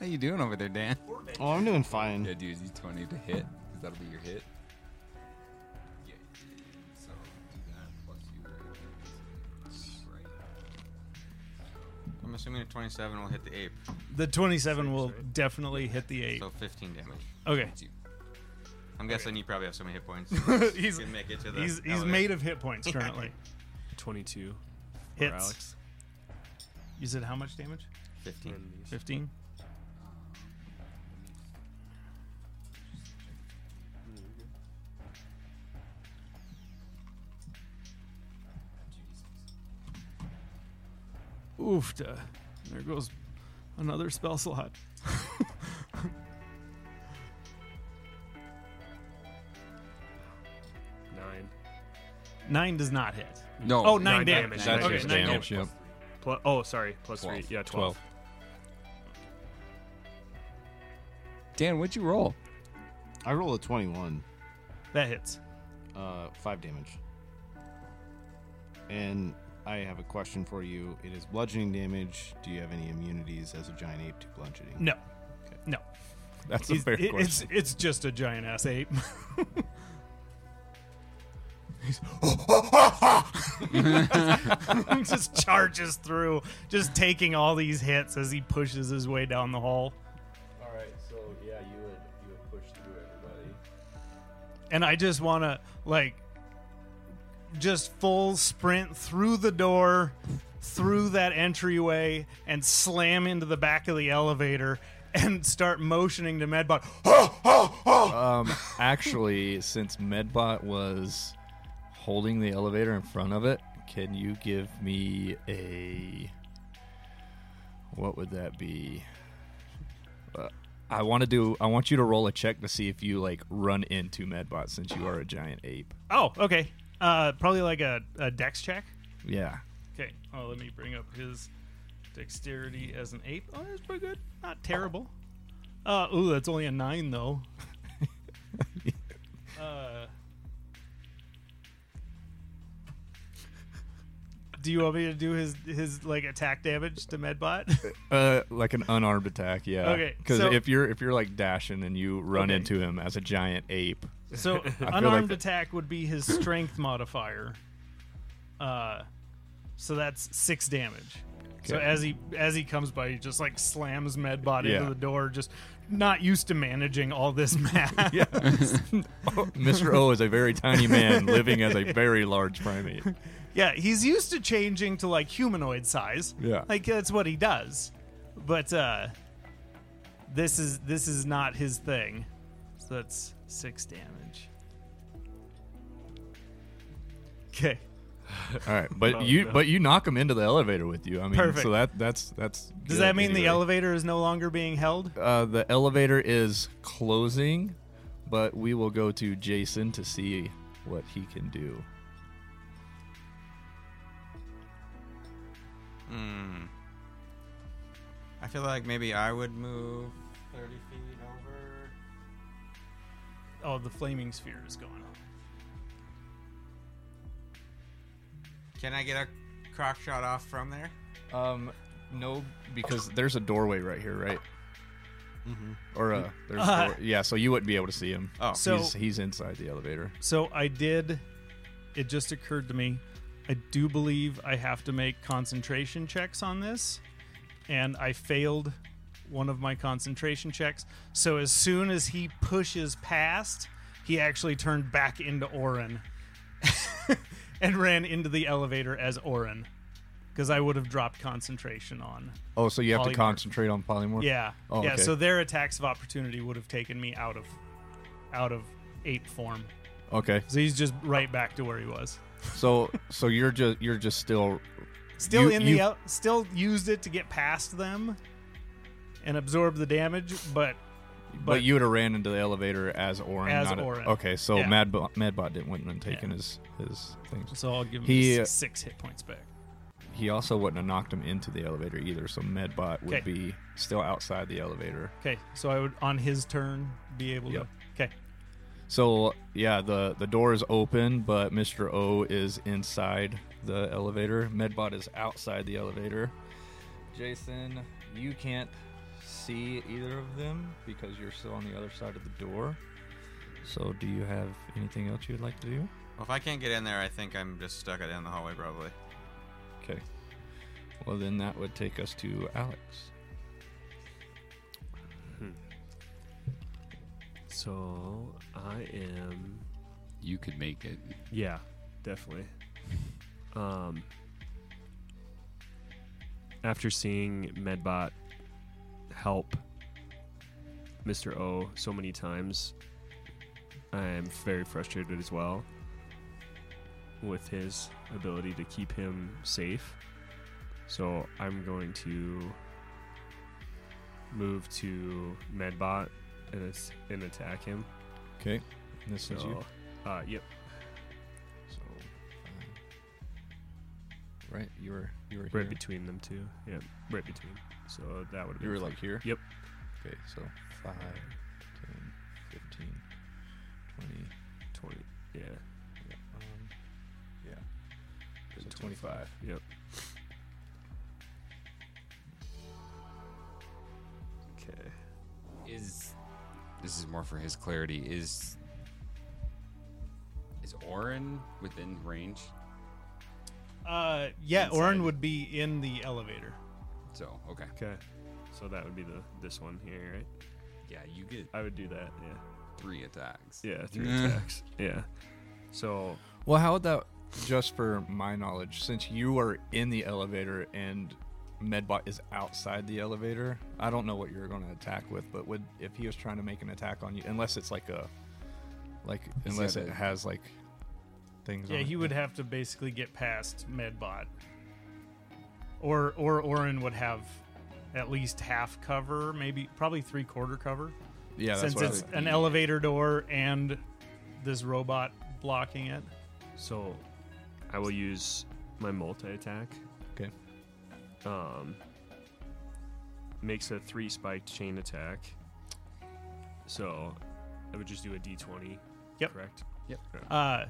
Speaker 2: you doing over there, Dan?
Speaker 5: Oh, I'm doing fine.
Speaker 2: Yeah, dude, you 20 to hit. Because that'll be your hit. Yeah. So do that plus you right?
Speaker 6: I'm assuming a 27 will hit the ape,
Speaker 8: the 27 will definitely hit the 8.
Speaker 6: so 15 damage.
Speaker 8: Okay.
Speaker 6: I'm guessing you probably have so many hit points.
Speaker 8: He's
Speaker 6: you can make it to the.
Speaker 8: he's he's
Speaker 6: elevator.
Speaker 8: made of hit points currently.
Speaker 4: 22. for
Speaker 8: Hits.
Speaker 4: Alex.
Speaker 8: You said how much damage?
Speaker 6: 15.
Speaker 8: 15. Oofta. There goes another spell slot.
Speaker 4: Nine.
Speaker 8: Nine does not hit.
Speaker 2: No.
Speaker 8: Oh, nine
Speaker 4: nine
Speaker 8: damage.
Speaker 4: damage. That's
Speaker 8: Okay,
Speaker 4: just
Speaker 8: nine
Speaker 4: damage.
Speaker 8: damage.
Speaker 3: Yep.
Speaker 4: Plus, oh, sorry. Plus
Speaker 2: Twelve.
Speaker 4: three. Yeah, 12.
Speaker 2: Dan, what'd you roll?
Speaker 5: I roll a 21,
Speaker 8: That hits.
Speaker 5: uh, 5 damage. And I have a question for you. It is bludgeoning damage. Do you have any immunities as a giant ape to bludgeoning?
Speaker 8: No. No.
Speaker 3: That's a
Speaker 8: He's-
Speaker 3: fair
Speaker 8: it-
Speaker 3: question.
Speaker 8: it's it's just a giant ass ape. just charges through, just taking all these hits as he pushes his way down the hall.
Speaker 3: All right, so yeah, you would you would push through everybody.
Speaker 8: and I just want to like just full sprint through the door, through that entryway, and slam into the back of the elevator and start motioning to Medbot.
Speaker 3: Um, actually, since Medbot was holding the elevator in front of it, can you give me a what would that be? Uh, I want to do. I want you to roll a check to see if you like run into Medbot since you are a giant ape.
Speaker 8: Oh, okay. Uh, probably like a, a dex check.
Speaker 3: Yeah.
Speaker 8: Okay. Oh, let me bring up his dexterity as an ape. Oh, that's pretty good. Not terrible. Uh, ooh, that's only a nine though. uh, do you want me to do his his like attack damage to Medbot?
Speaker 3: Uh, like an unarmed attack. Yeah.
Speaker 8: Okay,
Speaker 3: Because
Speaker 8: so-
Speaker 3: if you're if you're like dashing and you run
Speaker 8: Okay.
Speaker 3: into him as a giant ape,
Speaker 8: so
Speaker 3: like
Speaker 8: unarmed
Speaker 3: that-
Speaker 8: attack would be his strength modifier. Uh, so that's six damage. So
Speaker 3: Okay.
Speaker 8: as he as he comes by, he just like slams Medbot
Speaker 3: Yeah.
Speaker 8: into the door, just not used to managing all this math.
Speaker 3: Yeah. Mr. O is a very tiny man living as a very large primate.
Speaker 8: Yeah, he's used to changing to like humanoid size.
Speaker 3: Yeah.
Speaker 8: Like that's what he does. But uh this is this is not his thing. So that's 6 damage. Okay.
Speaker 3: All right, but you but you knock him into the elevator with you. I mean,
Speaker 8: Oh, Perfect.
Speaker 3: so that that's that's.
Speaker 8: Does
Speaker 3: good
Speaker 8: that mean the
Speaker 3: anyway.
Speaker 8: elevator is no longer being held?
Speaker 3: Uh, the elevator is closing, but we will go to Jason to see what he can do.
Speaker 6: Hmm. I feel like maybe I would move 30 feet over.
Speaker 8: Oh, the flaming sphere is gone.
Speaker 6: Can I get a crock shot off from there?
Speaker 3: Um, no, because there's a doorway right here, right? Or uh, there's a door- yeah, so you wouldn't be able to see him.
Speaker 6: Oh.
Speaker 8: So-
Speaker 3: he's, he's inside the elevator.
Speaker 8: So I did it just occurred to me I do believe I have to make concentration checks on this and I failed one of my concentration checks. So as soon as he pushes past, he actually turned back into Orin and ran into the elevator as Orin because I would have dropped concentration on.
Speaker 3: Oh, so you have
Speaker 8: Polymorph.
Speaker 3: to concentrate on polymorph.
Speaker 8: Yeah.
Speaker 3: Oh,
Speaker 8: yeah,
Speaker 3: okay.
Speaker 8: so their attacks of opportunity would have taken me out of out of ape form.
Speaker 3: Okay.
Speaker 8: So he's just right back to where he was.
Speaker 3: So so you're just you're just still
Speaker 8: Still
Speaker 3: You-
Speaker 8: in
Speaker 3: you-
Speaker 8: the el- still used it to get past them and absorb the damage, but
Speaker 3: but,
Speaker 8: But-
Speaker 3: you would have ran into the elevator as Orin.
Speaker 8: As
Speaker 3: not a-
Speaker 8: Orin.
Speaker 3: okay, so
Speaker 8: Yeah.
Speaker 3: Madbot Madbot didn't wouldn't have taken
Speaker 8: Yeah.
Speaker 3: his his things.
Speaker 8: so I'll give him
Speaker 3: He- uh,
Speaker 8: s- six hit points back.
Speaker 3: He also wouldn't have knocked him into the elevator either. So Medbot would
Speaker 8: Okay.
Speaker 3: be still outside the elevator.
Speaker 8: Okay, so I would on his turn be able
Speaker 3: Yep.
Speaker 8: to. Okay,
Speaker 3: So yeah, the the door is open, but Mr. O is inside the elevator. Medbot is outside the elevator. Jason, you can't see either of them because you're still on the other side of the door. So do you have anything else you'd like to do?
Speaker 6: Well, if I can't get in there, I think I'm just stuck at the end of the hallway, probably.
Speaker 3: Okay. Well, then that would take us to Alex.
Speaker 4: So I am.
Speaker 2: You could make it.
Speaker 4: Yeah, definitely. Um, after seeing Medbot help Mr. O so many times, I am very frustrated as well with his ability to keep him safe. So I'm going to move to Medbot and, as- and attack him.
Speaker 3: Okay. This
Speaker 4: So,
Speaker 3: is you.
Speaker 4: uh, yep.
Speaker 3: So, um, right, you were you were
Speaker 4: Right
Speaker 3: here.
Speaker 4: between them two. Yeah, right between. So that would have
Speaker 3: You were
Speaker 4: been
Speaker 3: like here?
Speaker 4: Yep.
Speaker 3: Okay, so 5, 10, 15, 20,
Speaker 4: 20. Yeah.
Speaker 3: yeah, um, yeah. So
Speaker 4: And
Speaker 3: 25.
Speaker 4: Yep. Okay.
Speaker 2: Is more for his clarity. Is is Orin within range?
Speaker 8: Uh, yeah,
Speaker 2: Inside.
Speaker 8: Orin would be in the elevator.
Speaker 2: So okay,
Speaker 4: Okay. So that would be the this one here, right?
Speaker 2: yeah, you get
Speaker 4: I would do that. Yeah.
Speaker 2: three attacks.
Speaker 4: Yeah, three
Speaker 2: Nah.
Speaker 4: attacks. Yeah. So
Speaker 3: Well, how would that, just for my knowledge, since you are in the elevator and Medbot is outside the elevator, I don't know what you're going to attack with, but would if he was trying to make an attack on you, unless it's like a, like
Speaker 2: He's
Speaker 3: unless
Speaker 2: got
Speaker 3: it
Speaker 2: a-
Speaker 3: has like things.
Speaker 8: Yeah,
Speaker 3: on
Speaker 8: he
Speaker 3: it.
Speaker 8: would have to basically get past Medbot, or or Orin would have at least half cover, maybe probably three quarter cover,
Speaker 3: Yeah, that's
Speaker 8: since
Speaker 3: what I
Speaker 8: it's
Speaker 3: was-
Speaker 8: an elevator door and this robot blocking it.
Speaker 4: so I will use my multi attack.
Speaker 3: Okay.
Speaker 4: Um makes a three spiked chain attack. So I would just do a D twenty.
Speaker 8: Yep.
Speaker 4: Correct.
Speaker 8: Uh,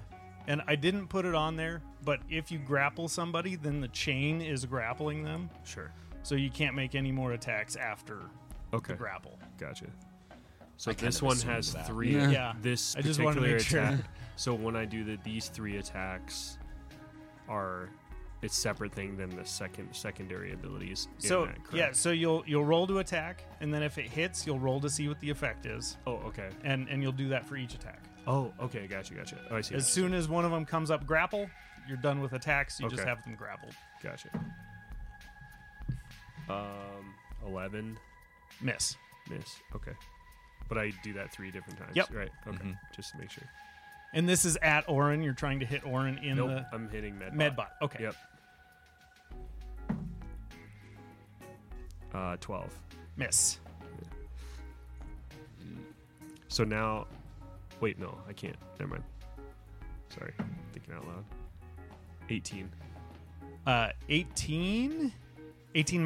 Speaker 8: and I didn't put it on there, but if you grapple somebody, then the chain is grappling them,
Speaker 4: Sure.
Speaker 8: so you can't make any more attacks after
Speaker 4: Okay.
Speaker 8: the grapple.
Speaker 4: Gotcha. So
Speaker 2: I kind
Speaker 4: this
Speaker 2: of
Speaker 4: one
Speaker 2: assumed
Speaker 4: has
Speaker 2: that.
Speaker 4: three.
Speaker 2: Yeah.
Speaker 8: Yeah.
Speaker 4: This
Speaker 8: I just
Speaker 4: particular
Speaker 8: wanted to make sure.
Speaker 4: attack. So when I do the, these three attacks, are it's separate thing than the second secondary abilities. in
Speaker 8: So
Speaker 4: that,
Speaker 8: yeah,
Speaker 4: correct?
Speaker 8: so you'll you'll roll to attack, and then if it hits, you'll roll to see what the effect is,
Speaker 4: Oh okay.
Speaker 8: and and you'll do that for each attack.
Speaker 4: Oh okay. Gotcha. Gotcha. Oh I see.
Speaker 8: As soon as one of them comes up grapple, you're done with attacks. You just
Speaker 4: Okay.
Speaker 8: have them grappled.
Speaker 4: Gotcha. Um, eleven
Speaker 8: Miss.
Speaker 4: miss. Okay. But I do that three different times.
Speaker 8: Yep. Mm-hmm.
Speaker 4: Right. Okay. Just to make sure.
Speaker 8: And this is at Orin. You're trying to hit Orin in
Speaker 4: nope.
Speaker 8: the
Speaker 4: I'm hitting med
Speaker 8: medbot. Okay.
Speaker 4: Yep. Uh, twelve.
Speaker 8: Miss.
Speaker 4: So now, wait, no, I can't. Never mind. Sorry, thinking out loud. 18.
Speaker 8: Uh, 18. 18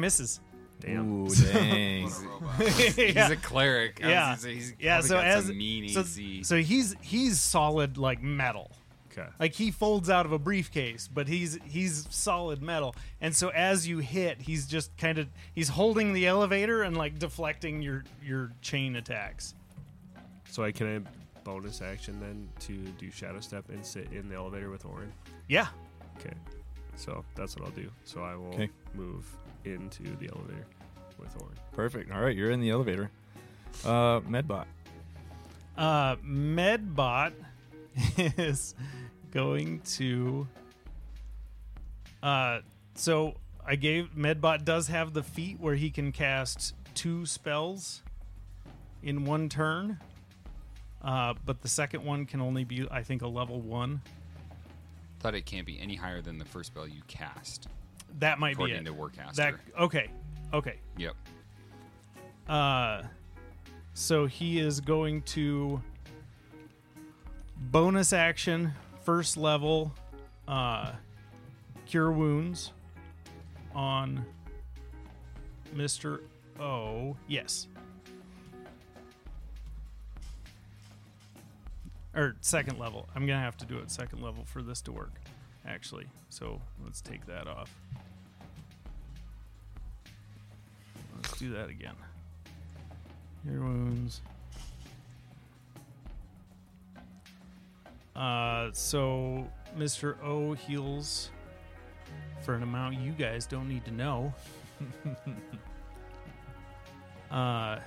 Speaker 8: misses.
Speaker 4: Damn.
Speaker 3: Ooh, dang.
Speaker 6: What a robot.
Speaker 2: He's
Speaker 8: yeah.
Speaker 2: a cleric. I was
Speaker 8: Yeah.
Speaker 2: gonna say, he's
Speaker 8: Yeah,
Speaker 2: probably
Speaker 8: so
Speaker 2: got
Speaker 8: as-
Speaker 2: some mean
Speaker 8: So,
Speaker 2: AC.
Speaker 8: so he's he's solid like metal.
Speaker 4: Okay.
Speaker 8: Like he folds out of a briefcase, but he's he's solid metal. And so as you hit, he's just kind of he's holding the elevator and like deflecting your your chain attacks.
Speaker 4: So I can I bonus action then to do shadow step and sit in the elevator with Orin.
Speaker 8: Yeah.
Speaker 4: Okay. So that's what I'll do. So I will
Speaker 3: 'Kay.
Speaker 4: move into the elevator with Orin.
Speaker 3: Perfect. All right, you're in the elevator. Uh, Medbot.
Speaker 8: Uh, Medbot is going to. Uh, so I gave Medbot does have the feat where he can cast two spells in one turn. Uh, but the second one can only be, I think, a level one.
Speaker 2: Thought it can't be any higher than the first spell you cast,
Speaker 8: That might be
Speaker 2: according
Speaker 8: it.
Speaker 2: to Warcaster.
Speaker 8: That okay, okay.
Speaker 2: Yep.
Speaker 8: Uh, so he is going to bonus action, first level, uh, cure wounds on Mr. O. Yes. Or second level. I'm going to have to do it second level for this to work, actually. So let's take that off. Let's do that again. Your wounds. Uh, so Mr. O heals for an amount you guys don't need to know. uh,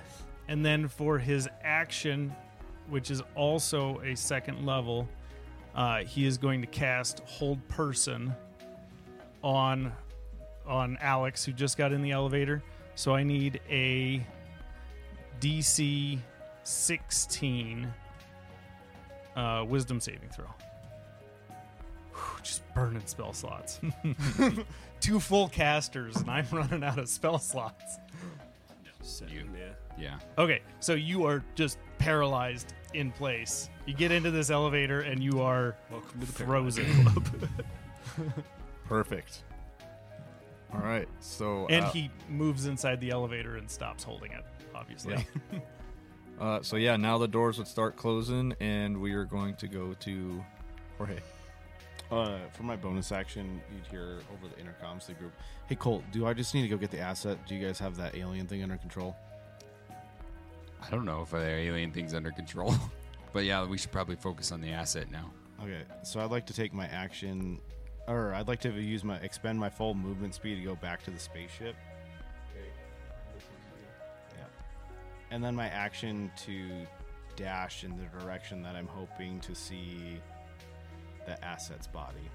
Speaker 8: and then for his action, which is also a second level, uh, he is going to cast Hold Person on on Alex, who just got in the elevator. So I need a DC 16 uh, wisdom saving throw. Whew, just burning spell slots. Two full casters, and I'm running out of spell slots.
Speaker 4: Seven, yeah.
Speaker 2: Yeah.
Speaker 8: Okay, so you are just paralyzed in place. You get into this elevator, and you are
Speaker 4: Welcome to the
Speaker 8: frozen.
Speaker 3: Perfect. All right, so
Speaker 8: and
Speaker 3: uh,
Speaker 8: he moves inside the elevator and stops holding it, obviously.
Speaker 3: Yeah. Uh, so yeah, now the doors would start closing, and we are going to go to Jorge.
Speaker 5: Uh, for my bonus action, you'd hear over the intercoms the group. Hey Colt, do I just need to go get the asset? Do you guys have that alien thing under control?
Speaker 2: I don't know if the alien thing's under control. but yeah, we should probably focus on the asset now.
Speaker 5: Okay, so I'd like to take my action, or I'd like to use my expend my full movement speed to go back to the spaceship. Yep. And then my action to dash in the direction that I'm hoping to see the asset's body.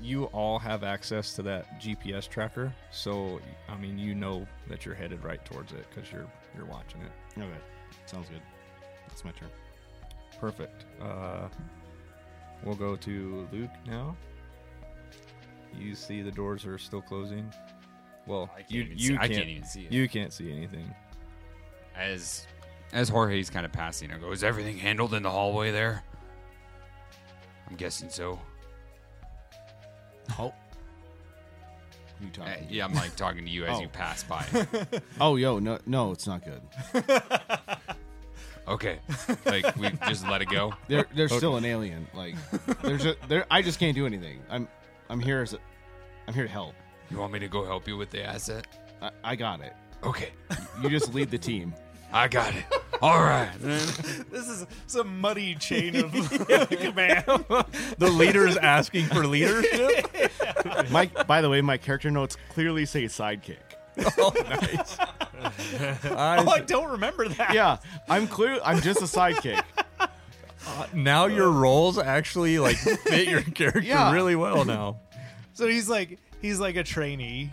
Speaker 3: You all have access to that GPS tracker, so I mean you know that you're headed right towards it because you're you're watching it.
Speaker 5: Okay, sounds good. That's my turn.
Speaker 3: Perfect. Uh, we'll go to Luke now. You see the doors are still closing. Well,
Speaker 2: I can't
Speaker 3: you
Speaker 2: even
Speaker 3: you
Speaker 2: see-
Speaker 3: can't,
Speaker 2: I can't even see it.
Speaker 3: you can't see anything.
Speaker 2: As as Jorge's kind of passing, I go, "Is everything handled in the hallway there?" I'm guessing so.
Speaker 5: Oh. You
Speaker 2: Uh,
Speaker 5: talking?
Speaker 2: yeah, I'm like talking to you as
Speaker 5: Oh.
Speaker 2: you pass by.
Speaker 5: Oh, yo, no, no, it's not good.
Speaker 2: okay, like we just let it go.
Speaker 5: They're they're still an alien. Like there's a there. I just can't do anything. I'm I'm here as a, I'm here to help.
Speaker 2: You want me to go help you with the asset?
Speaker 5: I, I got it.
Speaker 2: Okay,
Speaker 5: You just lead the team.
Speaker 2: I got it. All right.
Speaker 8: This is some muddy chain of command. the leader is asking for leadership.
Speaker 5: My by the way, my character notes clearly say sidekick.
Speaker 8: Oh, I don't remember that.
Speaker 5: Yeah, I'm clear. I'm just a sidekick.
Speaker 3: Now your roles actually like fit your character
Speaker 5: Yeah.
Speaker 3: really well now.
Speaker 8: So he's like he's like a trainee.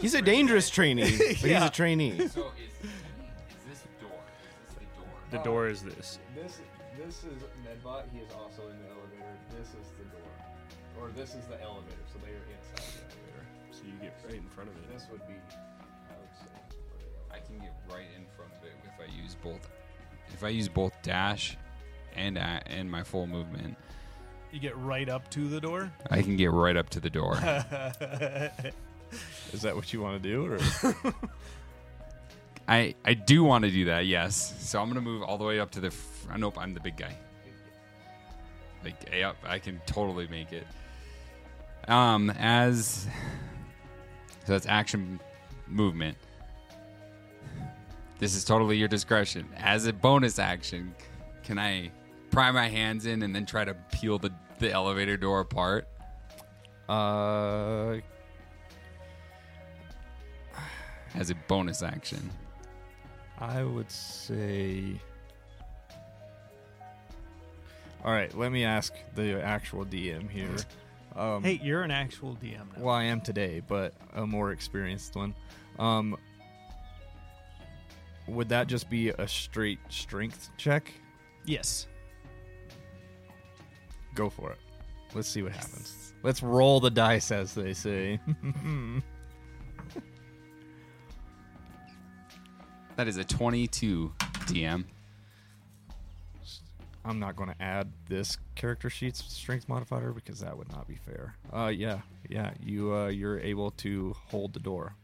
Speaker 5: He's a dangerous trainee, but he's a trainee.
Speaker 2: So is, is this door? Is this the door?
Speaker 4: The door is this.
Speaker 3: This this is Medbot. He is also in the elevator. This is the door, or this is the elevator. So they are inside the elevator.
Speaker 4: So you get right in front of it.
Speaker 3: This would be. I would say.
Speaker 2: I can get right in front of it if I use both. If I use both dash and a- and my full movement,
Speaker 8: You get right up to the door.
Speaker 2: I can get right up to the door.
Speaker 3: Is that what you want to do? Or?
Speaker 2: I I do want to do that. Yes. So I'm gonna move all the way up to the. Fr- uh, nope. I'm the big guy. Like yep, I can totally make it. Um, as so that's action movement. This is totally your discretion. As a bonus action, can I pry my hands in and then try to peel the, the elevator door apart?
Speaker 3: Uh,
Speaker 2: As a bonus action,
Speaker 3: I would say. All right, let me ask the actual DM here. Um,
Speaker 8: Hey, you're an actual DM now.
Speaker 3: well, I am today, but a more experienced one. Um, would that just be a straight strength check?
Speaker 8: Yes.
Speaker 3: Go for it. Let's see what happens. Let's roll the dice, as they say.
Speaker 2: that is a 22 DM.
Speaker 3: I'm not going to add this character sheet's strength modifier because that would not be fair. Uh, yeah, yeah. You uh, you're able to hold the door.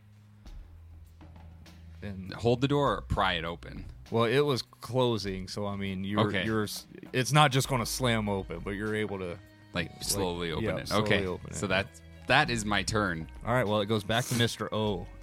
Speaker 3: And
Speaker 2: Hold the door or pry it open.
Speaker 3: well, it was closing, so I mean, you're
Speaker 2: Okay.
Speaker 3: you're. s- It's not just going to slam open, but you're able to.
Speaker 2: like slowly open
Speaker 3: yeah,
Speaker 2: it.
Speaker 3: slowly
Speaker 2: okay,
Speaker 3: open
Speaker 2: so
Speaker 3: it.
Speaker 2: that that is my turn.
Speaker 3: All right. Well, it goes back to Mister O.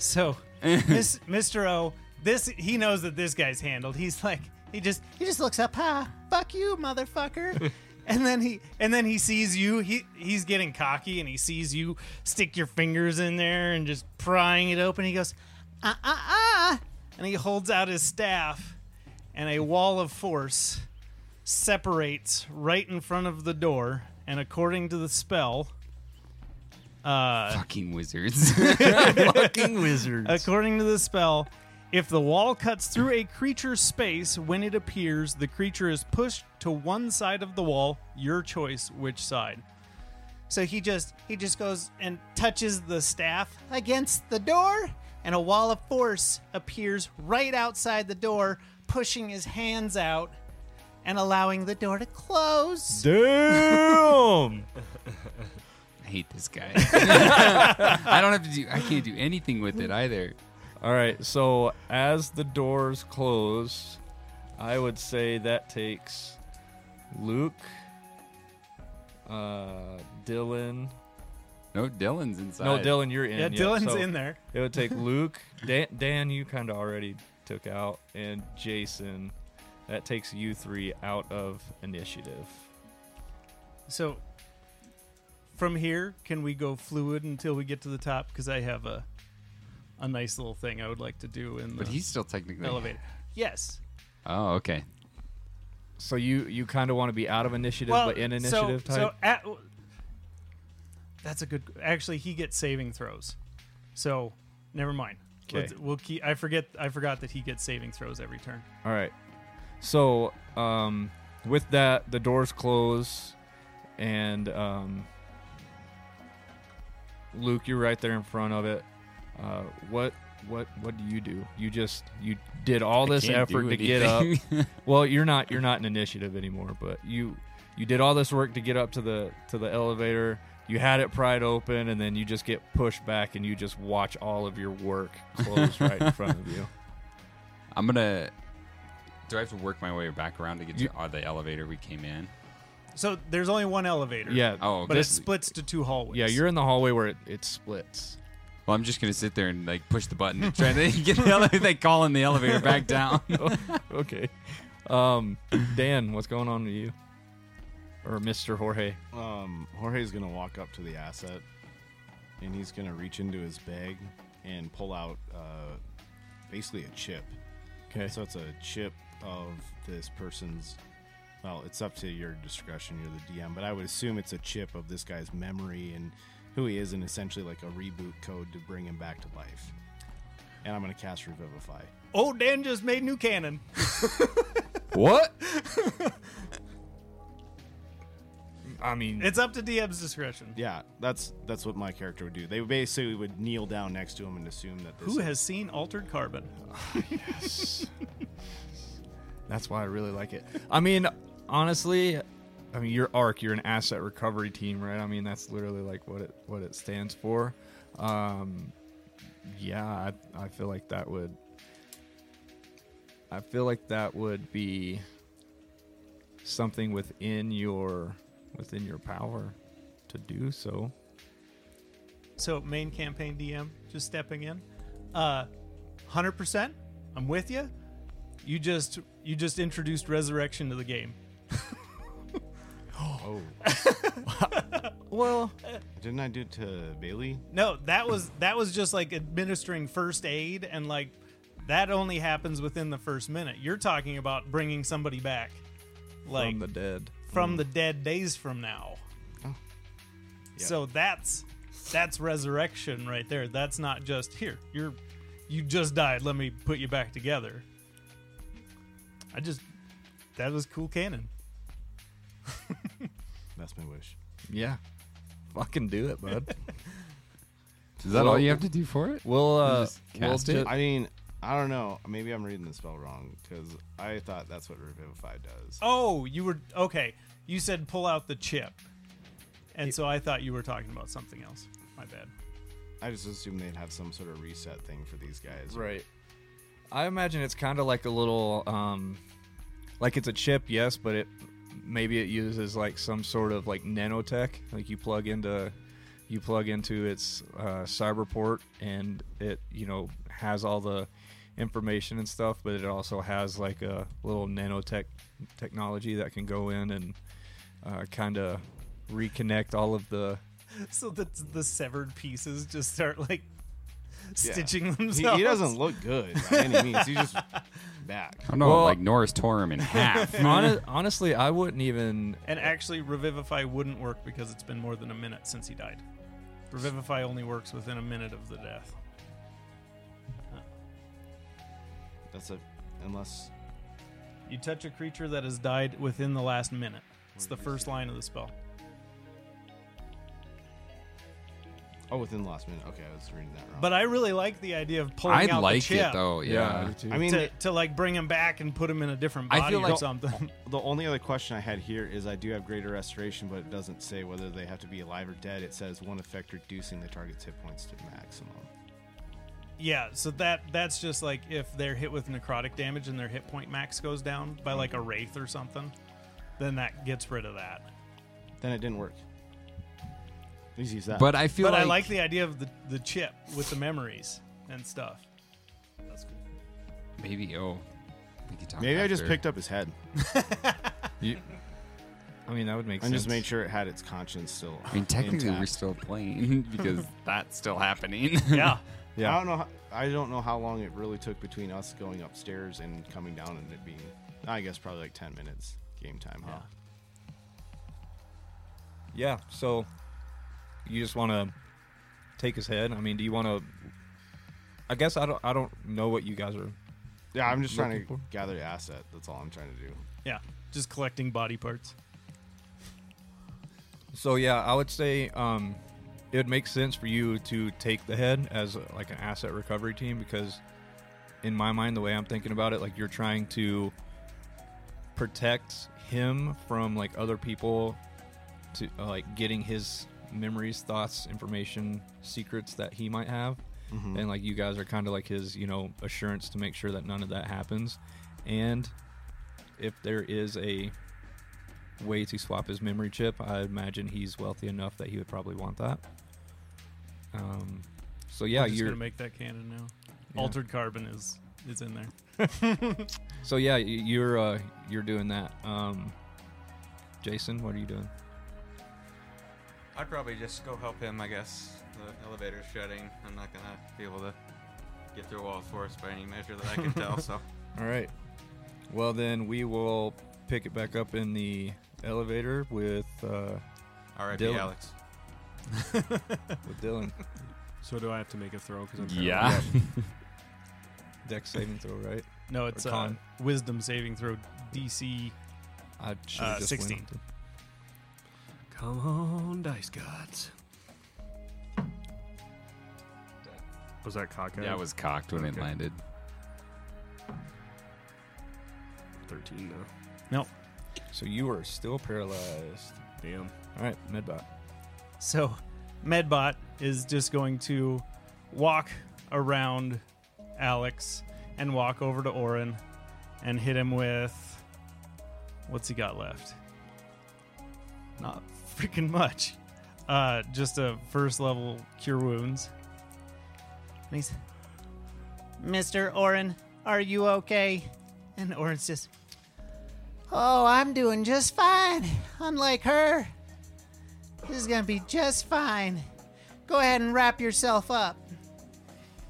Speaker 8: So, Miss, Mr. O, this he knows that this guy's handled. He's like he just he just looks up, ha, fuck you, motherfucker. and then he and then he sees you. He he's getting cocky and he sees you stick your fingers in there and just prying it open. He goes, ah ah ah, and he holds out his staff, and a wall of force separates right in front of the door. And according to the spell, uh,
Speaker 2: Fucking wizards.
Speaker 3: Fucking wizards.
Speaker 8: According to the spell, if the wall cuts through a creature's space when it appears, the creature is pushed to one side of the wall. Your choice which side.
Speaker 1: So he just he just goes and touches the staff against the door, and a wall of force appears right outside the door, pushing his hands out and allowing the door to close.
Speaker 3: Damn.
Speaker 2: I hate this guy. I don't have to do. I can't do anything with it either.
Speaker 3: All right. So as the doors close, I would say that takes Luke, uh, Dylan,
Speaker 2: No, Dylan's inside.
Speaker 3: No, Dylan, you're in.
Speaker 8: Yeah,
Speaker 3: yep,
Speaker 8: Dylan's
Speaker 3: so
Speaker 8: in there.
Speaker 3: It would take Luke, Dan, Dan you kind of already took out, and Jason. That takes you three out of initiative.
Speaker 8: So from here, can we go fluid until we get to the top? Because I have a a nice little thing I would like to do in the
Speaker 2: But he's still technically
Speaker 8: elevator. Yes.
Speaker 2: Oh, okay.
Speaker 3: So you you kind of want to be out of initiative,
Speaker 8: Well,
Speaker 3: but in
Speaker 8: so-
Speaker 3: initiative
Speaker 8: so,
Speaker 3: type.
Speaker 8: at- that's a good. Actually, he gets saving throws. So never mind.
Speaker 3: Okay.
Speaker 8: Let's- We'll keep. I forget. I forgot that he gets saving throws every turn.
Speaker 3: All right. So, um, with that, the doors close, and um, Luke, you're right there in front of it. Uh, what, what, what do you do? You just you did all
Speaker 2: I
Speaker 3: this
Speaker 2: can't
Speaker 3: effort
Speaker 2: do
Speaker 3: to get up.
Speaker 2: anything.
Speaker 3: Well, you're not you're not an initiative anymore, but you you did all this work to get up to the to the elevator. You had it pried open, and then you just get pushed back, and you just watch all of your work close right in front of you.
Speaker 2: I'm gonna. Do I have to work my way back around to get to
Speaker 3: You-
Speaker 2: uh, the elevator we came in?
Speaker 8: So there's only one elevator.
Speaker 3: Yeah.
Speaker 2: Oh,
Speaker 8: But
Speaker 2: okay.
Speaker 8: it splits to two hallways.
Speaker 3: Yeah, you're in the hallway where it, it splits.
Speaker 2: Well, I'm just gonna sit there and like push the button and try to get the elevator. They calling the elevator back down.
Speaker 3: okay. Um, Dan, what's going on with you? Or Mr. Jorge?
Speaker 5: Um, Jorge's gonna walk up to the asset, and he's gonna reach into his bag and pull out uh, basically a chip.
Speaker 3: Okay.
Speaker 5: So it's a chip of this person's. Well, it's up to your discretion. You're the DM, but I would assume it's a chip of this guy's memory and who he is, and essentially like a reboot code to bring him back to life. And I'm gonna cast Revivify.
Speaker 8: Oh, Dan just made new cannon.
Speaker 2: what?
Speaker 3: I mean,
Speaker 8: It's up to DM's discretion.
Speaker 5: Yeah, that's that's what my character would do. They basically would kneel down next to him and assume that this
Speaker 8: Who has seen altered carbon?
Speaker 3: that's why I really like it. I mean, honestly, I mean, your ARC, you're an asset recovery team, right? I mean, that's literally like what it what it stands for. Um, yeah, I, I feel like that would. I feel like that would be something within your within your power to do so.
Speaker 8: So main campaign DM just stepping in. Uh, hundred percent. I'm with you. You just you just introduced resurrection to the game.
Speaker 3: Well,
Speaker 5: didn't I do it to Bailey?
Speaker 8: No, that was that was just like administering first aid and like that only happens within the first minute. You're talking about bringing somebody back, like
Speaker 3: from the dead.
Speaker 5: Mm.
Speaker 8: dead days from now.
Speaker 5: Oh.
Speaker 8: So that's that's resurrection right there. That's not just here. You're you just died. Let me put you back together. I just that was cool canon.
Speaker 5: That's my wish.
Speaker 3: Yeah. Fucking do it, bud.
Speaker 2: Is that all you have to do for it?
Speaker 3: we'll uh
Speaker 2: Just
Speaker 3: we'll
Speaker 2: cast
Speaker 3: ju-
Speaker 2: it?
Speaker 5: I mean, I don't know. Maybe I'm reading the spell wrong because I thought that's what Revivify does.
Speaker 8: Oh, you were okay. You said pull out the chip. And so I thought you were talking about something else. My bad.
Speaker 5: I just assumed they'd have some sort of reset thing for these guys.
Speaker 3: Right. I imagine it's kind of like a little, um, like it's a chip, yes, but it maybe it uses like some sort of like nanotech. Like you plug into, you plug into its uh, cyberport, and it you know has all the information and stuff, but it also has like a little nanotech technology that can go in and uh, kind of reconnect all of the
Speaker 8: So the the severed pieces just start like
Speaker 5: Yeah.
Speaker 8: stitching
Speaker 5: He,
Speaker 8: themselves.
Speaker 5: he doesn't look good by any means. He's just back.
Speaker 2: I don't know.
Speaker 3: Well-
Speaker 2: like Norris tore him in half.
Speaker 3: Hone- honestly, I wouldn't even
Speaker 8: And actually, Revivify wouldn't work because it's been more than a minute since he died. Revivify only works within a minute of the death.
Speaker 5: That's a unless
Speaker 8: You touch a creature that has died within the last minute. It's the first line of the spell.
Speaker 5: oh within the last minute. Okay, I was reading that wrong.
Speaker 8: But I really like the idea of pulling
Speaker 2: I
Speaker 8: out the
Speaker 2: like
Speaker 8: chip
Speaker 2: it though. Yeah.
Speaker 5: I mean,
Speaker 8: to, to like bring him back and put him in a different
Speaker 2: I
Speaker 8: body
Speaker 2: feel
Speaker 8: or
Speaker 2: like-
Speaker 8: something.
Speaker 5: the only other question I had here is I do have greater restoration, but it doesn't say whether they have to be alive or dead. It says one effect reducing the target's hit points to maximum.
Speaker 8: yeah, so that that's just like if they're hit with necrotic damage and their hit point max goes down by like a wraith or something, then that gets rid of that.
Speaker 5: Then it didn't work. Easy as that.
Speaker 2: But I feel
Speaker 8: But
Speaker 2: like,
Speaker 8: I like the idea of the, the chip with the memories and stuff.
Speaker 2: maybe oh, we could talk.
Speaker 5: maybe I just
Speaker 2: after.
Speaker 5: picked up his head
Speaker 3: You, I mean, that would make
Speaker 5: and
Speaker 3: sense.
Speaker 5: just made sure it had its conscience still.
Speaker 2: I mean, technically, we're
Speaker 5: intact.
Speaker 2: still playing because that's still happening.
Speaker 8: Yeah.
Speaker 5: I don't know. How, I don't know how long it really took between us going upstairs and coming down, and it being, I guess, probably like ten minutes game time, huh?
Speaker 3: Yeah. So you just want to take his head. I mean, do you want to? I guess I don't. I don't know what you guys are.
Speaker 5: Yeah, I'm just trying to
Speaker 3: Looking
Speaker 5: gather the asset. That's all I'm trying to do.
Speaker 8: Yeah. Just collecting body parts.
Speaker 3: So yeah, I would say um, it would make sense for you to take the head as uh, like an asset recovery team because, in my mind, the way I'm thinking about it, like you're trying to protect him from like other people to uh, like getting his memories, thoughts, information, secrets that he might have, and like you guys are kind of like his you know assurance to make sure that none of that happens, and if there is a way to swap his memory chip. I imagine he's wealthy enough that he would probably want that. Um, so yeah,
Speaker 8: I'm just
Speaker 3: you're
Speaker 8: gonna make that canon now.
Speaker 3: Yeah.
Speaker 8: Altered carbon is is in there.
Speaker 3: so yeah y- you're uh, you're doing that. Um, Jason, what are you doing?
Speaker 6: I'd probably just go help him, I guess. The elevator's shutting. I'm not gonna be able to get through all force by any measure that I can tell, so
Speaker 3: All right. Well then, we will pick it back up in the elevator with uh,
Speaker 6: R.I.P.
Speaker 3: Dylan.
Speaker 6: Alex.
Speaker 3: with Dylan.
Speaker 4: So do I have to make a throw? Because I'm paralyzed?
Speaker 2: Yeah.
Speaker 3: Dex saving throw, right?
Speaker 8: No, it's
Speaker 3: Or
Speaker 8: uh,
Speaker 3: con.
Speaker 8: wisdom saving throw DC.
Speaker 3: I should've
Speaker 8: Uh,
Speaker 3: just
Speaker 8: 16.
Speaker 3: went-
Speaker 4: Come on, dice gods. Was that cockeyed?
Speaker 2: yeah, it was cocked when it
Speaker 4: Okay.
Speaker 2: landed.
Speaker 4: 13 though.
Speaker 3: So you are still paralyzed.
Speaker 4: Damn.
Speaker 3: All right, Medbot.
Speaker 8: So Medbot is just going to walk around Alex and walk over to Orin and hit him with what's he got left? Not freaking much. Uh, just a first level cure wounds.
Speaker 1: And he's, Mr. Orin, are you okay?
Speaker 8: And Orin's just
Speaker 1: Oh, I'm doing just fine. Unlike her, this is gonna be just fine. Go ahead and wrap yourself up.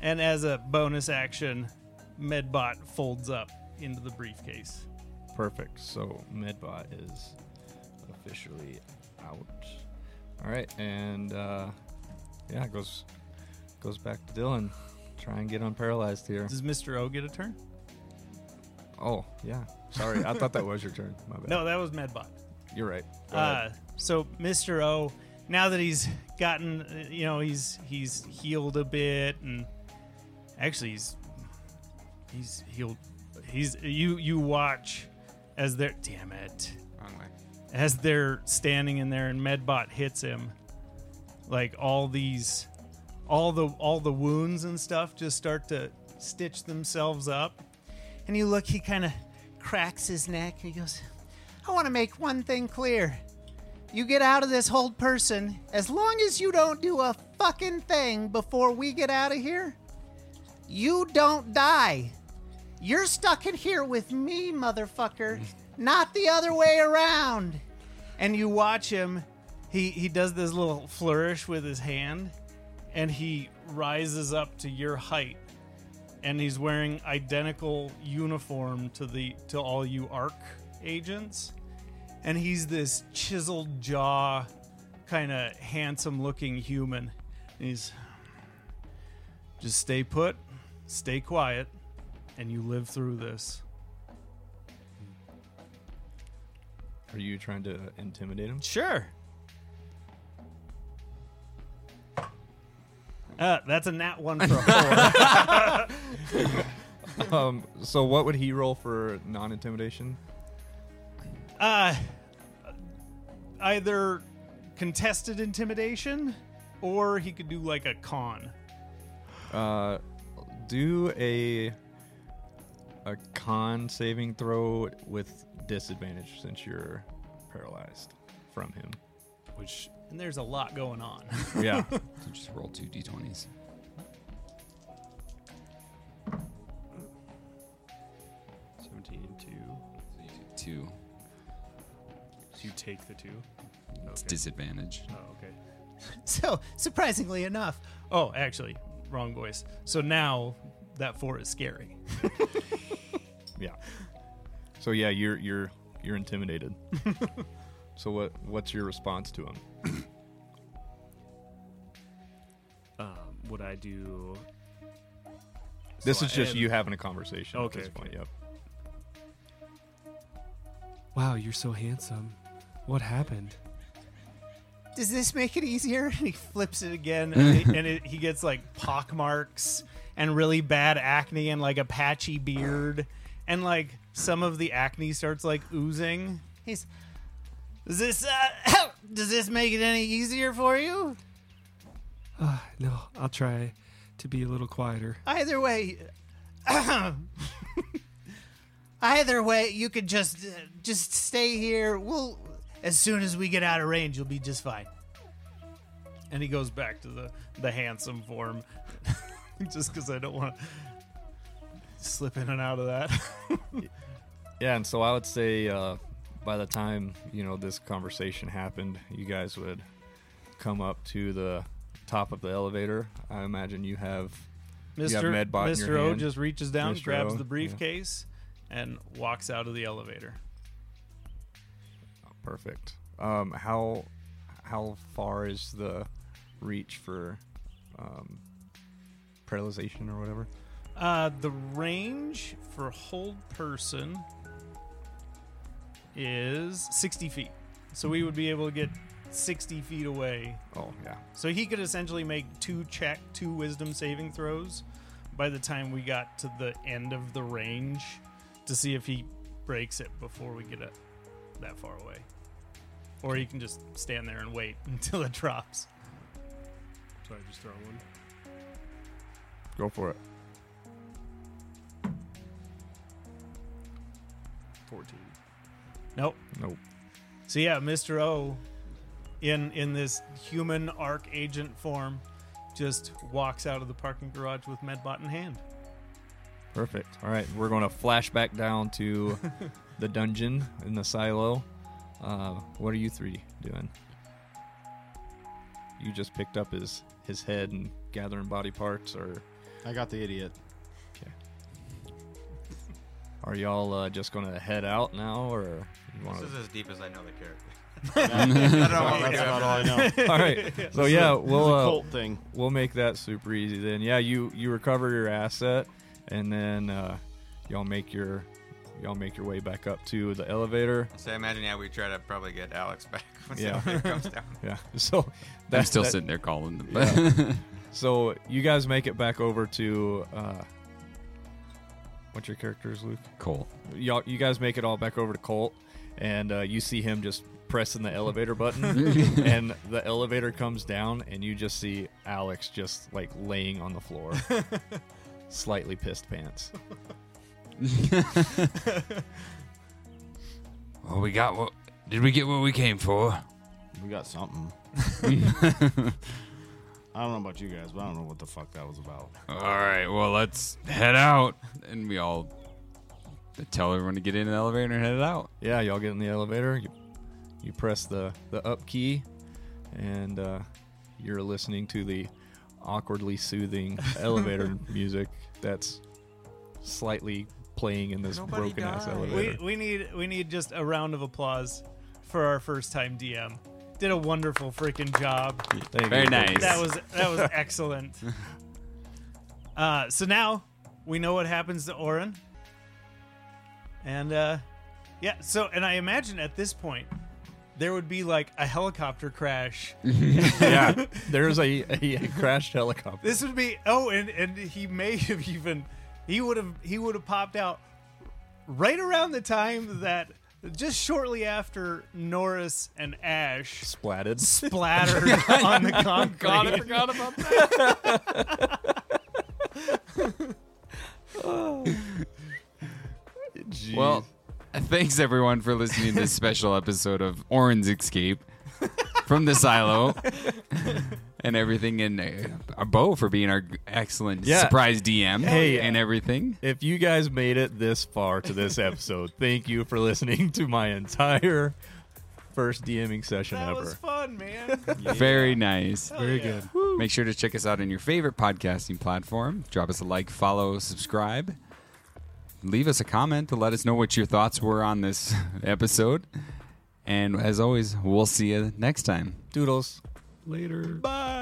Speaker 8: and as a bonus action, Medbot folds up into the briefcase.
Speaker 3: Perfect. So Medbot is officially out. All right, and uh, yeah, it goes goes back to Dylan. Try and get unparalyzed here.
Speaker 8: Does Mr. O get a turn?
Speaker 3: Oh yeah, sorry, I thought that was your turn. My bad.
Speaker 8: No, that was Medbot.
Speaker 3: you're right. Go ahead.
Speaker 8: Uh, so Mr. O, now that he's gotten, uh, you know, he's he's healed a bit, and actually he's he's healed. He's you you watch as they're damn it
Speaker 6: Wrong way.
Speaker 8: as they're standing in there and Medbot hits him. Like all these, all the all the wounds and stuff just start to stitch themselves up.
Speaker 1: And you look, he kind of cracks his neck and he goes, I want to make one thing clear. You get out of this whole person, as long as you don't do a fucking thing before we get out of here, you don't die. You're stuck in here with me, motherfucker, not the other way around.
Speaker 8: and you watch him he he does this little flourish with his hand and he rises up to your height and he's wearing identical uniform to the to all you arc agents and he's this chiseled jaw kind of handsome looking human and he's just stay put stay quiet and you live through this
Speaker 3: Are you trying to intimidate him?
Speaker 8: Sure. Uh, that's a nat one for a four.
Speaker 3: Um, so what would he roll for non-intimidation?
Speaker 8: uh, either contested intimidation, or he could do like a con.
Speaker 3: Uh, do a a con saving throw with disadvantage since you're paralyzed from him.
Speaker 4: Which
Speaker 8: and there's a lot going on.
Speaker 3: Yeah.
Speaker 2: So just roll two d20s.
Speaker 4: Seventeen two.
Speaker 2: So you do two.
Speaker 4: So you take the two.
Speaker 2: It's
Speaker 4: Okay.
Speaker 2: disadvantage.
Speaker 4: Oh, okay.
Speaker 8: So, surprisingly enough, oh, actually, wrong voice. So now that four is scary.
Speaker 3: Yeah. So yeah, you're you're you're intimidated. so what what's your response to him?
Speaker 4: Um, would I do?
Speaker 3: This
Speaker 4: So
Speaker 3: is
Speaker 4: I
Speaker 3: just
Speaker 4: am-
Speaker 3: you having a conversation
Speaker 4: Okay,
Speaker 3: at this point.
Speaker 4: okay.
Speaker 3: Yep.
Speaker 9: Wow, you're so handsome. What happened?
Speaker 8: Does this make it easier? And he flips it again, and, he- and it, he gets like pock marks and really bad acne and like a patchy beard, and like some of the acne starts like oozing. He's, does this uh, does this make it any easier for you?
Speaker 9: Uh, no, I'll try to be a little quieter.
Speaker 8: Either way,
Speaker 1: Either way, you could just uh, just stay here. We'll
Speaker 8: as soon as we get out of range, you'll be just fine. And he goes back to the the handsome form, just because I don't want to slip in and out of that.
Speaker 3: Yeah, and so I would say uh, by the time you know this conversation happened, you guys would come up to the top of the elevator. I imagine you have You have
Speaker 8: Mr.
Speaker 3: Medbot in your
Speaker 8: Mr. O
Speaker 3: hand.
Speaker 8: just reaches down,
Speaker 3: Mr.
Speaker 8: grabs
Speaker 3: O,
Speaker 8: the
Speaker 3: yeah.
Speaker 8: briefcase, and walks out of the elevator.
Speaker 3: perfect. Um, how how far is the reach for um, paralyzation or whatever?
Speaker 8: Uh, the range for hold person is 60 feet. So we would be able to get 60 feet away.
Speaker 3: Oh yeah,
Speaker 8: So he could essentially make two check, two wisdom saving throws by the time we got to the end of the range to see if he breaks it before we get it that far away. Or he can just stand there and wait until it drops.
Speaker 4: So I just throw one.
Speaker 3: go for it.
Speaker 4: 14.
Speaker 8: Nope.
Speaker 3: Nope.
Speaker 8: So yeah, Mr. O in in this human arc agent form just walks out of the parking garage with medbot in hand.
Speaker 3: Perfect. All right, we're going to flash back down to the dungeon in the silo. Uh, what are you three doing? You just picked up his his head and gathering body parts, or
Speaker 5: I got the idiot.
Speaker 3: are y'all uh, just going to head out now, or you want
Speaker 6: This is
Speaker 3: to?
Speaker 6: as deep as I know the character.
Speaker 5: That's
Speaker 3: Oh,
Speaker 6: all I
Speaker 5: about
Speaker 6: got.
Speaker 5: all I know.
Speaker 3: All right. So yeah, we'll
Speaker 5: It's a
Speaker 3: uh,
Speaker 5: cult thing.
Speaker 3: we'll make that super easy then. Yeah, you you recover your asset, and then uh, y'all make your y'all make your way back up to the elevator.
Speaker 6: So I imagine yeah, we try to probably get Alex back when
Speaker 3: Yeah.
Speaker 6: yeah. comes down.
Speaker 3: Yeah. So
Speaker 2: I'm still
Speaker 3: that-
Speaker 2: sitting there calling them.
Speaker 3: So you guys make it back over to uh, what's your character's Luke?
Speaker 2: Cool.
Speaker 3: Y'all, you guys make it all back over to Colt, and uh, you see him just pressing the elevator button, and the elevator comes down, and you just see Alex just like laying on the floor, slightly pissed pants.
Speaker 2: Well, we got what? Did we get what we came for?
Speaker 5: We got something. I don't know about you guys, but I don't know what the fuck that was about.
Speaker 2: All right. Well, let's head out. And we all tell everyone to get in the elevator and head out.
Speaker 3: Yeah, y'all get in the elevator. You, you press the the up key, and uh, you're listening to the awkwardly soothing elevator music that's slightly playing in this
Speaker 6: Nobody
Speaker 3: broken ass
Speaker 6: died.
Speaker 3: elevator.
Speaker 8: We, we need we need just a round of applause for our first time DM. Did a wonderful freaking job.
Speaker 3: Thank you.
Speaker 2: Very nice.
Speaker 8: That was that was excellent. Uh, so now we know what happens to Oren. And uh, yeah, so and I imagine at this point there would be like a helicopter crash.
Speaker 3: Yeah, there's a, a crashed helicopter.
Speaker 8: This would be oh, and and he may have even he would have he would have popped out right around the time that just shortly after Norris and Ash
Speaker 3: Splatted.
Speaker 8: splattered on the concrete.
Speaker 10: forgot about that.
Speaker 2: Well, thanks everyone for listening to this special episode of Orin's Escape. from the silo and everything, and uh, our Bo for being our excellent
Speaker 3: Yeah.
Speaker 2: surprise DM
Speaker 3: Hey.
Speaker 2: and everything.
Speaker 3: if you guys made it this far to this episode, thank you for listening to my entire first DMing session
Speaker 8: That
Speaker 3: ever.
Speaker 8: was fun, man.
Speaker 2: Very nice.
Speaker 8: Very good.
Speaker 2: Make sure to check us out on your favorite podcasting platform. Drop us a like, follow, subscribe. Leave us a comment to let us know what your thoughts were on this episode. And as always, we'll see you next time.
Speaker 3: Doodles.
Speaker 4: Later.
Speaker 8: Bye.